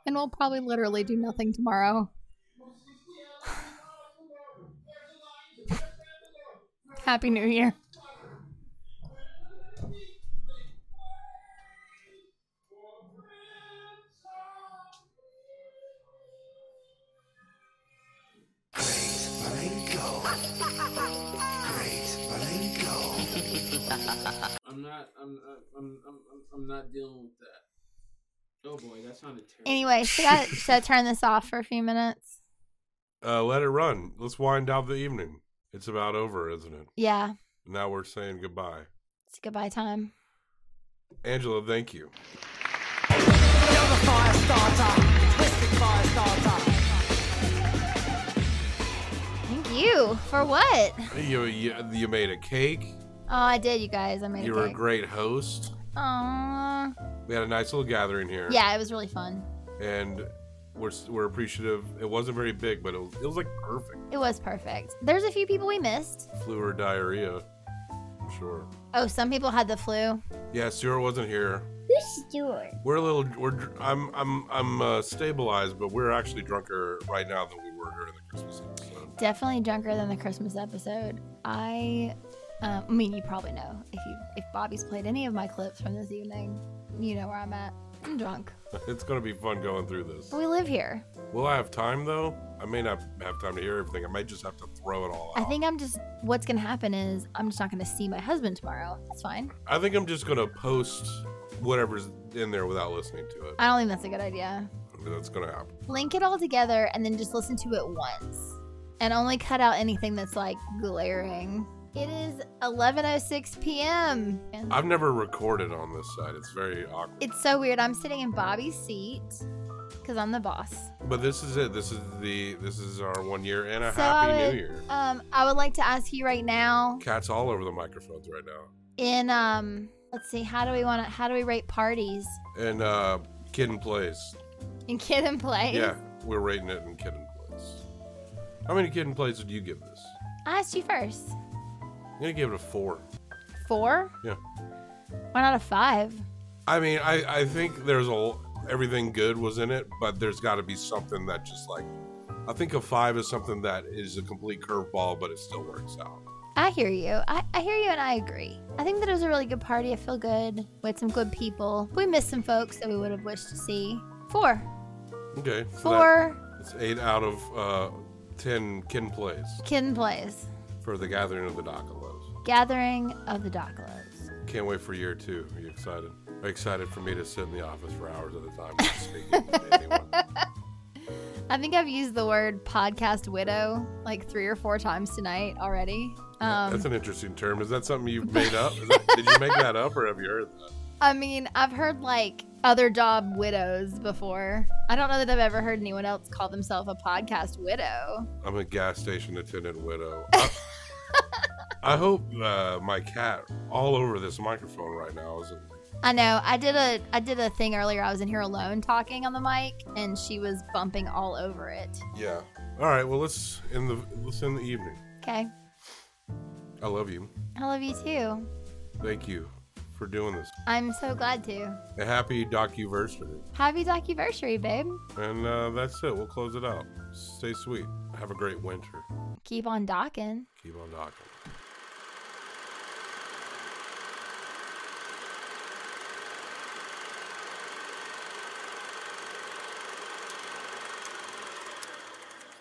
Speaker 18: and we'll probably literally do nothing tomorrow. <sighs> Happy New Year.
Speaker 8: I'm not. I'm. I'm. I'm. I'm not dealing with that. Oh boy, that sounded terrible.
Speaker 18: Anyway, should I, should I turn this off for a few minutes?
Speaker 1: Uh, let it run. Let's wind down the evening. It's about over, isn't it?
Speaker 18: Yeah,
Speaker 1: Now we're saying goodbye.
Speaker 18: it's goodbye time.
Speaker 1: Angela, thank you.
Speaker 18: Thank you. For what? Oh,
Speaker 1: You you, you made a cake.
Speaker 18: I did, you guys. I made
Speaker 1: you
Speaker 18: a
Speaker 1: were a
Speaker 18: cake.
Speaker 1: great host.
Speaker 18: Aw.
Speaker 1: We had a nice little gathering here.
Speaker 18: Yeah, it was really fun.
Speaker 1: And we're we're appreciative. It wasn't very big, but it was, it was like perfect.
Speaker 18: It was perfect. There's a few people we missed.
Speaker 1: Flu or diarrhea. Sure.
Speaker 18: Oh, some people had the flu.
Speaker 1: Yeah, Stuart wasn't here.
Speaker 18: Who's Stuart?
Speaker 1: We're a little. We're. dr- I'm. I'm. I'm uh, stabilized, but we're actually drunker right now than we were during the Christmas episode.
Speaker 18: Definitely drunker than the Christmas episode. I, um, I mean, you probably know if you if Bobby's played any of my clips from this evening, you know where I'm at. I'm drunk.
Speaker 1: <laughs> It's gonna be fun going through this.
Speaker 18: But we live here.
Speaker 1: Will I have time though? I may not have time to hear everything. I might just have to throw it all out.
Speaker 18: I think I'm just. What's gonna happen is I'm just not gonna see my husband tomorrow. That's fine.
Speaker 1: I think I'm just gonna post whatever's in there without listening to it.
Speaker 18: I don't think that's a good idea.
Speaker 1: That's gonna happen.
Speaker 18: Link it all together and then just listen to it once, and only cut out anything that's like glaring. It is 11:06 p.m. and
Speaker 1: I've never recorded on this side. It's very awkward.
Speaker 18: It's so weird. I'm sitting in Bobby's seat because I'm the boss.
Speaker 1: But this is it. This is the. This is our one year and a
Speaker 18: So
Speaker 1: happy
Speaker 18: I would,
Speaker 1: new year.
Speaker 18: um, I would like to ask you right now.
Speaker 1: Cats all over the microphones right now.
Speaker 18: In um, let's see, how do we want to? How do we rate parties
Speaker 1: And uh, kid in place.
Speaker 18: in kid and play?
Speaker 1: Yeah, We're rating it in kid and plays. How many kid and plays would you give this?
Speaker 18: I asked you first.
Speaker 1: I'm gonna give it a four.
Speaker 18: Four?
Speaker 1: Yeah.
Speaker 18: Why not a five?
Speaker 1: I mean, I, I think there's a everything good was in it, but there's got to be something that just like I think a five is something that is a complete curveball, but it still works out.
Speaker 18: I hear you. I, I hear you and I agree. I think that it was a really good party. I feel good. We had some good people. We missed some folks that we would have wished to see. Four.
Speaker 1: Okay. so
Speaker 18: Four.
Speaker 1: that- It's eight out of uh, ten kin plays
Speaker 18: Kin plays.
Speaker 1: for the Gathering of the Dockalos.
Speaker 18: Gathering of the Dockalos.
Speaker 1: Can't wait for year two. Are you excited? Are you excited for me to sit in the office for hours at a time without
Speaker 18: <laughs>
Speaker 1: speaking to anyone?
Speaker 18: <laughs> I think I've used the word podcast widow like three or four times tonight already. Um,
Speaker 1: That's an interesting term. Is that something you've made up? Is that, did you make that up, or have you heard that?
Speaker 18: I mean, I've heard like other job widows before. I don't know that I've ever heard anyone else call themselves a podcast widow.
Speaker 1: I'm a gas station attendant widow. I, I hope uh, my cat all over this microphone right now isn't.
Speaker 18: I know. I did a I did a thing earlier. I was in here alone talking on the mic, and she was bumping all over it.
Speaker 1: Yeah. All right. Well, let's in the let's end the evening.
Speaker 18: Okay,
Speaker 1: I love you.
Speaker 18: I love you too.
Speaker 1: Thank you for doing this.
Speaker 18: I'm so glad to.
Speaker 1: A happy docuversary.
Speaker 18: Happy docuversary, babe.
Speaker 1: And uh, that's it. We'll close it out. Stay sweet. Have a great winter.
Speaker 18: Keep on docking.
Speaker 1: Keep on docking.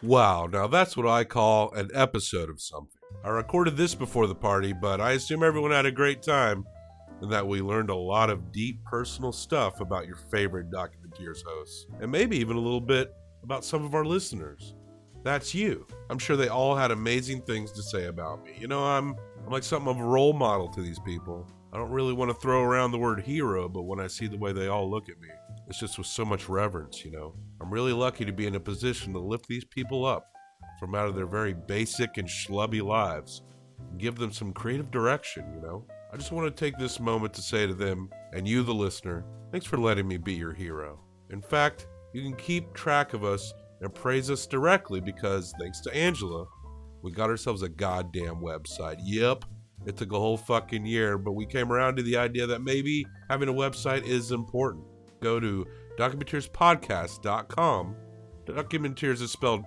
Speaker 1: Wow, now that's what I call an episode of something. I recorded this before the party, but I assume everyone had a great time and that we learned a lot of deep personal stuff about your favorite Documenteers hosts, and maybe even a little bit about some of our listeners. That's you. I'm sure they all had amazing things to say about me. You know, I'm I'm like something of a role model to these people. I don't really want to throw around the word hero, but when I see the way they all look at me, it's just with so much reverence, you know. I'm really lucky to be in a position to lift these people up from out of their very basic and schlubby lives and give them some creative direction, you know. I just want to take this moment to say to them and you, the listener, thanks for letting me be your hero. In fact, you can keep track of us and praise us directly because thanks to Angela, we got ourselves a goddamn website. Yep, it took a whole fucking year, but we came around to the idea that maybe having a website is important. Go to documenteerspodcast.com. Documenteers is spelled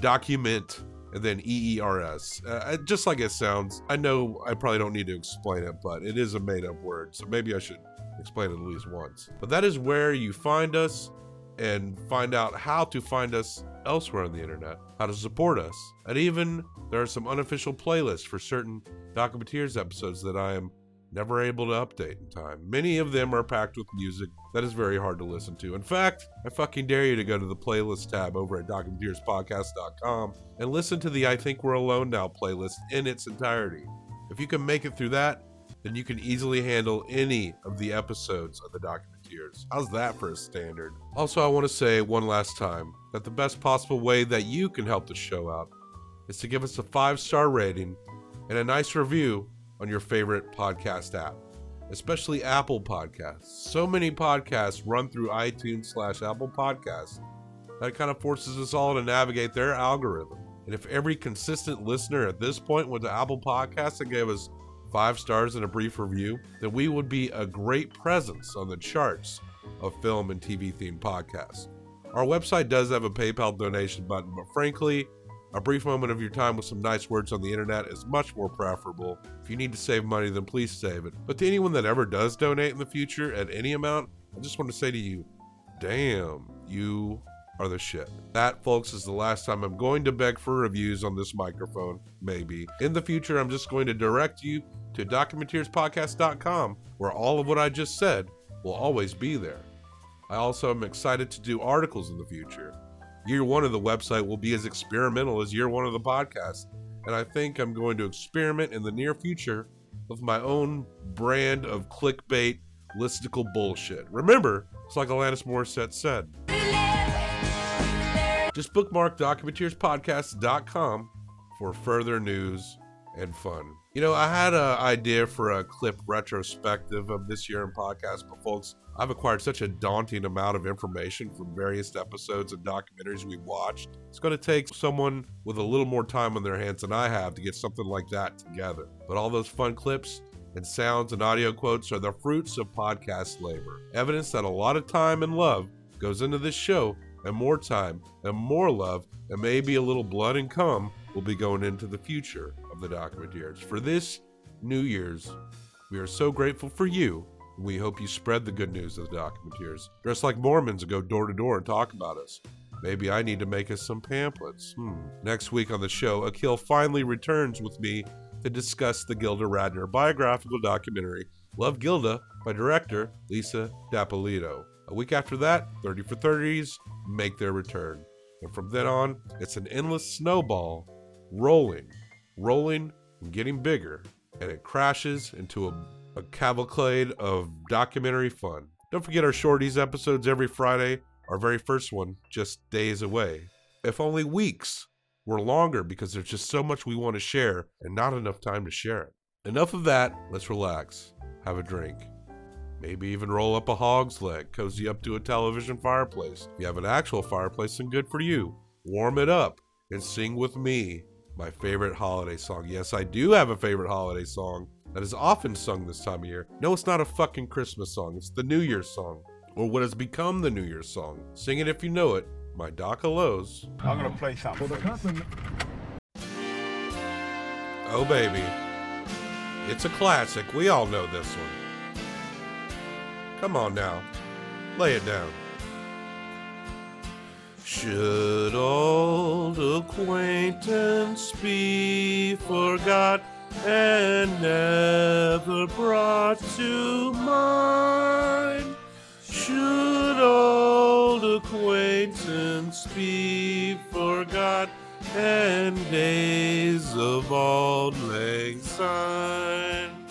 Speaker 1: document and then EERS. Uh, I- just like it sounds, I know I probably don't need to explain it, but it is a made up word, so maybe I should explain it at least once. But that is where you find us and find out how to find us elsewhere on the internet, how to support us, and even there are some unofficial playlists for certain Documenteers episodes that I am never able to update in time. Many of them are packed with music that is very hard to listen to. In fact, I fucking dare you to go to the playlist tab over at DocumenteersPodcast.com and listen to the I Think We're Alone Now playlist in its entirety. If you can make it through that, then you can easily handle any of the episodes of the Documenteers. How's that for a standard? Also, I want to say one last time that the best possible way that you can help the show out is to give us a five star rating and a nice review on your favorite podcast app, especially Apple Podcasts. So many podcasts run through iTunes slash Apple Podcasts that kind of forces us all to navigate their algorithm. And if every consistent listener at this point went to Apple Podcasts and gave us five stars and a brief review, then we would be a great presence on the charts of film and TV themed podcasts. Our website does have a PayPal donation button, but frankly, a brief moment of your time with some nice words on the internet is much more preferable. If you need to save money, then please save it. But to anyone that ever does donate in the future at any amount, I just want to say to you, damn, you are the shit. That, folks, is the last time I'm going to beg for reviews on this microphone, maybe. In the future, I'm just going to direct you to documenteerspodcast.com, where all of what I just said will always be there. I also am excited to do articles in the future. Year one of the website will be as experimental as year one of the podcast, and I think I'm going to experiment in the near future with my own brand of clickbait, listicle bullshit. Remember, it's like Alanis Morissette said. Just bookmark DocumenteersPodcast.com for further news and fun. You know, I had an idea for a clip retrospective of this year in podcast, but folks, I've acquired such a daunting amount of information from various episodes and documentaries we watched. It's going to take someone with a little more time on their hands than I have to get something like that together. But all those fun clips and sounds and audio quotes are the fruits of podcast labor, evidence that a lot of time and love goes into this show, and more time and more love, and maybe a little blood and cum will be going into the future of the Documenteers. For this New Year's, we are so grateful for you. and We hope you spread the good news of the Documenteers. Dress like Mormons and go door to door and talk about us. Maybe I need to make us some pamphlets. Hmm. Next week on the show, Akil finally returns with me to discuss the Gilda Radner biographical documentary, Love Gilda, by director Lisa D'Appolito. A week after that, 30 for 30s make their return. And from then on, it's an endless snowball rolling, rolling, and getting bigger. And it crashes into a, a cavalcade of documentary fun. Don't forget our shorties episodes every Friday, our very first one just days away. If only weeks were longer because there's just so much we want to share and not enough time to share it. Enough of that, let's relax, have a drink. Maybe even roll up a hog's leg, cozy up to a television fireplace. If you have an actual fireplace, then good for you. Warm it up and sing with me my favorite holiday song. Yes, I do have a favorite holiday song that is often sung this time of year. No, it's not a fucking Christmas song, it's the New Year's song, or what has become the New Year's song. Sing it if you know it. My Doc Lowe's.
Speaker 2: I'm gonna play something. For the company.
Speaker 1: Oh, baby. It's a classic. We all know this one. Come on now. Lay it down.
Speaker 6: Should old acquaintance be forgot and never brought to mind? Should old acquaintance be forgot and days of old lang syne?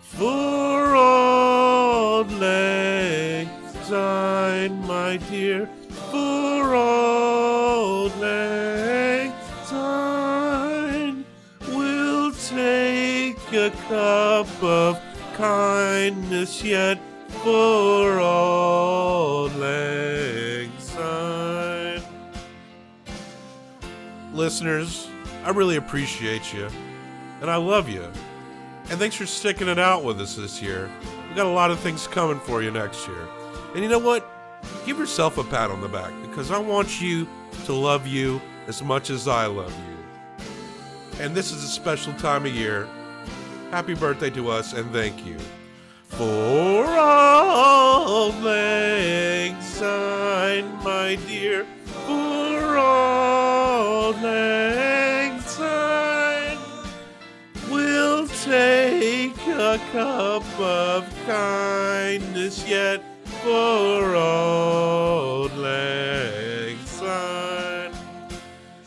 Speaker 6: For old lang syne, my dear, for old lang syne, we'll take a cup of kindness yet for old lang syne.
Speaker 1: Listeners, I really appreciate you. And I love you. And thanks for sticking it out with us this year. We got a lot of things coming for you next year. And you know what? Give yourself a pat on the back because I want you to love you as much as I love you. And this is a special time of year. Happy birthday to us and thank you.
Speaker 6: For old lang syne, my dear, for old lang syne, we'll take a cup of kindness yet for old lang syne.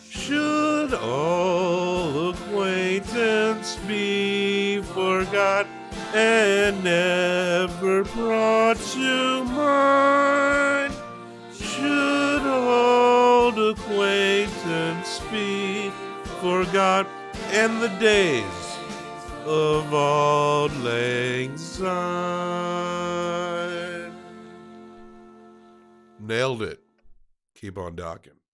Speaker 6: Should all acquaintance be forgot and never brought to mind? Should old acquaintance be forgot and the days of old lang syne?
Speaker 1: Nailed it. Keep on docking.